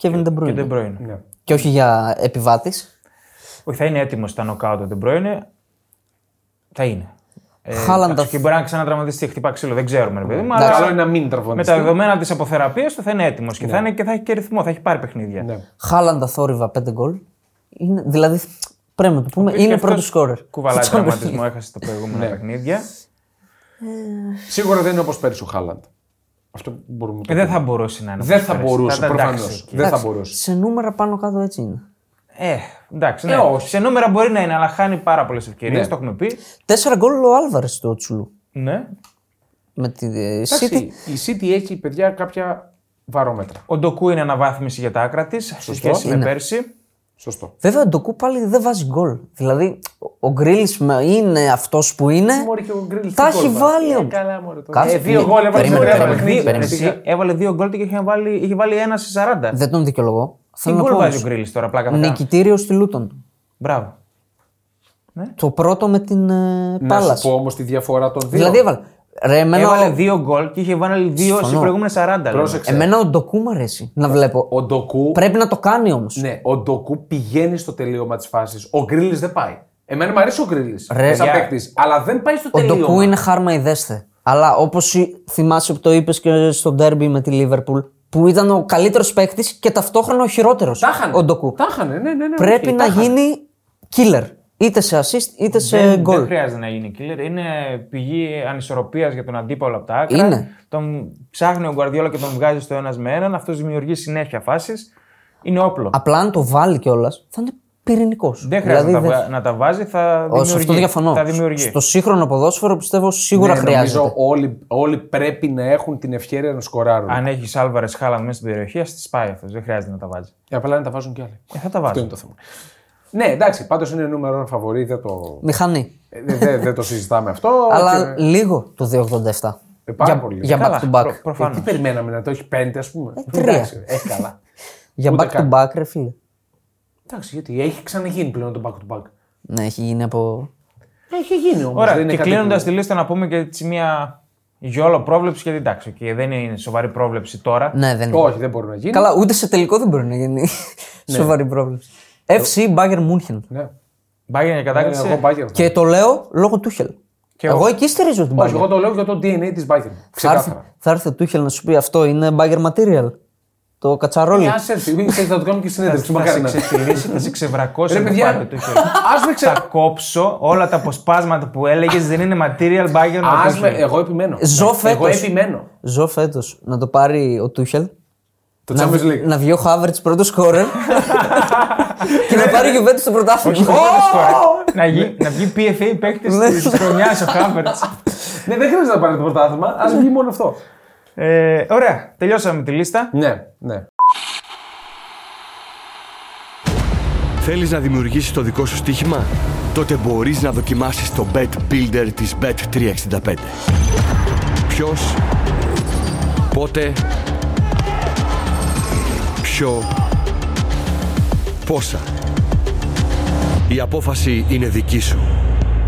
[SPEAKER 2] Kevin De
[SPEAKER 3] Και
[SPEAKER 2] Bruyne.
[SPEAKER 3] De Bruyne.
[SPEAKER 1] Ναι.
[SPEAKER 2] Και όχι για επιβάτης.
[SPEAKER 3] Όχι, θα είναι έτοιμος στα νοκάουτ ο De Bruyne. Θα είναι. Ε,
[SPEAKER 2] Χάλαντα-
[SPEAKER 3] εντάξει, Και μπορεί να ξανατραυματιστεί, χτυπά ξύλο, δεν ξέρουμε. Ρε, παιδί, μου, αλλά
[SPEAKER 1] Καλό είναι να μην
[SPEAKER 3] με τα
[SPEAKER 1] τραυματιστεί.
[SPEAKER 3] δεδομένα της αποθεραπείας του θα είναι έτοιμος και, θα είναι- και θα έχει και ρυθμό, θα έχει πάρει παιχνίδια.
[SPEAKER 1] Ναι.
[SPEAKER 2] Χάλαντα θόρυβα 5 γκολ. Είναι, δηλαδή πρέπει να το πούμε,
[SPEAKER 3] Και
[SPEAKER 2] είναι
[SPEAKER 3] αυτός
[SPEAKER 2] πρώτος σκόρερ.
[SPEAKER 3] Κουβαλάει
[SPEAKER 2] Στο Champions League.
[SPEAKER 3] τραυματισμό, έχασε τα
[SPEAKER 1] Ναι.
[SPEAKER 3] προηγούμενα παιχνίδια.
[SPEAKER 1] Σίγουρα δεν είναι όπως πέρσι ο Χάλαντ. Αυτό που μπορούμε να
[SPEAKER 3] Ε,
[SPEAKER 1] πούμε.
[SPEAKER 3] δεν θα μπορούσε να είναι.
[SPEAKER 1] Δεν
[SPEAKER 3] όπως
[SPEAKER 1] θα
[SPEAKER 3] πέρυσι.
[SPEAKER 1] μπορούσε,
[SPEAKER 3] ήταν
[SPEAKER 1] προφανώς.
[SPEAKER 3] εντάξει.
[SPEAKER 1] Δεν θα
[SPEAKER 2] Εντάξει,
[SPEAKER 1] μπορούσε.
[SPEAKER 2] Σε νούμερα πάνω κάτω έτσι είναι.
[SPEAKER 3] Ε, εντάξει, ναι.
[SPEAKER 1] Ε, όχι.
[SPEAKER 3] Σε νούμερα μπορεί να είναι, αλλά χάνει πάρα πολλές ευκαιρίες,
[SPEAKER 1] Ναι.
[SPEAKER 3] το έχουμε πει.
[SPEAKER 2] Τέσσερα γκολ ο Άλβαρες του Τσουλού.
[SPEAKER 3] Ναι.
[SPEAKER 2] Με τη ε,
[SPEAKER 1] Εντάξει,
[SPEAKER 2] City.
[SPEAKER 1] Η City έχει παιδιά κάποια βαρόμετρα.
[SPEAKER 3] Ο Ντοκού είναι αναβάθμιση για τα άκρα της σε σχέση με
[SPEAKER 2] Είναι.
[SPEAKER 3] πέρσι.
[SPEAKER 1] Σωστό.
[SPEAKER 2] Βέβαια ο Ντοκού πάλι δεν βάζει γκολ. Δηλαδή ο Γκρίλι είναι αυτός που είναι.
[SPEAKER 1] Μόρι και ο Γκρίλ.
[SPEAKER 2] Τα έχει βάλει ο.
[SPEAKER 1] Ε, Καλά, μωρέ, το-
[SPEAKER 2] Κάτσε,
[SPEAKER 1] Ε, δύο
[SPEAKER 2] μη-
[SPEAKER 1] γκολ έβαλε σε
[SPEAKER 2] περίμενε,
[SPEAKER 1] 30
[SPEAKER 2] περίμενε,
[SPEAKER 1] παιχνίδια.
[SPEAKER 2] περίμενε.
[SPEAKER 1] Εσύ-
[SPEAKER 3] Εσύ έβαλε δύο γκολ και είχε βάλει, είχε βάλει ένα σε 40.
[SPEAKER 2] Δεν τον δικαιολογώ.
[SPEAKER 3] Τι
[SPEAKER 2] Θέλω να
[SPEAKER 3] γκολ
[SPEAKER 2] πω
[SPEAKER 3] βάζει ο
[SPEAKER 2] όμως, Ναι,
[SPEAKER 3] Γκρίλι τώρα, πλάκα θα κάνω.
[SPEAKER 2] νικητήριος στη Λούτον.
[SPEAKER 3] Μπράβο.
[SPEAKER 2] Το πρώτο με την ε,
[SPEAKER 1] Να
[SPEAKER 2] Πάλας.
[SPEAKER 1] σου πω όμως τη διαφορά των δύο.
[SPEAKER 2] Δηλαδή έβαλε. Ρε, εμένα,
[SPEAKER 3] Έβαλε
[SPEAKER 2] ο-
[SPEAKER 3] δύο γκολ και είχε βάλει δύο σε
[SPEAKER 2] Συμφωνώ.
[SPEAKER 3] προηγούμενε 40. λέμε.
[SPEAKER 1] Πρόσεξε.
[SPEAKER 2] εμένα ο Ντοκού μου αρέσει να βλέπω.
[SPEAKER 1] Ο Ντοκού,
[SPEAKER 2] Πρέπει να το κάνει όμως.
[SPEAKER 1] ναι, ο Ντοκού πηγαίνει στο τελείωμα της φάσης. Ο Γκρίλ δεν πάει. Εμένα μου αρέσει ο Γκρίλ.
[SPEAKER 2] Ρε,
[SPEAKER 1] Σαν
[SPEAKER 3] για-
[SPEAKER 1] παίκτης. Αλλά δεν πάει στο
[SPEAKER 2] Ο
[SPEAKER 1] τελείωμα.
[SPEAKER 2] Ντοκού είναι χάρμα ιδέστε. Αλλά όπως θυμάσαι που το είπες και στο ντέρμπι με τη Λίβερπουλ, που ήταν ο καλύτερος παίκτης και ταυτόχρονα ο χειρότερος.
[SPEAKER 1] Τα χάνε.
[SPEAKER 2] Ο Ντοκού.
[SPEAKER 1] Τα χάνε, ναι, ναι, ναι,
[SPEAKER 2] Πρέπει
[SPEAKER 1] οκ,
[SPEAKER 2] να
[SPEAKER 1] τα χάνε.
[SPEAKER 2] γίνει killer. Είτε σε assist είτε σε
[SPEAKER 3] Δεν, δεν
[SPEAKER 2] Ε, γκολ.
[SPEAKER 3] χρειάζεται να γίνει killer. Είναι πηγή ανισορροπίας για τον αντίπαλο από τα άκρα.
[SPEAKER 2] Είναι.
[SPEAKER 3] Τον ψάχνει ο Γκουαρδιόλα και τον βγάζει στο ένας με έναν. Αυτός δημιουργεί συνέχεια φάσεις. Είναι όπλο.
[SPEAKER 2] Απλά αν το βάλει κιόλας θα είναι πυρηνικός.
[SPEAKER 3] δεν χρειάζεται να, τα, βα- να τα βάζει, θα
[SPEAKER 2] Ω, σε
[SPEAKER 3] δημιουργεί.
[SPEAKER 2] δηλαδή αυτό διαφωνώ.
[SPEAKER 3] Θα δημιουργεί.
[SPEAKER 2] Στο σύγχρονο ποδόσφαιρο πιστεύω σίγουρα
[SPEAKER 1] Ναι,
[SPEAKER 2] χρειάζεται.
[SPEAKER 1] Νομίζω όλοι, όλοι πρέπει να έχουν την ευκαιρία να σκοράρουν.
[SPEAKER 2] ναι.
[SPEAKER 3] Αν έχεις Άλβαρες Χάλα μέσα στην περιοχή, ας τις πάει αυτός. Δεν χρειάζεται να τα βάζει.
[SPEAKER 1] Ε, Απλά να τα βάζουν κι άλλοι.
[SPEAKER 3] Ε, θα τα
[SPEAKER 1] Αυτό
[SPEAKER 3] βάζει.
[SPEAKER 1] είναι το θέμα. Ναι, εντάξει, πάντως είναι νούμερο ένα φαβορή, δεν το,
[SPEAKER 2] Μηχανή.
[SPEAKER 1] ε, δεν δεν- δεν το συζητάμε αυτό.
[SPEAKER 2] *laughs* Αλλά
[SPEAKER 1] και-
[SPEAKER 2] λίγο το 287.
[SPEAKER 1] Ε, πάρα πολύ.
[SPEAKER 2] για
[SPEAKER 3] Καλά,
[SPEAKER 2] back to back.
[SPEAKER 3] προ- προφανώς.
[SPEAKER 1] Ε, τι περιμέναμε να το έχει πέντε, ας πούμε. Ε,
[SPEAKER 2] τρία.
[SPEAKER 1] έχει καλά.
[SPEAKER 2] Για
[SPEAKER 1] Ούτε
[SPEAKER 2] back to
[SPEAKER 1] καν.
[SPEAKER 2] back, ρε φίλε.
[SPEAKER 1] Εντάξει, γιατί έχει ξαναγίνει πλέον το back to back.
[SPEAKER 2] Ναι, έχει γίνει από.
[SPEAKER 1] Έχει γίνει όμως.
[SPEAKER 3] Ωραία, και κλείνοντα τη λίστα να πούμε και έτσι μια γιόλο πρόβλεψη γιατί εντάξει, και δεν είναι σοβαρή πρόβλεψη τώρα.
[SPEAKER 2] Ναι, δεν είναι.
[SPEAKER 1] Mm. Όχι, δεν μπορεί να γίνει.
[SPEAKER 2] Καλά, ούτε σε τελικό δεν μπορεί να γίνει. Σοβαρή πρόβλεψη.
[SPEAKER 1] Ε,
[SPEAKER 2] FC Bayern München.
[SPEAKER 1] Ναι.
[SPEAKER 3] Μπάγια για
[SPEAKER 1] Ε,
[SPEAKER 3] κατάκτηση.
[SPEAKER 1] Εγώ Bayern.
[SPEAKER 2] Και το λέω λόγω Τούχελ.
[SPEAKER 3] Και
[SPEAKER 2] εγώ εκεί στηρίζω την
[SPEAKER 1] Όχι,
[SPEAKER 2] Bayern.
[SPEAKER 1] εγώ το λέω για το DNA της Bayern.
[SPEAKER 2] Θα έρθει,
[SPEAKER 1] Ξεκάθαρα.
[SPEAKER 2] θα έρθει ο Τούχελ να σου πει αυτό είναι Bayern Material. Το κατσαρόλι.
[SPEAKER 1] Ε, Ας έρθει, μην ξέρει, θα του κάνουμε και συνέντευξη.
[SPEAKER 3] Θα
[SPEAKER 1] Μακάρι
[SPEAKER 3] σε
[SPEAKER 1] να
[SPEAKER 3] ξεφτυλίσει, θα σε ξεβρακώσει.
[SPEAKER 1] ναι. Ρε
[SPEAKER 3] που
[SPEAKER 1] παιδιά,
[SPEAKER 3] πάρει το χέρι.
[SPEAKER 1] ας με
[SPEAKER 3] Θα
[SPEAKER 1] ξε...
[SPEAKER 3] κόψω όλα τα αποσπάσματα που έλεγες δεν είναι material Bayern. να
[SPEAKER 1] Ας
[SPEAKER 3] το
[SPEAKER 1] με, Ε,
[SPEAKER 3] χέρι.
[SPEAKER 1] εγώ επιμένω.
[SPEAKER 2] Ζω
[SPEAKER 1] Εγώ
[SPEAKER 2] φέτος.
[SPEAKER 1] επιμένω.
[SPEAKER 2] Ζω φέτος να το πάρει ο Τούχελ.
[SPEAKER 1] Το
[SPEAKER 2] Να,
[SPEAKER 1] Champions League.
[SPEAKER 2] να βγει ο Χάβερτ πρώτος
[SPEAKER 1] *laughs*
[SPEAKER 2] σκόρερ. και να πάρει Γιουβέντους στο πρωτάθλημα.
[SPEAKER 3] Πρώτο σκορ. Να βγει- Να βγει PFA παίκτης
[SPEAKER 2] Ναι.
[SPEAKER 3] της χρονιάς ο Χάβερτ.
[SPEAKER 1] Ναι, δεν χρειάζεται να πάρει το πρωτάθλημα, ας βγει μόνο αυτό.
[SPEAKER 3] Ε, Ωραία, τελειώσαμε τη λίστα.
[SPEAKER 1] Ναι, ναι.
[SPEAKER 4] Θέλεις να δημιουργήσεις το δικό σου στοίχημα? Τότε μπορείς να δοκιμάσεις το Bet Builder της Bet365. Ποιος, πότε, ποιο, πόσα. Η απόφαση είναι δική σου.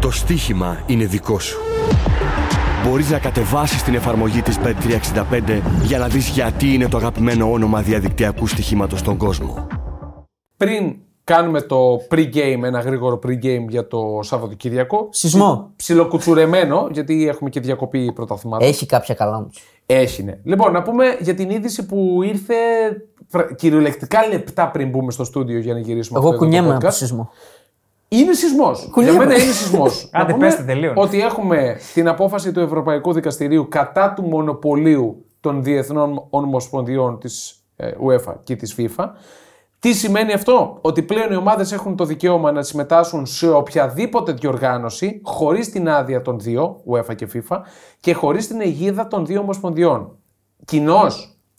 [SPEAKER 4] Το στοίχημα είναι δικό σου. Μπορείς να κατεβάσεις την εφαρμογή της Bet365 για να δεις γιατί είναι το αγαπημένο όνομα διαδικτυακού στοιχήματος στον κόσμο.
[SPEAKER 1] Πριν κάνουμε το pre-game, ένα γρήγορο pre-game για το Σαββατοκύριακο.
[SPEAKER 2] Σεισμό.
[SPEAKER 1] Ψιλοκουτσουρεμένο, γιατί έχουμε και διακοπή πρωταθλημάτων.
[SPEAKER 2] Έχει κάποια καλά μου.
[SPEAKER 1] Έχει, ναι. Λοιπόν, να πούμε για την είδηση που ήρθε πρα- κυριολεκτικά λεπτά πριν μπούμε στο στούντιο για να γυρίσουμε αυτό
[SPEAKER 2] Εγώ
[SPEAKER 1] εδώ το
[SPEAKER 2] κουνιέμαι
[SPEAKER 1] podcast.
[SPEAKER 2] από σεισμό.
[SPEAKER 1] Είναι σεισμός. Για
[SPEAKER 2] Κουνιέμαι.
[SPEAKER 1] μένα είναι σεισμός.
[SPEAKER 2] *laughs*
[SPEAKER 3] Άντε, πέστε, τελείωνε.
[SPEAKER 1] Ότι έχουμε την απόφαση του Ευρωπαϊκού Δικαστηρίου κατά του μονοπωλίου των διεθνών ομοσπονδιών της UEFA και της FIFA. Τι σημαίνει αυτό, Ότι πλέον οι ομάδες έχουν το δικαίωμα να συμμετάσχουν σε οποιαδήποτε διοργάνωση χωρίς την άδεια των δύο, UEFA και FIFA, και χωρίς την αιγίδα των δύο ομοσπονδιών. Κοινώς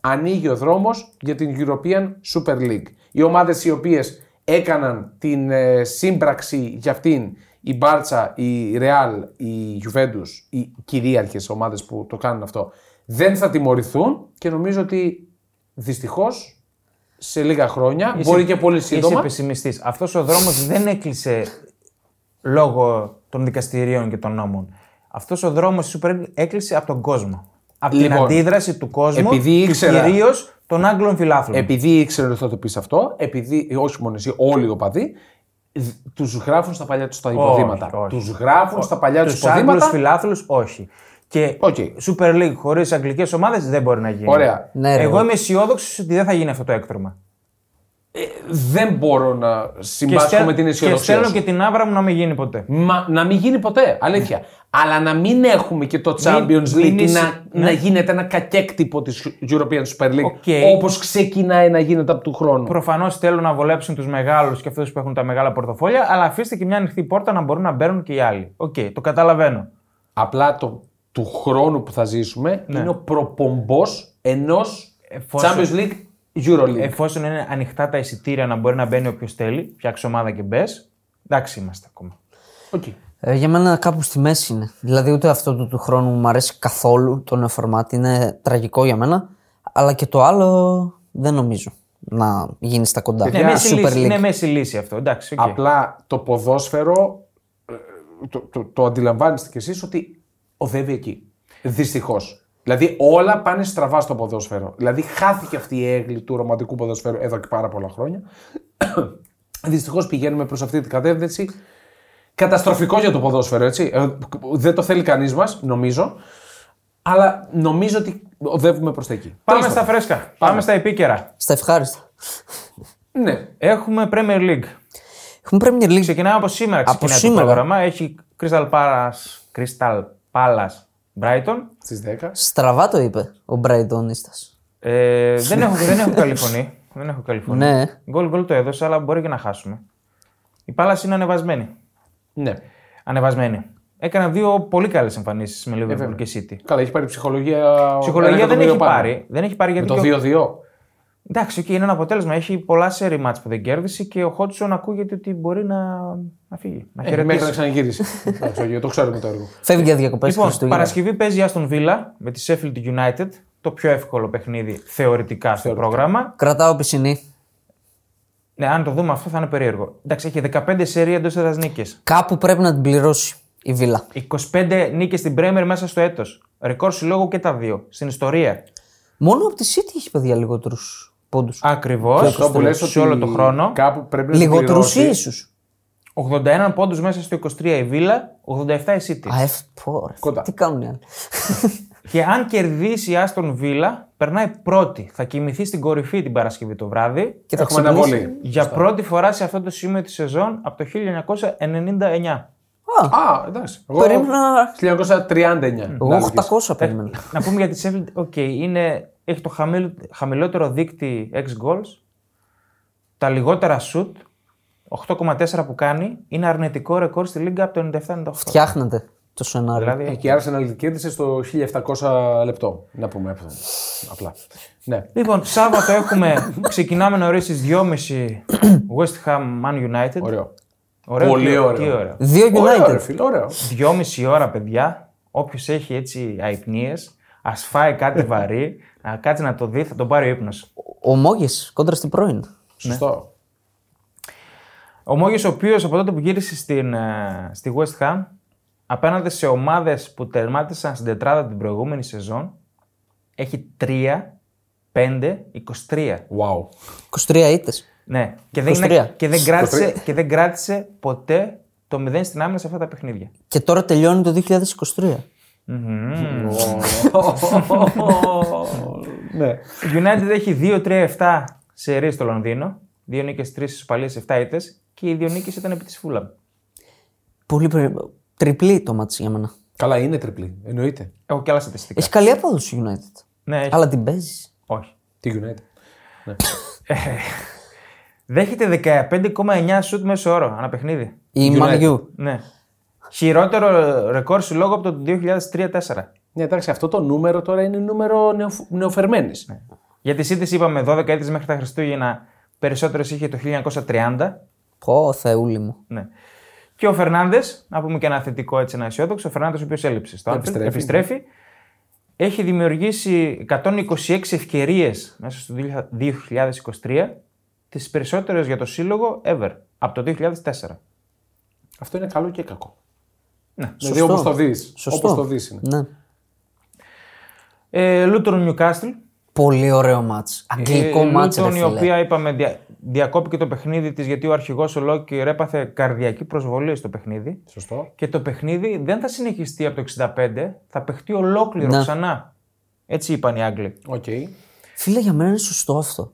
[SPEAKER 1] ανοίγει ο δρόμος για την European Super League. Οι ομάδες οι οποίες έκαναν την ε, σύμπραξη για αυτήν η Μπάρτσα, η Ρεάλ, η Juventus, οι κυρίαρχες ομάδες που το κάνουν αυτό, δεν θα τιμωρηθούν και νομίζω ότι δυστυχώς σε λίγα χρόνια, μπορεί και πολύ
[SPEAKER 3] Είσαι
[SPEAKER 1] σύντομα.
[SPEAKER 3] πεσημιστής. Αυτός ο δρόμος δεν έκλεισε λόγω των δικαστηρίων και των νόμων. Αυτός ο δρόμος έκλεισε από τον κόσμο. Από την
[SPEAKER 1] Λοιπόν,
[SPEAKER 3] αντίδραση του κόσμου
[SPEAKER 1] επειδή ήξερα-
[SPEAKER 3] κυρίως των Άγγλων φιλάθλων.
[SPEAKER 1] Επειδή ήξερε ότι θα το πεις αυτό, επειδή, ε, όχι μόνο εσύ, όλοι οι οπαδοί, τους γράφουν στα παλιά τους τα
[SPEAKER 3] Όχι,
[SPEAKER 1] υποδήματα.
[SPEAKER 3] όχι.
[SPEAKER 1] Τους γράφουν στα παλιά τους
[SPEAKER 3] Τους Άγγλου
[SPEAKER 1] υποδήματα.
[SPEAKER 3] φιλάθλους, όχι. Και
[SPEAKER 1] Οκ.
[SPEAKER 3] Super League χωρίς αγγλικές ομάδες δεν μπορεί να γίνει.
[SPEAKER 1] Ωραία.
[SPEAKER 2] Ναι, ρε.
[SPEAKER 3] Εγώ είμαι αισιόδοξος ότι δεν θα γίνει αυτό το έκτρωμα.
[SPEAKER 1] Ε, Δεν μπορώ να
[SPEAKER 3] στέλ-
[SPEAKER 1] συμμάσχω με την
[SPEAKER 3] και
[SPEAKER 1] αισιοδοξία.
[SPEAKER 3] στέλνω
[SPEAKER 1] σου.
[SPEAKER 3] και την άβρα μου να μην γίνει ποτέ.
[SPEAKER 1] Μα, να μην γίνει ποτέ, αλήθεια. Αλλά να μην έχουμε και το Champions
[SPEAKER 3] μην
[SPEAKER 1] League
[SPEAKER 3] είσαι-
[SPEAKER 1] να,
[SPEAKER 3] ναι.
[SPEAKER 1] να γίνεται ένα κακέκτυπο της European Super League.
[SPEAKER 3] Οκ.
[SPEAKER 1] Όπως ξεκινάει να γίνεται από του χρόνου.
[SPEAKER 3] Προφανώς θέλουν να βολέψουν τους μεγάλους και αυτούς που έχουν τα μεγάλα πορτοφόλια, αλλά αφήστε και μια ανοιχτή πόρτα να μπορούν να μπαίνουν και οι άλλοι. Οκ, το καταλαβαίνω.
[SPEAKER 1] Απλά το, του χρόνου που θα ζήσουμε είναι ο προπομπός ενός
[SPEAKER 3] Εφόσον-
[SPEAKER 1] Champions League EuroLeague.
[SPEAKER 3] Εφόσον είναι ανοιχτά τα εισιτήρια να μπορεί να μπαίνει όποιος θέλει, φτιάξει ομάδα και μπες. Εντάξει είμαστε ακόμα.
[SPEAKER 1] Οκ.
[SPEAKER 2] Ε, για μένα κάπου στη μέση είναι. Δηλαδή ούτε αυτό του, του χρόνου μου αρέσει καθόλου το νέο format. Είναι τραγικό για μένα. Αλλά και το άλλο δεν νομίζω να γίνει στα κοντά.
[SPEAKER 3] Είναι, μέση
[SPEAKER 2] Super
[SPEAKER 3] λύση,
[SPEAKER 2] League.
[SPEAKER 3] είναι μέση λύση αυτό. Εντάξει, οκ.
[SPEAKER 1] Απλά το ποδόσφαιρο ε, το, το, το αντιλαμβάνεστε κι εσείς ότι οδεύει εκεί. Δυστυχώς. Δηλαδή όλα πάνε στραβά στο ποδόσφαιρο. Δηλαδή χάθηκε αυτή η έγκλη του ρομαντικού ποδοσφαίρου εδώ και πάρα πολλά χρόνια. *clears throat* Δυστυχώς πηγαίνουμε προς αυτή την κατεύθυνση. Καταστροφικό για το ποδόσφαιρο, έτσι. Ε, Δεν το θέλει κανείς μας, νομίζω. Αλλά νομίζω ότι οδεύουμε προς τα εκεί.
[SPEAKER 3] Πάμε
[SPEAKER 1] Τέλος
[SPEAKER 3] στα
[SPEAKER 1] πάντων.
[SPEAKER 3] φρέσκα. Πάμε. στα επίκαιρα.
[SPEAKER 2] Στα ευχάριστα.
[SPEAKER 1] Ναι.
[SPEAKER 3] Έχουμε Premier League.
[SPEAKER 2] Έχουμε Premier League.
[SPEAKER 3] Ξεκινάει από σήμερα. Ξεκινάει το
[SPEAKER 2] σήμερα.
[SPEAKER 3] πρόγραμμα. Έχει Crystal Palace, Crystal Palace Brighton.
[SPEAKER 1] Στις 10.
[SPEAKER 2] Στραβά το είπε ο Μπραϊντονίστα.
[SPEAKER 3] Ε, δεν, έχω, δεν έχω καλή φωνή. Δεν έχω καλή φωνή.
[SPEAKER 2] Ναι.
[SPEAKER 3] Γκολ γκολ το έδωσα, αλλά μπορεί και να χάσουμε. Η Πάλα είναι ανεβασμένη.
[SPEAKER 1] Ναι.
[SPEAKER 3] Ανεβασμένη. Έκανα δύο πολύ καλές εμφανίσεις
[SPEAKER 1] Ε,
[SPEAKER 3] με Liverpool και City.
[SPEAKER 1] Καλά, έχει πάρει ψυχολογία.
[SPEAKER 3] Ψυχολογία
[SPEAKER 1] ένα
[SPEAKER 3] δεν έχει
[SPEAKER 1] εκατομμύριο πάνω.
[SPEAKER 3] πάρει. Δεν έχει πάρει
[SPEAKER 1] Με
[SPEAKER 3] γιατί.
[SPEAKER 1] το
[SPEAKER 3] και ο-
[SPEAKER 1] 2-2.
[SPEAKER 3] Εντάξει, okay, είναι ένα αποτέλεσμα. Έχει πολλά σερή μάτς που δεν κέρδισε και ο Χότσον ακούγεται ότι μπορεί να, να φύγει. Να
[SPEAKER 1] Ε, μέχρι να
[SPEAKER 3] χαιρετήσει.
[SPEAKER 1] ξαναγυρίσει. Εντάξει, όχι, το ξέρουμε το έργο.
[SPEAKER 2] Φεύγει για διακοπές
[SPEAKER 3] Λοιπόν,
[SPEAKER 2] Χριστούγεννα.
[SPEAKER 3] Παρασκευή παίζει η Aston Villa με τη Sheffield United. Το πιο εύκολο παιχνίδι θεωρητικά στο πρόγραμμα.
[SPEAKER 2] Κρατάω πισινή.
[SPEAKER 3] Ναι, αν το δούμε αυτό θα είναι περίεργο. Εντάξει, έχει 15 σερή εντός έδρας νίκες.
[SPEAKER 2] Κάπου πρέπει να την πληρώσει η Βίλα.
[SPEAKER 3] 25 νίκες στην Πρέμερ μέσα στο έτος. Ρεκόρ συλλόγου και τα δύο. Στην ιστορία.
[SPEAKER 2] Μόνο από τη City έχει παιδιά λιγότερους πόντους.
[SPEAKER 3] Ακριβώς.
[SPEAKER 1] Και αυτό που λες
[SPEAKER 3] Σε
[SPEAKER 1] ότι
[SPEAKER 3] όλο τον χρόνο.
[SPEAKER 1] Κάπου πρέπει να
[SPEAKER 2] Λιγότερου
[SPEAKER 1] συμπληρώσει.
[SPEAKER 2] ίσου.
[SPEAKER 3] 81 πόντους μέσα στο 23 η Βίλα, 87 η City.
[SPEAKER 2] Αεφ, πω, ρε.
[SPEAKER 1] Κοντά.
[SPEAKER 2] ε, Τι κάνουν οι άλλοι.
[SPEAKER 3] Και αν κερδίσει η Άστον Βίλα, περνάει πρώτη. Θα κοιμηθεί στην κορυφή την Παρασκευή το βράδυ.
[SPEAKER 2] *laughs* Και θα
[SPEAKER 1] Έχουμε
[SPEAKER 2] ξυπνήσει.
[SPEAKER 1] αναβολή.
[SPEAKER 3] Για πρώτη φορά σε αυτό το σημείο της σεζόν από το 1999.
[SPEAKER 1] Α, εντάξει. Εγώ
[SPEAKER 2] Περίμενα-
[SPEAKER 1] 1939. να λοιπόν. Ε.
[SPEAKER 2] Εγώ
[SPEAKER 1] λογιστείς.
[SPEAKER 2] 800 περίμενα.
[SPEAKER 3] Να πούμε για τη Σέφιλντ, οκ, είναι, έχει το χαμηλ- χαμηλότερο δίκτυ ex goals, τα λιγότερα shoot, 8,4 που κάνει, είναι αρνητικό ρεκόρ στη Λίγκα από το 97-98.
[SPEAKER 2] Φτιάχνεται το σενάριο.
[SPEAKER 3] Δηλαδή,
[SPEAKER 1] Ε, Και η Arsenal κέρδισε στο 1700 λεπτό. Να πούμε αυτό. Απλά. Ναι.
[SPEAKER 3] Λοιπόν, Σάββατο έχουμε, ξεκινάμε νωρίς στις 2.30 West Ham Man United.
[SPEAKER 1] Ωραίο.
[SPEAKER 3] Ωραίο,
[SPEAKER 1] Πολύ
[SPEAKER 3] τι-
[SPEAKER 1] ωραίο.
[SPEAKER 3] τι ωραίο.
[SPEAKER 2] Δύο
[SPEAKER 1] Ωραίο, ρε
[SPEAKER 2] United.
[SPEAKER 1] φίλε, ωραίο.
[SPEAKER 3] 2,5 ώρα, παιδιά. Όποιος έχει έτσι αϊπνίες, ας φάει κάτι βαρύ, να κάτσει να το δει, θα τον πάρει ο ύπνος.
[SPEAKER 2] Ο Μόγες κόντρα στην πρώην.
[SPEAKER 1] Σωστό.
[SPEAKER 3] Ο Μόγιος ο οποίος από τότε που γύρισε στην, ε, στη West Ham, απέναντι σε ομάδες που τερμάτισαν στην τετράδα την προηγούμενη σεζόν, έχει 3, 5, 23.
[SPEAKER 1] Wow.
[SPEAKER 2] 23 ήττες.
[SPEAKER 3] Ναι, και δεν, είναι-
[SPEAKER 2] 23.
[SPEAKER 3] και δεν, κράτησε, και δεν κράτησε ποτέ το 0 στην άμυνα σε αυτά τα παιχνίδια.
[SPEAKER 2] Και τώρα τελειώνει το 2023.
[SPEAKER 1] ναι.
[SPEAKER 3] United έχει 2-3-7 σερί στο Λονδίνο. Δύο νίκες, τρεις ισοπαλίε, 7 ήττες. Και οι δύο νίκες ήταν επί της Φούλαμ.
[SPEAKER 2] Πολύ περι... Τριπλή το μάτι για μένα.
[SPEAKER 1] Καλά, είναι τριπλή. Εννοείται.
[SPEAKER 3] Έχω και άλλα στατιστικά.
[SPEAKER 2] Έχει καλή απόδοση η United.
[SPEAKER 3] Ναι, έχει.
[SPEAKER 2] Αλλά την παίζεις.
[SPEAKER 3] Όχι.
[SPEAKER 1] Τι United.
[SPEAKER 3] Δέχεται 15,9 σουτ μέσω όρο ανά παιχνίδι.
[SPEAKER 2] Η
[SPEAKER 1] United.
[SPEAKER 2] Μανιού.
[SPEAKER 3] Ναι. Χειρότερο ρεκόρ σου λόγω από το 2003-4.
[SPEAKER 1] Ναι, εντάξει, αυτό το νούμερο τώρα είναι νούμερο νεοφ- νεοφερμένης.
[SPEAKER 3] Για τη City είπαμε 12 ήττε μέχρι τα Χριστούγεννα. Περισσότερε είχε το 1930.
[SPEAKER 2] Πω, θεούλη μου.
[SPEAKER 3] Ναι. Και ο Φερνάνδες, να πούμε και ένα θετικό έτσι, ένα αισιόδοξο. Ο Φερνάνδες, ο οποίος έλειψε στο Anfield,
[SPEAKER 1] Επιστρέφει.
[SPEAKER 3] επιστρέφει. Έχει δημιουργήσει 126 ευκαιρίες μέσα στο 2023, τις περισσότερες για το σύλλογο ever από το 2004.
[SPEAKER 1] Αυτό είναι καλό και κακό.
[SPEAKER 3] Ναι,
[SPEAKER 1] δηλαδή, όπως το δεις. Όπως το δεις είναι.
[SPEAKER 2] Ναι.
[SPEAKER 3] Ε, Λούτον Νιουκάστλ.
[SPEAKER 2] Πολύ ωραίο
[SPEAKER 1] Ε,
[SPEAKER 2] μάτσο. Αγγλικό μάτσο.
[SPEAKER 3] η οποία είπαμε δια, διακόπηκε το παιχνίδι της γιατί ο αρχηγός ο Λόκυρ έπαθε καρδιακή προσβολή στο παιχνίδι.
[SPEAKER 1] Σωστό.
[SPEAKER 3] Και το παιχνίδι δεν θα συνεχιστεί από το 65, θα παιχτεί ολόκληρο
[SPEAKER 2] Ναι.
[SPEAKER 3] ξανά. Έτσι είπαν οι Άγγλοι.
[SPEAKER 1] Οκ.
[SPEAKER 2] Φίλε, για μένα είναι σωστό αυτό.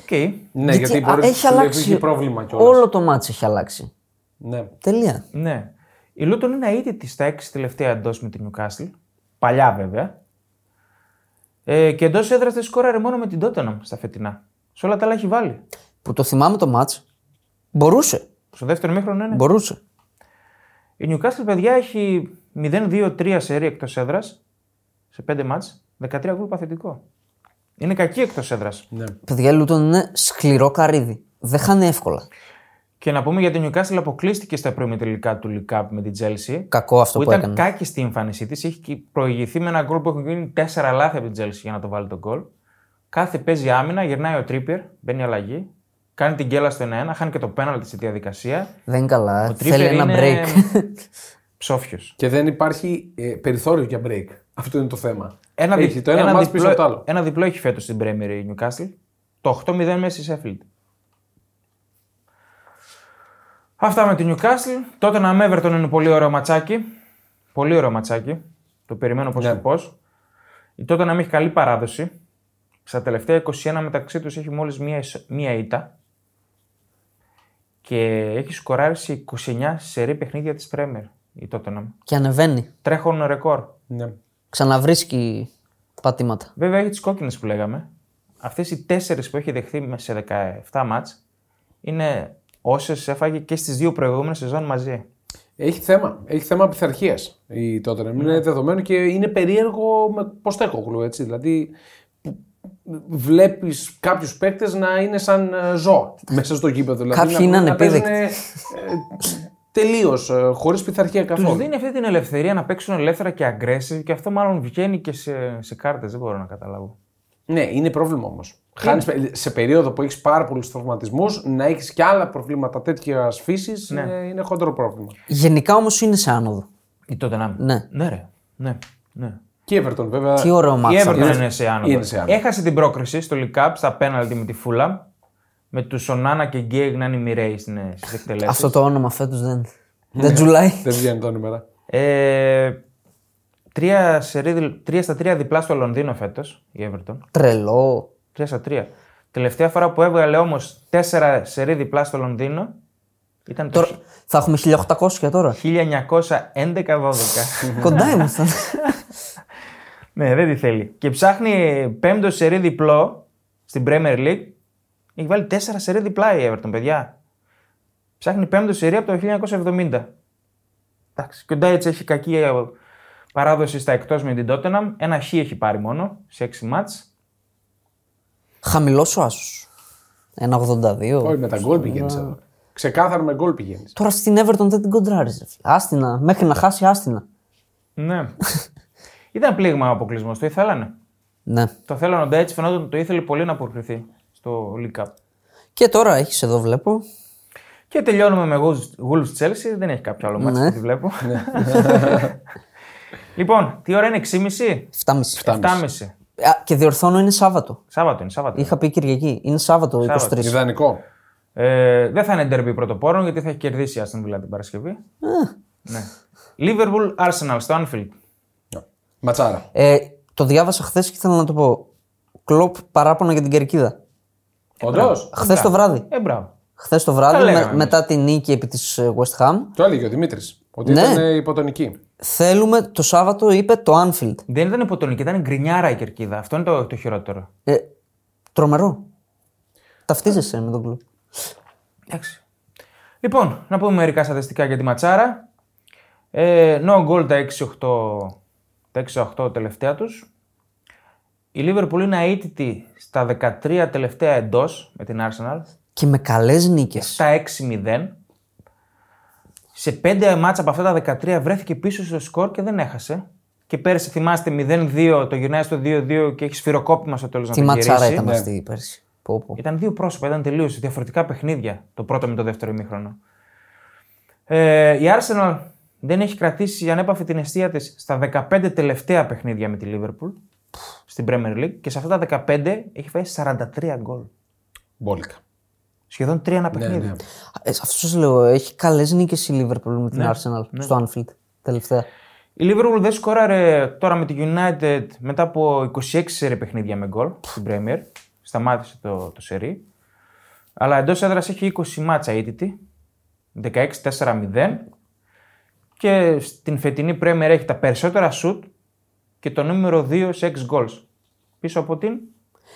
[SPEAKER 3] Οκ.
[SPEAKER 1] Ναι, γιατί,
[SPEAKER 2] α,
[SPEAKER 1] μπορείς
[SPEAKER 2] έχει
[SPEAKER 1] να
[SPEAKER 2] αλλάξει.
[SPEAKER 1] αλλάξει πρόβλημα κιόλας.
[SPEAKER 2] Όλο το μάτσο έχει αλλάξει.
[SPEAKER 1] Ναι.
[SPEAKER 2] Τελεία.
[SPEAKER 3] Ναι. Η Λούτον είναι αίτητη στα 6 τελευταία εντός με την Newcastle. Παλιά βέβαια. Ε, και εντός έδρας δεν σκόραρε μόνο με την Tottenham στα φετινά. Σε όλα τα άλλα έχει βάλει.
[SPEAKER 2] Που το θυμάμαι το μάτσο. Μπορούσε.
[SPEAKER 3] Στο δεύτερο μήχρονο είναι.
[SPEAKER 2] Μπορούσε.
[SPEAKER 3] Η Newcastle, παιδιά, έχει 0-2-3 σερή εκτός έδρας σε 5 μάτς, 13 γκολ παθητικό. Είναι κακή εκτός έδρας.
[SPEAKER 1] ναι.
[SPEAKER 2] Παιδιά, η Λούτον είναι σκληρό καρύδι. Δεν χάνει εύκολα.
[SPEAKER 3] Και να πούμε για την Newcastle αποκλείστηκε στα προημιτελικά του League Cup με την Chelsea.
[SPEAKER 2] Κακό αυτό
[SPEAKER 3] που
[SPEAKER 2] που,
[SPEAKER 3] ήταν
[SPEAKER 2] έκανε.
[SPEAKER 3] κάκιστη η εμφάνισή της. Έχει και προηγηθεί με ένα γκολ που έχουν γίνει τέσσερα λάθη από την Τζέλση για να το βάλει τον γκολ. Κάθε παίζει άμυνα, γυρνάει ο Τρίπερ, μπαίνει αλλαγή. Κάνει την γκέλα στο 1-1, χάνει και το πέναλτι στη διαδικασία.
[SPEAKER 2] Δεν είναι καλά. ε.
[SPEAKER 3] Ο
[SPEAKER 2] Θέλει
[SPEAKER 3] Τρίπερ
[SPEAKER 2] ένα
[SPEAKER 3] είναι
[SPEAKER 2] break. *laughs*
[SPEAKER 3] ψόφιος.
[SPEAKER 1] Και δεν υπάρχει ε, περιθώριο για break. Αυτό είναι το θέμα.
[SPEAKER 3] Ένα, δι-
[SPEAKER 1] έχει το ένα, μάτς πίσω από το άλλο.
[SPEAKER 3] ένα διπλό έχει φέτος στην Πρέμερ η Newcastle. Το 8-0 μέσα στη Σέφιλντ. Αυτά με την Newcastle. Τότε να με Everton είναι πολύ ωραίο ματσάκι. Πολύ ωραίο ματσάκι. Το περιμένω
[SPEAKER 1] Ναι.
[SPEAKER 3] πώ και πώς. Η τότε να μην έχει καλή παράδοση. Στα τελευταία 21 μεταξύ τους έχει μόλις μία, ισο- μία ήττα. Και έχει σκοράρει σε 29 σερή παιχνίδια της Πρέμερ η Tottenham.
[SPEAKER 2] και ανεβαίνει.
[SPEAKER 3] Τρέχον ρεκόρ.
[SPEAKER 1] Ναι.
[SPEAKER 2] Ξαναβρίσκει πατήματα.
[SPEAKER 3] Βέβαια έχει τις κόκκινες που λέγαμε. Αυτές οι τέσσερις που έχει δεχθεί μέσα σε 17 μάτ είναι όσες έφαγε και στις δύο προηγούμενες σεζόν μαζί.
[SPEAKER 1] Έχει θέμα. Έχει θέμα πειθαρχίας η τότε.
[SPEAKER 2] Ναι.
[SPEAKER 1] Είναι δεδομένο και είναι περίεργο με πώ τέκοκλου. Έτσι. Δηλαδή, βλέπεις κάποιους παίκτες να είναι σαν ε, ζώα *laughs* μέσα στο γήπεδο. Δηλαδή,
[SPEAKER 2] Κάποιοι είναι ανεπίδεκτοι.
[SPEAKER 1] ε, Τελείως, χωρί ε, πειθαρχία
[SPEAKER 3] Τους
[SPEAKER 1] καθόλου.
[SPEAKER 3] δίνει αυτή την ελευθερία να παίξουν ελεύθερα και aggressive και αυτό μάλλον βγαίνει και σε, σε κάρτες. Δεν μπορώ να καταλάβω.
[SPEAKER 1] Ναι, είναι πρόβλημα όμως. Χάνεις σε περίοδο που έχεις πάρα πολλούς τραυματισμούς, να έχεις και άλλα προβλήματα τέτοιας φύσης
[SPEAKER 2] Ναι.
[SPEAKER 1] είναι, είναι χοντρό πρόβλημα.
[SPEAKER 2] Γενικά όμως είναι σε άνοδο.
[SPEAKER 3] Η τότε να
[SPEAKER 2] Ναι.
[SPEAKER 3] Ναι, ρε. Ναι, ναι.
[SPEAKER 1] Και η Everton βέβαια.
[SPEAKER 2] Τι ωραίο
[SPEAKER 3] Η
[SPEAKER 2] μάτσο.
[SPEAKER 3] Everton
[SPEAKER 1] Είναι-
[SPEAKER 3] είναι σε άνοδο.
[SPEAKER 1] είναι σε άνοδο.
[SPEAKER 3] Έχασε την πρόκριση στο League Cup στα πέναλτι με τη Φούλα. Με τους Σονάνα και Γκέιγ να είναι μοιραίοι στις εκτελέσεις.
[SPEAKER 2] Αυτό το όνομα φέτος δεν.
[SPEAKER 3] Ναι.
[SPEAKER 2] Δεν τζουλάει.
[SPEAKER 1] Δεν βγαίνει το νούμερα.
[SPEAKER 3] Ε, τρία, σερί, δι- τρία στα τρία διπλά στο Λονδίνο φέτος η Everton.
[SPEAKER 2] Τρελό.
[SPEAKER 3] Τρία στα τρία. Τελευταία φορά που έβγαλε όμως τέσσερα σερί διπλά στο Λονδίνο ήταν το
[SPEAKER 2] Τώρα θα έχουμε 1800 τώρα.
[SPEAKER 3] 1911-12.
[SPEAKER 2] Κοντά
[SPEAKER 3] *laughs*
[SPEAKER 2] ήμασταν.
[SPEAKER 3] ναι, δεν τη θέλει. Και ψάχνει πέμπτο σερί διπλό στην Premier League. Έχει βάλει τέσσερα σερί διπλά η Everton, παιδιά. Ψάχνει πέμπτο σερί από το 1970. Εντάξει, και ο Ντάιτς έχει κακή ε, παράδοση στα εκτός με την Tottenham. Ένα χ έχει πάρει μόνο σε 6 μάτς.
[SPEAKER 2] Χαμηλός ο άσος. 1,82.
[SPEAKER 3] ναι.
[SPEAKER 1] Όχι, με τα γκολ πηγαίνει εδώ. Ξεκάθαρα με γκολ πηγαίνει.
[SPEAKER 2] Τώρα στην Everton δεν την κοντράρεις. Άστινα. Μέχρι να χάσει, άστινα.
[SPEAKER 3] Ναι. Ήταν πλήγμα ο αποκλεισμός, το ήθελανε.
[SPEAKER 2] Ναι.
[SPEAKER 3] Το θέλανε ο Ντάιτς, φαινόταν ότι το ήθελε πολύ να αποκριθεί στο League Cup.
[SPEAKER 2] Και τώρα έχεις εδώ, βλέπω.
[SPEAKER 3] Και τελειώνουμε με Wolves Chelsea. Δεν έχει κάποιο άλλο μάτι
[SPEAKER 2] Ναι.
[SPEAKER 3] που τη βλέπω. *laughs* λοιπόν, τι ώρα είναι, 6.30?
[SPEAKER 2] 7.30.
[SPEAKER 3] 7.30.
[SPEAKER 2] Α, Και διορθώνω είναι Σάββατο.
[SPEAKER 3] Σάββατο είναι, Σάββατο.
[SPEAKER 2] Είχα πει Κυριακή. Είναι Σάββατο 23.
[SPEAKER 3] Σάββατο.
[SPEAKER 1] Ιδανικό.
[SPEAKER 3] Ε, δεν θα είναι derby πρωτοπόρων γιατί θα έχει κερδίσει η Aston Villa την Παρασκευή. ναι. Liverpool Arsenal στο Anfield.
[SPEAKER 1] Ναι. Ματσάρα.
[SPEAKER 2] Ε, το διάβασα χθες και ήθελα να το πω. Κλοπ παράπονα για την κερκίδα.
[SPEAKER 1] Όντως.
[SPEAKER 2] Χθε το βράδυ.
[SPEAKER 3] Ε, μπράβο.
[SPEAKER 2] Χθες το
[SPEAKER 3] Τα
[SPEAKER 2] βράδυ,
[SPEAKER 3] λέγαμε
[SPEAKER 2] με-
[SPEAKER 3] εμείς.
[SPEAKER 2] μετά τη νίκη επί της West Ham,
[SPEAKER 1] Το έλεγε ο Δημήτρης. Ότι
[SPEAKER 2] Ναι.
[SPEAKER 1] ήταν ε, υποτονική.
[SPEAKER 2] θέλουμε το Σάββατο, είπε το Anfield.
[SPEAKER 3] Δεν ήταν υποτονική, ήταν γκρινιάρα η κερκίδα. Αυτό είναι το, το χειρότερο.
[SPEAKER 2] Ε, τρομερό. Ταυτίζεσαι με τον κλοπ.
[SPEAKER 3] Εντάξει. Λοιπόν, να πούμε μερικά στατιστικά για τη ματσάρα. Ε, no goal τα 6-8, τα 6-8 τελευταία τους. Η Liverpool είναι αίτητη στα 13 τελευταία εντός με την Arsenal,
[SPEAKER 2] Και με καλές νίκες.
[SPEAKER 3] στα 6-0. Σε 5 μάτσα από αυτά τα 13 βρέθηκε πίσω στο σκορ και δεν έχασε. Και πέρσι θυμάστε 0-2, το γυρνάει στο 2-2 και έχει σφυροκόπημα στο τέλος να
[SPEAKER 2] Τι
[SPEAKER 3] το
[SPEAKER 2] ματσάρα
[SPEAKER 3] γυρίσει.
[SPEAKER 2] ήταν
[SPEAKER 1] ναι.
[SPEAKER 2] αυτή πέρσι. Πω, πω.
[SPEAKER 3] Ήταν δύο πρόσωπα, ήταν τελείως διαφορετικά παιχνίδια το πρώτο με το δεύτερο ημίχρονο. Ε, η Arsenal δεν έχει κρατήσει ανέπαφη την αιστεία της στα 15 τελευταία παιχνίδια με τη Liverpool στην Premier League και σε αυτά τα 15 έχει φάει 43 γκολ.
[SPEAKER 1] Μπόλικα.
[SPEAKER 3] Σχεδόν τρία ένα παιχνίδι.
[SPEAKER 1] ναι.
[SPEAKER 2] Ε, αυτό σας λέω, έχει καλές νίκες η Liverpool με την
[SPEAKER 3] Ναι.
[SPEAKER 2] Arsenal στο Anfield τελευταία.
[SPEAKER 3] Η Liverpool δεν σκόραρε τώρα με τη United μετά από 26 σερή παιχνίδια με γκολ στην Premier. Σταμάτησε το, το σερή. Αλλά εντός έδρας έχει 20 μάτσα ήττητη. 16-4-0. Και στην φετινή Premier έχει τα περισσότερα σουτ και το νούμερο 2 σε 6 goals. Πίσω από την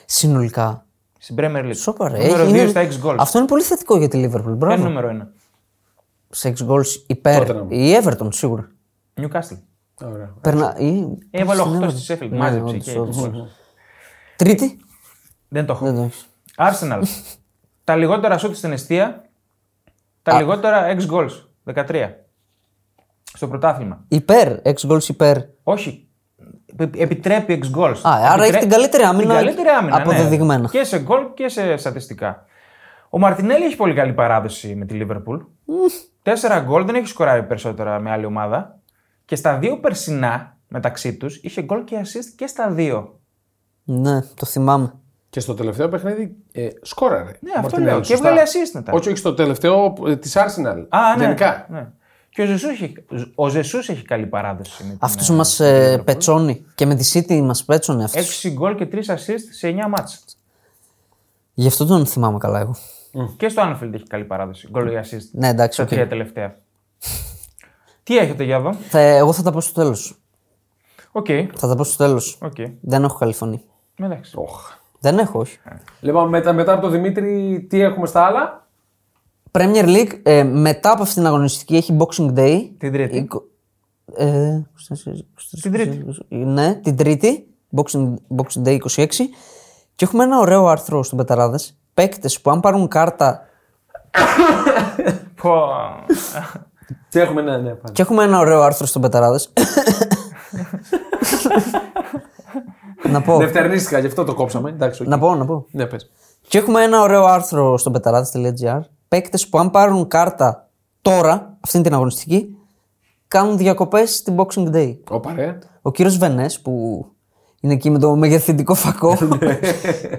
[SPEAKER 2] Συνολικά.
[SPEAKER 3] στην Premier League.
[SPEAKER 2] Σοπαρέ.
[SPEAKER 3] νούμερο 2 στα 6 goals.
[SPEAKER 2] Αυτό είναι πολύ θετικό για τη Liverpool.
[SPEAKER 3] Δεν
[SPEAKER 2] Μπράβο.
[SPEAKER 3] είναι νούμερο
[SPEAKER 2] Σε 6 goals υπέρ.
[SPEAKER 1] Tottenham.
[SPEAKER 2] Η Everton σίγουρα.
[SPEAKER 3] 1. Newcastle.
[SPEAKER 1] Ωραία.
[SPEAKER 2] Περνά... η-
[SPEAKER 3] Έβαλε
[SPEAKER 2] στην
[SPEAKER 3] 8
[SPEAKER 2] Everton.
[SPEAKER 3] στη Sheffield.
[SPEAKER 2] Ναι,
[SPEAKER 3] Μάζεψε.
[SPEAKER 2] όντως,
[SPEAKER 3] και-
[SPEAKER 2] όντως. Τρίτη.
[SPEAKER 3] Δεν το έχω.
[SPEAKER 2] Δεν το έχεις. *laughs*
[SPEAKER 3] Arsenal. τα λιγότερα σούτ στην αιστεία. Τα λιγότερα ex goals. 13. Στο πρωτάθλημα.
[SPEAKER 2] Υπέρ. 6 goals υπέρ.
[SPEAKER 3] Όχι. Επι- Επιτρέπει ex goals.
[SPEAKER 2] άρα έχει την καλύτερη άμυνα
[SPEAKER 3] Την καλύτερη άμυνα. ναι.
[SPEAKER 2] αποδεδειγμένα.
[SPEAKER 3] Και σε γκολ και σε στατιστικά. Ο Μαρτινέλη έχει πολύ καλή παράδοση με τη Λίβερπουλ. Τέσσερα γκολ δεν έχει σκοράρει περισσότερα με άλλη ομάδα. Και στα δύο περσινά μεταξύ τους είχε γκολ και assist και στα δύο.
[SPEAKER 2] Ναι, το θυμάμαι.
[SPEAKER 1] Και στο τελευταίο παιχνίδι ε, σκόραρε.
[SPEAKER 3] Ναι, αυτό
[SPEAKER 1] Μαρτινέλη,
[SPEAKER 3] λέω. Και
[SPEAKER 1] σωστά.
[SPEAKER 3] έβγαλε assist μετά.
[SPEAKER 1] Όχι, όχι, στο τελευταίο της Arsenal.
[SPEAKER 3] Α, ναι.
[SPEAKER 1] Γενικά.
[SPEAKER 3] ναι. Και ο Ζεσούς έχει, ο Ζεσούς έχει καλή παράδοση. με την,
[SPEAKER 2] Αυτός
[SPEAKER 3] ε,
[SPEAKER 2] μα
[SPEAKER 3] Liverpool.
[SPEAKER 2] πετσώνει. Και με τη City μας πέτσωνε αυτός.
[SPEAKER 3] 6 γκολ και 3 assist σε 9 μάτς.
[SPEAKER 2] Γι' αυτό τον θυμάμαι καλά εγώ.
[SPEAKER 3] Και στο Anfield έχει καλή παράδοση. Γκολ και assist.
[SPEAKER 2] Ναι, εντάξει.
[SPEAKER 3] Στα
[SPEAKER 2] οκ.
[SPEAKER 3] τρία τελευταία. Τι έχετε για εδώ.
[SPEAKER 2] Θα, εγώ θα τα πω στο τέλος.
[SPEAKER 3] Οκ.
[SPEAKER 2] Θα τα πω στο τέλος.
[SPEAKER 3] Οκ.
[SPEAKER 2] Δεν έχω καλή φωνή.
[SPEAKER 3] Εντάξει.
[SPEAKER 1] Οχ.
[SPEAKER 2] Δεν έχω, όχι.
[SPEAKER 3] Ε.
[SPEAKER 1] Λοιπόν, μετά, μετά από τον Δημήτρη, τι έχουμε στα άλλα.
[SPEAKER 2] Premier League ε, μετά από αυτήν την αγωνιστική έχει Boxing Day.
[SPEAKER 3] Την Τρίτη.
[SPEAKER 2] Εικο- Ε, 24, 23,
[SPEAKER 3] Την Τρίτη.
[SPEAKER 2] 24, Ναι, την Τρίτη. Boxing, Boxing Day 26. Και έχουμε ένα ωραίο άρθρο στον Πεταράδες. Παίκτες που αν πάρουν κάρτα.
[SPEAKER 3] Πω.
[SPEAKER 1] Τι έχουμε, ναι, ναι, πάλι.
[SPEAKER 2] Και έχουμε ένα ωραίο άρθρο στον Πεταράδες.
[SPEAKER 3] *laughs*
[SPEAKER 2] να πω.
[SPEAKER 1] Δευτερνίστηκα, γι' αυτό το κόψαμε. Εντάξει, οκ.
[SPEAKER 2] να πω, να πω.
[SPEAKER 1] Ναι, πες.
[SPEAKER 2] Και έχουμε ένα ωραίο άρθρο στο πεταράδε.gr. Παίκτες που αν πάρουν κάρτα τώρα, αυτήν την αγωνιστική, κάνουν διακοπές στην Boxing Day.
[SPEAKER 1] Όπα, ρε.
[SPEAKER 2] Ο κύριος Βενές, που είναι εκεί με το μεγεθυντικό φακό,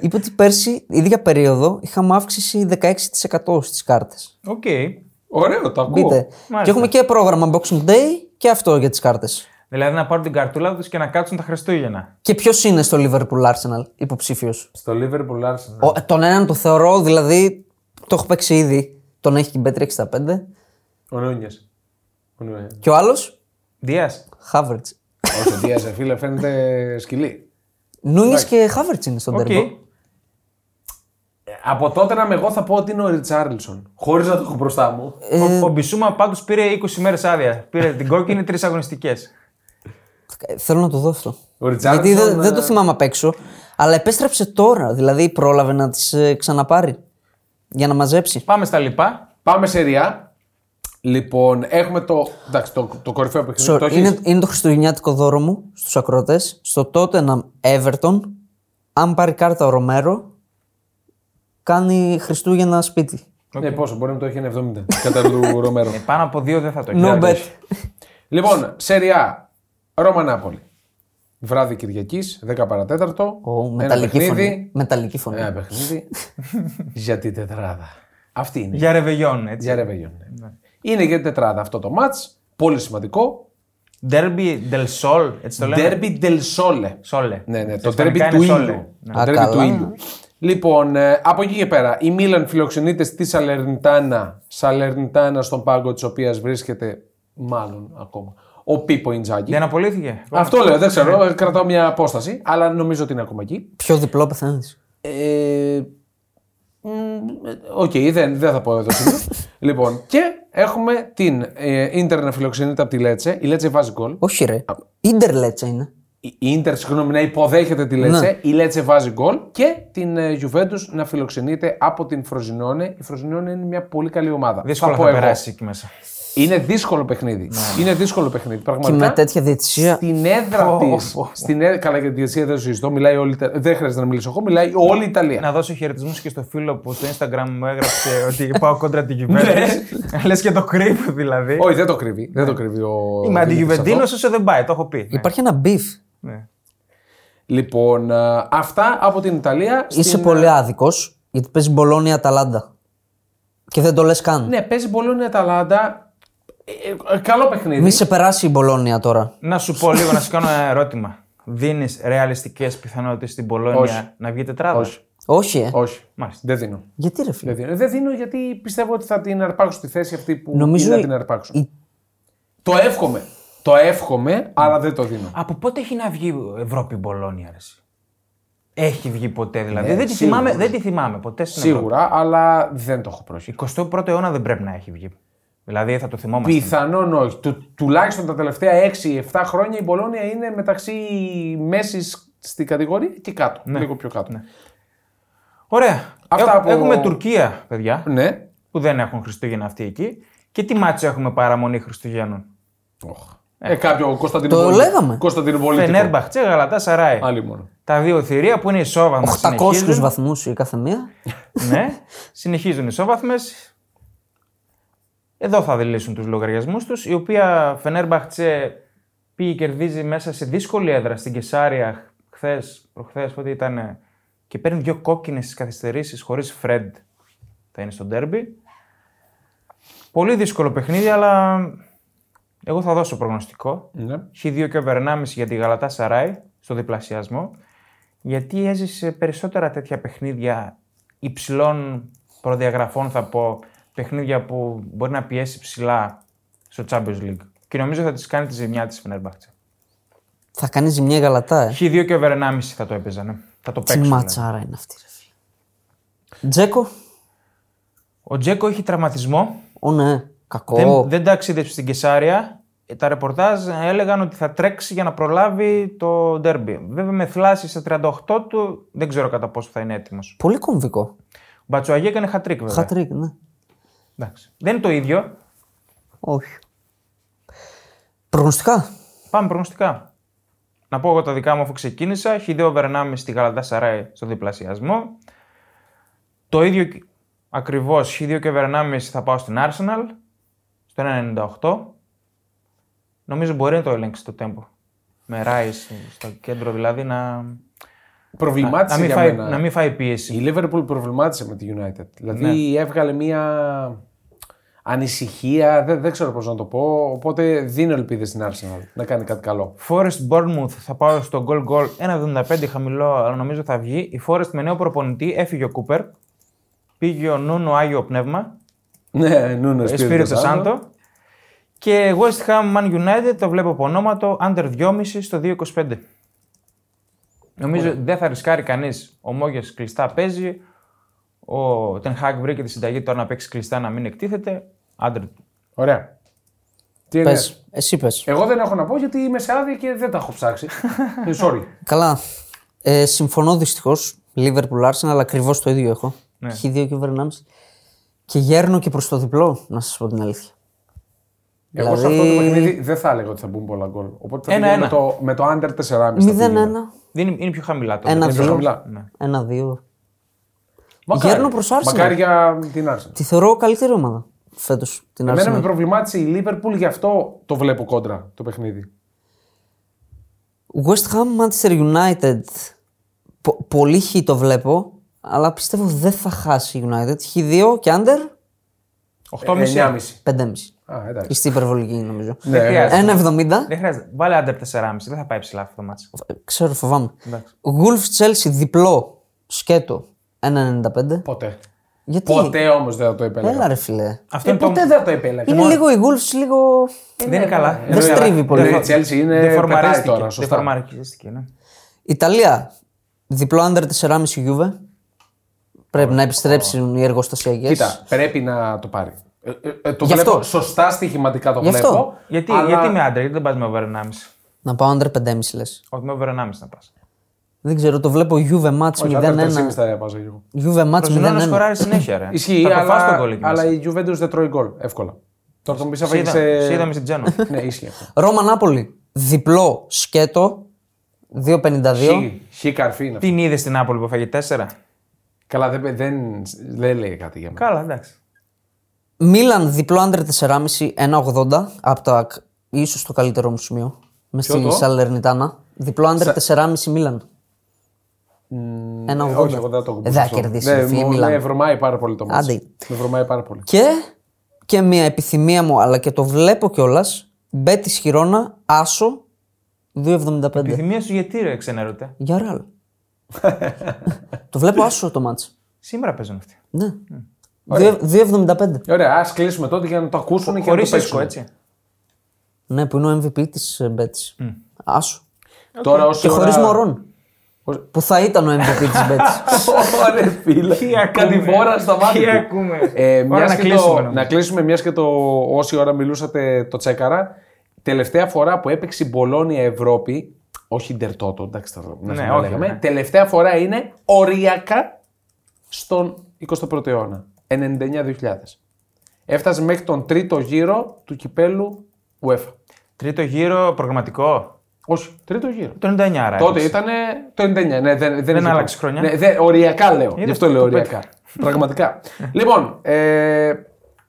[SPEAKER 2] είπε ότι πέρσι, ίδια περίοδο, είχαμε αύξηση 16% στις κάρτες.
[SPEAKER 3] Οκ.
[SPEAKER 1] Ωραίο, το ακούω.
[SPEAKER 2] Μπείτε. Και έχουμε και πρόγραμμα Boxing Day και αυτό για τις κάρτες.
[SPEAKER 3] Δηλαδή να πάρουν την καρτούλα τους και να κάτσουν τα Χριστούγεννα.
[SPEAKER 2] Και ποιος είναι στο Liverpool Arsenal υποψήφιος.
[SPEAKER 1] Στο Liverpool Arsenal.
[SPEAKER 2] Ο- Τον έναν το θεωρώ, δηλαδή το έχω παίξει ήδη. Τον έχει και η Bet365.
[SPEAKER 1] Ο Νούνιες. Ο Νούνιες.
[SPEAKER 2] Και ο άλλος,
[SPEAKER 3] Δίας.
[SPEAKER 2] Χάβερτ.
[SPEAKER 1] Όχι, ο Δίας, ε, φίλε, φαίνεται σκυλί.
[SPEAKER 2] Νούνιε και Χάβερτ είναι στον
[SPEAKER 3] Οκ.
[SPEAKER 2] τέρμα.
[SPEAKER 1] Ε, Από τότε να με εγώ θα πω ότι είναι ο Ριτσάρλσον. Χωρίς να το έχω μπροστά μου.
[SPEAKER 2] Ε-
[SPEAKER 3] Ο- Ο Μπισούμα πάντως πήρε 20 μέρες άδεια. Πήρε την κόκκινη τρεις αγωνιστικές.
[SPEAKER 2] Θέλω να το δω αυτό.
[SPEAKER 1] Ο Ριτσάρλσον.
[SPEAKER 2] Γιατί δεν, δεν
[SPEAKER 1] ε,
[SPEAKER 2] το θυμάμαι απ' έξω. Αλλά επέστρεψε τώρα. Δηλαδή πρόλαβε να τις ξαναπάρει. Για να μαζέψει.
[SPEAKER 1] Ε,
[SPEAKER 3] Πάμε στα λοιπά.
[SPEAKER 1] Πάμε σε ριά. Λοιπόν, έχουμε το. Εντάξει, το, το κορυφαίο παιχνίδι.
[SPEAKER 2] Sorry,
[SPEAKER 1] το έχεις.
[SPEAKER 2] είναι, είναι το χριστουγεννιάτικο δώρο μου στους ακροατές. Στο Tottenham Everton. Αν πάρει κάρτα ο Ρομέρο, κάνει Χριστούγεννα σπίτι.
[SPEAKER 1] Ναι, πόσο, μπορεί να το έχει ένα 70 κατά
[SPEAKER 2] *laughs*
[SPEAKER 1] του Ρομέρο.
[SPEAKER 3] Ε, Πάνω από δύο δεν θα το έχει.
[SPEAKER 2] No
[SPEAKER 3] Δεν θα το
[SPEAKER 2] bet.
[SPEAKER 3] έχει.
[SPEAKER 1] λοιπόν, Σεριά, Ρώμα Νάπολη. Βράδυ Κυριακής, 10 παρατέταρτο.
[SPEAKER 2] Ω,
[SPEAKER 1] ένα
[SPEAKER 2] μεταλλική φωνή.
[SPEAKER 1] παιχνίδι. Ε,
[SPEAKER 2] Μεταλλική φωνή.
[SPEAKER 1] Ένα
[SPEAKER 2] *laughs*
[SPEAKER 1] παιχνίδι. για την τετράδα. Αυτή είναι.
[SPEAKER 3] Για ρεβεγιόν, έτσι.
[SPEAKER 1] Για Ρεβεγιόν. ναι. Είναι για την τετράδα αυτό το μάτς. Πολύ σημαντικό.
[SPEAKER 3] Derby del Sol, έτσι το λέμε.
[SPEAKER 1] Derby del Sole.
[SPEAKER 3] Sole.
[SPEAKER 1] Ναι, ναι,
[SPEAKER 3] Σε
[SPEAKER 1] το
[SPEAKER 3] ισπανικά
[SPEAKER 1] τέρμπι
[SPEAKER 3] είναι
[SPEAKER 1] του
[SPEAKER 3] Sole.
[SPEAKER 1] ήλιου.
[SPEAKER 3] Ναι.
[SPEAKER 1] Το
[SPEAKER 2] Α,
[SPEAKER 1] derby
[SPEAKER 2] καλά.
[SPEAKER 1] του ήλιου. Λοιπόν, ε, από εκεί και πέρα, η Μίλαν φιλοξενείται στη Σαλερνιτάνα. Σαλερνιτάνα στον πάγκο της οποίας βρίσκεται, μάλλον ακόμα, ο Πίπο Ιντζάκη.
[SPEAKER 3] Δεν απολύθηκε.
[SPEAKER 1] Αυτό λέω, δεν ξέρω, ε, κρατάω μια απόσταση, αλλά νομίζω ότι είναι ακόμα εκεί.
[SPEAKER 2] Πιο διπλό πεθαίνει.
[SPEAKER 1] Ε, μ, Οκ, δεν, δεν θα πω εδώ
[SPEAKER 2] *laughs*
[SPEAKER 1] σήμερα. λοιπόν, και έχουμε την ε, Ίντερ να φιλοξενείται από τη Λέτσε. Η Λέτσε βάζει γκολ.
[SPEAKER 2] Όχι, ρε. Ιντερλέτσα είναι.
[SPEAKER 1] Η Ιντερ, συγγνώμη, να υποδέχεται τη Λέτσε.
[SPEAKER 2] Ναι.
[SPEAKER 1] Η Λέτσε βάζει γκολ και την ε, Juventus να φιλοξενείται από την Φροζινόνε. Η Φροζινόνε είναι μια πολύ καλή ομάδα.
[SPEAKER 3] Δύσκολα
[SPEAKER 1] πω
[SPEAKER 3] θα
[SPEAKER 1] εγώ.
[SPEAKER 3] περάσει εκεί μέσα.
[SPEAKER 1] Είναι δύσκολο παιχνίδι. Είναι δύσκολο παιχνίδι.
[SPEAKER 2] Ναι, Και
[SPEAKER 1] Πραγματικά.
[SPEAKER 2] με τέτοια διαιτησία.
[SPEAKER 1] Στην έδρα τη. Στην έδρα. Καλά, γιατί εσύ δεν συζητώ. Μιλάει όλη, η Ιτα- δεν χρειάζεται να μιλήσω εγώ. Μιλάει όλη η Ιταλία.
[SPEAKER 3] Να δώσω χαιρετισμούς και στο φίλο που στο Instagram μου
[SPEAKER 1] *laughs*
[SPEAKER 3] έγραψε ότι πάω κόντρα την κυβέρνηση. Λες και το κρύβω δηλαδή.
[SPEAKER 1] Ναι. Όχι, δεν το κρύβει. Δεν
[SPEAKER 2] Ναι.
[SPEAKER 1] το κρύβει ο.
[SPEAKER 3] Είμαι
[SPEAKER 1] Δημήτρης αυτό.
[SPEAKER 3] αντιγιουβεντίνο, όσο δεν πάει, το έχω πει. Ναι,
[SPEAKER 2] Υπάρχει ένα μπιφ.
[SPEAKER 3] ναι.
[SPEAKER 1] Λοιπόν, α, αυτά από την Ιταλία.
[SPEAKER 2] Είσαι
[SPEAKER 1] στην-
[SPEAKER 2] πολύ άδικος γιατί παίζει Μπολόνια Αταλάντα. Και δεν το λες καν.
[SPEAKER 1] Ναι, παίζει πολύ η Αταλάντα. Ε, ε, καλό παιχνίδι.
[SPEAKER 2] Μη σε περάσει η Μπολόνια τώρα.
[SPEAKER 3] Να σου πω λίγο, να σου κάνω ένα ερώτημα. Δίνεις ρεαλιστικές πιθανότητες στην
[SPEAKER 1] Όχι.
[SPEAKER 3] Πολόνια να βγει τετράδα.
[SPEAKER 1] Όχι.
[SPEAKER 2] Όχι, ε.
[SPEAKER 1] Όχι.
[SPEAKER 3] Μάλιστα.
[SPEAKER 1] Δεν δίνω.
[SPEAKER 2] Γιατί ρε φίλε.
[SPEAKER 1] Δεν δίνω. Δηλαδή, ε, Δεν δίνω γιατί πιστεύω ότι θα την αρπάξουν τη θέση αυτή που
[SPEAKER 2] Νομίζω
[SPEAKER 1] είναι να
[SPEAKER 2] η-
[SPEAKER 1] την αρπάξουν.
[SPEAKER 2] η-
[SPEAKER 1] Το εύχομαι. Το εύχομαι, αλλά δεν το δίνω.
[SPEAKER 3] Από πότε έχει να βγει Ευρώπη η Μπολόνια, ρε. εσύ? Έχει βγει ποτέ δηλαδή.
[SPEAKER 1] Ναι,
[SPEAKER 3] δεν, τη
[SPEAKER 1] σίγουρα.
[SPEAKER 3] θυμάμαι, δεν τη θυμάμαι ποτέ στην Ευρώπη.
[SPEAKER 1] Σίγουρα, αλλά δεν το έχω πρόσχει.
[SPEAKER 3] 21ο αιώνα δεν πρέπει να έχει βγει. Δηλαδή θα το θυμόμαστε.
[SPEAKER 1] Πιθανόν όχι. Του, τουλάχιστον τα τελευταία 6-7 χρόνια η Μπολόνια είναι μεταξύ μέσης στην κατηγορία και κάτω. Λίγο πιο κάτω. Ναι.
[SPEAKER 3] Ωραία.
[SPEAKER 1] Αυτά
[SPEAKER 3] Έχ-
[SPEAKER 1] από-
[SPEAKER 3] Έχουμε Τουρκία, παιδιά,
[SPEAKER 1] ναι.
[SPEAKER 3] που δεν έχουν Χριστούγεννα αυτοί εκεί. Και τι μάτσο έχουμε παραμονή Χριστουγέννων.
[SPEAKER 1] Ε, κάποιο Κωνσταντινούπολη.
[SPEAKER 2] Το λέγαμε.
[SPEAKER 1] Κωνσταντινούπολη.
[SPEAKER 3] Φενέρμπαχτσε, Γαλατά Σαράι.
[SPEAKER 1] Άλλη μόνο.
[SPEAKER 3] Τα δύο θηρία που είναι ισόβαθμα.
[SPEAKER 2] 800
[SPEAKER 3] συνεχίζουν.
[SPEAKER 2] βαθμούς η κάθε μία.
[SPEAKER 3] ναι, συνεχίζουν ισόβαθμε. Εδώ θα δηλήσουν τους λογαριασμούς τους. Η οποία Φενέρμπαχτσε πήγε κερδίζει μέσα σε δύσκολη έδρα στην Κεσάρια χθες, προχθές, πότε ήταν. Και παίρνει δύο κόκκινες στι καθυστερήσεις χωρίς Φρεντ. Θα είναι στο ντέρμπι. Πολύ δύσκολο παιχνίδι, αλλά εγώ θα δώσω προγνωστικό.
[SPEAKER 1] Ναι.
[SPEAKER 3] Χ2 και over 1,5 για τη Γαλατά Σαράι στο διπλασιασμό. Γιατί έζησε περισσότερα τέτοια παιχνίδια υψηλών προδιαγραφών, θα πω, παιχνίδια που μπορεί να πιέσει ψηλά στο Champions League. Και νομίζω θα τη κάνει τη ζημιά της Φενέρμπαχτσε.
[SPEAKER 2] Θα κάνει ζημιά η γαλατά, ε.
[SPEAKER 3] Χ2 και over 1,5 θα το έπαιζαν. Θα το
[SPEAKER 2] Τι
[SPEAKER 3] παίξουν. δηλαδή.
[SPEAKER 2] ματσάρα είναι αυτή, ρε φίλε. Τζέκο.
[SPEAKER 3] Ο Τζέκο έχει τραυματισμό.
[SPEAKER 2] Ω ναι, κακό.
[SPEAKER 3] Δεν, δεν ταξίδευσε στην Κεσάρια. Ε, Τα ρεπορτάζ έλεγαν ότι θα τρέξει για να προλάβει το ντέρμπι. Βέβαια με θλάση στα 38 του δεν ξέρω κατά πόσο θα είναι έτοιμος.
[SPEAKER 2] Πολύ κομβικό.
[SPEAKER 3] Ο Μπατσουαγέ έκανε χατρίκ βέβαια.
[SPEAKER 2] Χατρίκ, ναι.
[SPEAKER 3] Εντάξει. Δεν είναι το ίδιο.
[SPEAKER 2] Όχι. Ναι. Προγνωστικά.
[SPEAKER 3] Πάμε προγνωστικά. Να πω εγώ τα δικά μου αφού ξεκίνησα. Χ2 over 1,5 στη Γαλαντά Σαράι στο διπλασιασμό. Το ίδιο ακριβώ Χ2 και over 1,5 θα πάω στην Arsenal στο 1,98. Νομίζω μπορεί να το ελέγξει το τέμπο. Με Ράι στο κέντρο δηλαδή να, να,
[SPEAKER 1] Προβλημάτισε
[SPEAKER 3] να, μην
[SPEAKER 1] για
[SPEAKER 3] φάει,
[SPEAKER 1] μένα.
[SPEAKER 3] να μην φάει πίεση.
[SPEAKER 1] Η Liverpool προβλημάτισε με τη United. Δηλαδή έβγαλε μια ανησυχία, δεν, δεν ξέρω πώς να το πω. Οπότε δίνω ελπίδες στην Arsenal να κάνει κάτι καλό.
[SPEAKER 3] Forest Bournemouth θα πάω στο goal goal 1.75 χαμηλό, αλλά νομίζω θα βγει. Η Forest με νέο προπονητή έφυγε ο Κούπερ. Πήγε ο Νούνο Άγιο Πνεύμα.
[SPEAKER 1] Ναι, Νούνο
[SPEAKER 3] Σπύριο Σάντο. Και West Ham Man United το βλέπω από ονόματο under 2,5 στο 2,25. Νομίζω δεν θα ρισκάρει κανείς. Ο Μόγες κλειστά παίζει. Ο Ten Hag βρήκε τη συνταγή τώρα να παίξει κλειστά να μην εκτίθεται. Under.
[SPEAKER 1] Ωραία. Τι
[SPEAKER 2] Πες.
[SPEAKER 1] εννοείς?
[SPEAKER 2] Εσύ πες.
[SPEAKER 1] Εγώ δεν έχω να πω γιατί είμαι σε άδεια και δεν τα έχω ψάξει. Ε, Sorry.
[SPEAKER 2] Καλά. Ε, συμφωνώ δυστυχώς. Liverpool Arsenal, αλλά ακριβώς το ίδιο έχω. Ναι. Χ2 και over 1,5. Και γέρνω και προς το διπλό, να σας πω την αλήθεια.
[SPEAKER 1] Εγώ σε αυτό το παιχνίδι δεν θα έλεγα ότι θα μπουν πολλά γκολ. Οπότε θα
[SPEAKER 3] Ένα,
[SPEAKER 1] πηγαίνω με
[SPEAKER 3] ένα.
[SPEAKER 1] το, με το under 4,5. θα
[SPEAKER 2] 0-1.
[SPEAKER 1] πήγαινα.
[SPEAKER 3] Δεν είναι, είναι πιο χαμηλά το.
[SPEAKER 2] Ένα,
[SPEAKER 1] πιο
[SPEAKER 2] δύο.
[SPEAKER 1] χαμηλά.
[SPEAKER 2] Ένα, δύο.
[SPEAKER 1] Μακάρι.
[SPEAKER 2] Γέρνω προς Arsenal.
[SPEAKER 1] Μακάρι για την Arsenal.
[SPEAKER 2] Τη θεωρώ καλύτερη ομάδα φέτος την
[SPEAKER 1] Εμένα με
[SPEAKER 2] Arsenal.
[SPEAKER 1] προβλημάτισε η Λίβερπουλ, γι' αυτό το βλέπω κόντρα το παιχνίδι.
[SPEAKER 2] West Ham, Manchester United. Πο- πολύ χι το βλέπω, αλλά πιστεύω δεν θα χάσει η United. Χ2 και under
[SPEAKER 1] 9,5.
[SPEAKER 3] Ε, 8,5.
[SPEAKER 2] 5,5.
[SPEAKER 1] Α, εντάξει.
[SPEAKER 2] Είστε υπερβολική νομίζω.
[SPEAKER 1] Ε, Ναι, ναι.
[SPEAKER 3] χρειάζεται.
[SPEAKER 2] 1,70.
[SPEAKER 3] Δεν χρειάζεται. Βάλε άντε 4,5. Δεν θα πάει ψηλά αυτό το μάτσο.
[SPEAKER 2] Ε, Ξέρω, φοβάμαι.
[SPEAKER 3] Εντάξει.
[SPEAKER 2] Wolves Chelsea διπλό σκέτο 1,95.
[SPEAKER 1] Ποτέ.
[SPEAKER 2] Γιατί.
[SPEAKER 1] Ποτέ όμως δεν θα το επέλεγα.
[SPEAKER 2] Έλα ρε φιλέ.
[SPEAKER 3] Αυτό
[SPEAKER 1] Ε,
[SPEAKER 3] είναι το-
[SPEAKER 1] ποτέ δεν θα το επέλεγα.
[SPEAKER 2] Είναι λίγο η Wolves, λίγο.
[SPEAKER 3] Δεν είναι καλά.
[SPEAKER 2] Ε, Δεν στρίβει πολύ.
[SPEAKER 1] Η Chelsea είναι- πετάει τώρα,
[SPEAKER 3] Δεν
[SPEAKER 1] σωστά.
[SPEAKER 3] φορμαρίστηκε, ναι.
[SPEAKER 2] Ιταλία. Διπλό under 4,5 Juve. Πρέπει να επιστρέψουν οι εργοστασιακές.
[SPEAKER 1] Κοίτα, πρέπει να το πάρει. Ε, ε, ε, το
[SPEAKER 2] Γι' αυτό.
[SPEAKER 1] βλέπω σωστά στοιχηματικά το
[SPEAKER 2] Γι' αυτό.
[SPEAKER 1] βλέπω.
[SPEAKER 3] Γιατί,
[SPEAKER 1] αλλά-
[SPEAKER 3] γιατί με άντρα, γιατί δεν πας με over 1,5.
[SPEAKER 2] Να πάω under 5,5 λες.
[SPEAKER 3] Όχι, με over 1,5 να πας.
[SPEAKER 2] Ναι, Δεν ξέρω, το βλέπω Juve match
[SPEAKER 1] Όχι, άντερ 3,5
[SPEAKER 2] 0-1.
[SPEAKER 1] θα βάζω εγώ.
[SPEAKER 2] Juve match
[SPEAKER 3] Προσβλώνω να
[SPEAKER 2] 0-1.
[SPEAKER 3] σκοράρεις συνέχεια. Ρε.
[SPEAKER 1] Ισχύει,
[SPEAKER 3] θα το φας τον
[SPEAKER 1] αλλά,
[SPEAKER 3] κόλλο εκεί
[SPEAKER 1] αλλά
[SPEAKER 3] μέσα.
[SPEAKER 1] η Juventus δεν τρώει γκολ εύκολα. Τώρα τον πει
[SPEAKER 3] Σε
[SPEAKER 1] αφήνει
[SPEAKER 3] είδα-
[SPEAKER 1] σε.
[SPEAKER 3] σε είδαμε
[SPEAKER 1] *laughs*
[SPEAKER 3] στην Τζένο.
[SPEAKER 1] Ναι, ισχύει
[SPEAKER 2] *laughs*
[SPEAKER 1] αυτό.
[SPEAKER 2] Ρώμα Νάπολη. Διπλό σκέτο 2,52.
[SPEAKER 1] Χι- Χι καρφί είναι αυτό.
[SPEAKER 3] Την είδες στην Άπολη που έφαγε 4.
[SPEAKER 1] Καλά, δεν, δεν, δεν λέει κάτι για μένα.
[SPEAKER 3] Καλά,
[SPEAKER 1] Ναι.
[SPEAKER 3] εντάξει.
[SPEAKER 2] Μίλαν διπλό under 4,5 1,80 από το ακ. ίσως το καλύτερό μου σημείο. Με στη
[SPEAKER 1] το?
[SPEAKER 2] Σαλερνιτάνα. Διπλό under 4,5 Μίλαν. 1,80.
[SPEAKER 1] Όχι, εγώ δεν θα το έχω
[SPEAKER 2] Ε, Δεν θα
[SPEAKER 1] αυτό.
[SPEAKER 2] κερδίσει
[SPEAKER 1] Ναι,
[SPEAKER 2] ρε φίλε,
[SPEAKER 1] μου-
[SPEAKER 2] Μίλαν.
[SPEAKER 1] Ναι, βρωμάει πάρα πολύ το μάτι.
[SPEAKER 2] Άντε.
[SPEAKER 1] Με βρωμάει πάρα πολύ.
[SPEAKER 2] Και, και μια επιθυμία μου, αλλά και το βλέπω κιόλας. Μπέτη Χιρόνα, άσο 2,75.
[SPEAKER 3] Επιθυμία σου γιατί ρε ξενερώτε.
[SPEAKER 2] Για
[SPEAKER 1] *laughs*
[SPEAKER 2] ρεάλ. το βλέπω άσο το μάτς.
[SPEAKER 3] Σήμερα παίζουν αυτοί.
[SPEAKER 2] Ναι. Δύο- 2,75.
[SPEAKER 1] Ωραία, ας κλείσουμε τότε για να το ακούσουν και να
[SPEAKER 3] Χωρί
[SPEAKER 1] το
[SPEAKER 3] ρίσκο,
[SPEAKER 1] παίξουν.
[SPEAKER 3] έτσι.
[SPEAKER 2] Ναι, που είναι ο MVP τη Μπέτη. ε, Άσο.
[SPEAKER 1] Τώρα όσο
[SPEAKER 2] Και χωρίς
[SPEAKER 1] ώρα-
[SPEAKER 2] μωρών. Που θα ήταν ο MVP της Μπέτη.
[SPEAKER 1] *laughs* Ωραία, φίλε. Κάτι φορά στα μάτια.
[SPEAKER 3] Τι
[SPEAKER 1] του.
[SPEAKER 3] ακούμε.
[SPEAKER 1] Ε,
[SPEAKER 3] Ώρα
[SPEAKER 1] μιας
[SPEAKER 3] να
[SPEAKER 1] και
[SPEAKER 3] κλείσουμε.
[SPEAKER 1] Το,
[SPEAKER 3] νομίζω.
[SPEAKER 1] να κλείσουμε μιας και το όση ώρα μιλούσατε το τσέκαρα. Τελευταία φορά που έπαιξε η Μπολόνια Ευρώπη, όχι Ντερτότο, εντάξει, θα να
[SPEAKER 3] Ναι,
[SPEAKER 1] μην το
[SPEAKER 3] όχι,
[SPEAKER 1] λέγαμε.
[SPEAKER 3] ναι.
[SPEAKER 1] Τελευταία φορά είναι οριακά στον 21ο αιώνα. 99-2000. Έφτασε μέχρι τον τρίτο γύρο του κυπέλου UEFA.
[SPEAKER 3] Τρίτο γύρο προγραμματικό.
[SPEAKER 1] Όχι, τρίτο γύρο.
[SPEAKER 3] Το 99 άρα.
[SPEAKER 1] Τότε
[SPEAKER 3] έτσι.
[SPEAKER 1] ήταν το 99. Ναι, δεν, δεν, είχε πρόβλημα.
[SPEAKER 3] άλλαξε χρονιά.
[SPEAKER 1] Ναι, δεν- οριακά λέω. Γι' αυτό
[SPEAKER 3] το
[SPEAKER 1] λέω
[SPEAKER 3] πέτυχα.
[SPEAKER 1] οριακά.
[SPEAKER 3] *laughs*
[SPEAKER 1] Πραγματικά. λοιπόν, ε,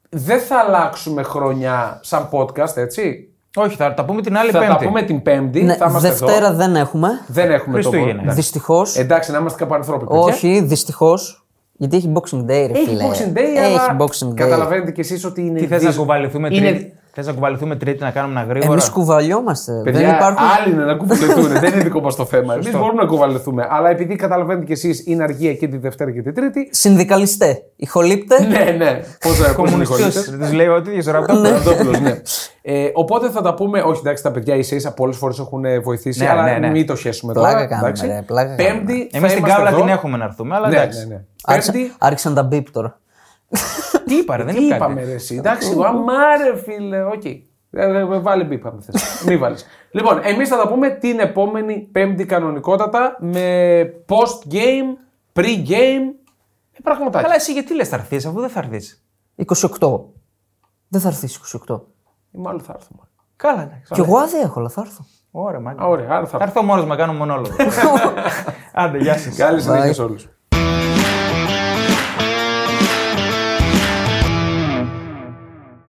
[SPEAKER 1] δεν θα αλλάξουμε χρονιά σαν podcast, έτσι.
[SPEAKER 3] Όχι, θα τα πούμε την άλλη
[SPEAKER 1] θα
[SPEAKER 3] Πέμπτη.
[SPEAKER 1] τα πούμε την Πέμπτη.
[SPEAKER 2] ναι,
[SPEAKER 1] θα είμαστε εδώ.
[SPEAKER 2] Δευτέρα
[SPEAKER 1] Ναι. Ε,
[SPEAKER 2] δεν έχουμε.
[SPEAKER 1] Δεν έχουμε το
[SPEAKER 3] Χριστούγεννα.
[SPEAKER 1] Εντάξει.
[SPEAKER 2] Δυστυχώς.
[SPEAKER 1] Εντάξει, να είμαστε καπανθρώποι.
[SPEAKER 2] Όχι, δυστυχώς. Γιατί έχει boxing day, ρε
[SPEAKER 1] ναι. Έχει
[SPEAKER 2] φίλε.
[SPEAKER 1] Boxing Day,
[SPEAKER 2] έχει
[SPEAKER 1] αλλά
[SPEAKER 2] boxing day.
[SPEAKER 1] καταλαβαίνετε κι εσείς ότι είναι.
[SPEAKER 3] Τι θες να
[SPEAKER 1] δύσκολο.
[SPEAKER 3] κουβαληθούμε
[SPEAKER 1] Είναι-
[SPEAKER 3] τρίτη. Θες να κουβαληθούμε τρίτη να κάνουμε ένα γρήγορο.
[SPEAKER 2] Εμείς κουβαλιόμαστε.
[SPEAKER 1] Παιδιά,
[SPEAKER 2] δεν υπάρχουν.
[SPEAKER 1] άλλοι είναι να κουβαληθούν.
[SPEAKER 2] *laughs*
[SPEAKER 1] δεν είναι δικό μας το θέμα. Εμείς μπορούμε να κουβαληθούμε. Αλλά επειδή καταλαβαίνετε κι εσείς είναι αργία και τη Δευτέρα και τη
[SPEAKER 2] *laughs*
[SPEAKER 1] Τρίτη.
[SPEAKER 2] Συνδικαλιστέ. Ηχολήπτε.
[SPEAKER 1] Ναι, ναι. Πώς να
[SPEAKER 3] Κομμουνιστής. Τους λέει ο ίδιος
[SPEAKER 1] Παπαδόπουλος, ναι. *laughs* Ε, οπότε θα τα πούμε. Όχι, εντάξει, τα παιδιά ίσα ίσα πολλές φορές έχουν ε, βοηθήσει.
[SPEAKER 3] Ναι,
[SPEAKER 1] αλλά
[SPEAKER 3] ναι, ναι.
[SPEAKER 1] μην το χέσουμε
[SPEAKER 2] Πλάκα
[SPEAKER 1] τώρα.
[SPEAKER 2] κάνουμε,
[SPEAKER 1] εντάξει.
[SPEAKER 2] ρε, πλάκα κάνουμε.
[SPEAKER 1] Πέμπτη.
[SPEAKER 3] Εμεί την κάβλα
[SPEAKER 1] κάβλα
[SPEAKER 3] την έχουμε να έρθουμε, αλλά
[SPEAKER 1] Ναι,
[SPEAKER 3] εντάξει.
[SPEAKER 1] ναι, ναι.
[SPEAKER 2] Άρχισαν,
[SPEAKER 1] Πέμπτη.
[SPEAKER 2] άρχισαν τα μπίπ τώρα.
[SPEAKER 3] Τι είπα, ρε, δεν
[SPEAKER 1] Τι
[SPEAKER 3] είπα.
[SPEAKER 1] είπαμε, ρε, εσύ. Εντάξει, εγώ, αμά ρε, φίλε. Οκ. Ε, ε, ε, Βάλε μπίπ, αν
[SPEAKER 2] *laughs*
[SPEAKER 1] θες. Μη βάλεις. Λοιπόν, εμείς θα τα πούμε την επόμενη Πέμπτη κανονικότατα με post-game, pre-game. ε, Πραγματάκια.
[SPEAKER 3] Αλλά εσύ γιατί λες θα έρθεις, αφού δεν θα έρθεις.
[SPEAKER 2] 28. Δεν θα έρθεις 28.
[SPEAKER 1] Μάλλον θα έρθουμε.
[SPEAKER 3] Καλά, εντάξει.
[SPEAKER 2] Κι εγώ άδεια έχω, αλλά θα
[SPEAKER 1] *laughs*
[SPEAKER 2] έρθω. *laughs*
[SPEAKER 3] Ωραία, μάγκα.
[SPEAKER 1] Ωραία, άρα θα *laughs*
[SPEAKER 3] Θα έρθω μόνος να κάνω μονόλογο. Άντε, γεια σας.
[SPEAKER 1] Καλή συνέχεια
[SPEAKER 2] Bye.
[SPEAKER 1] σε όλους.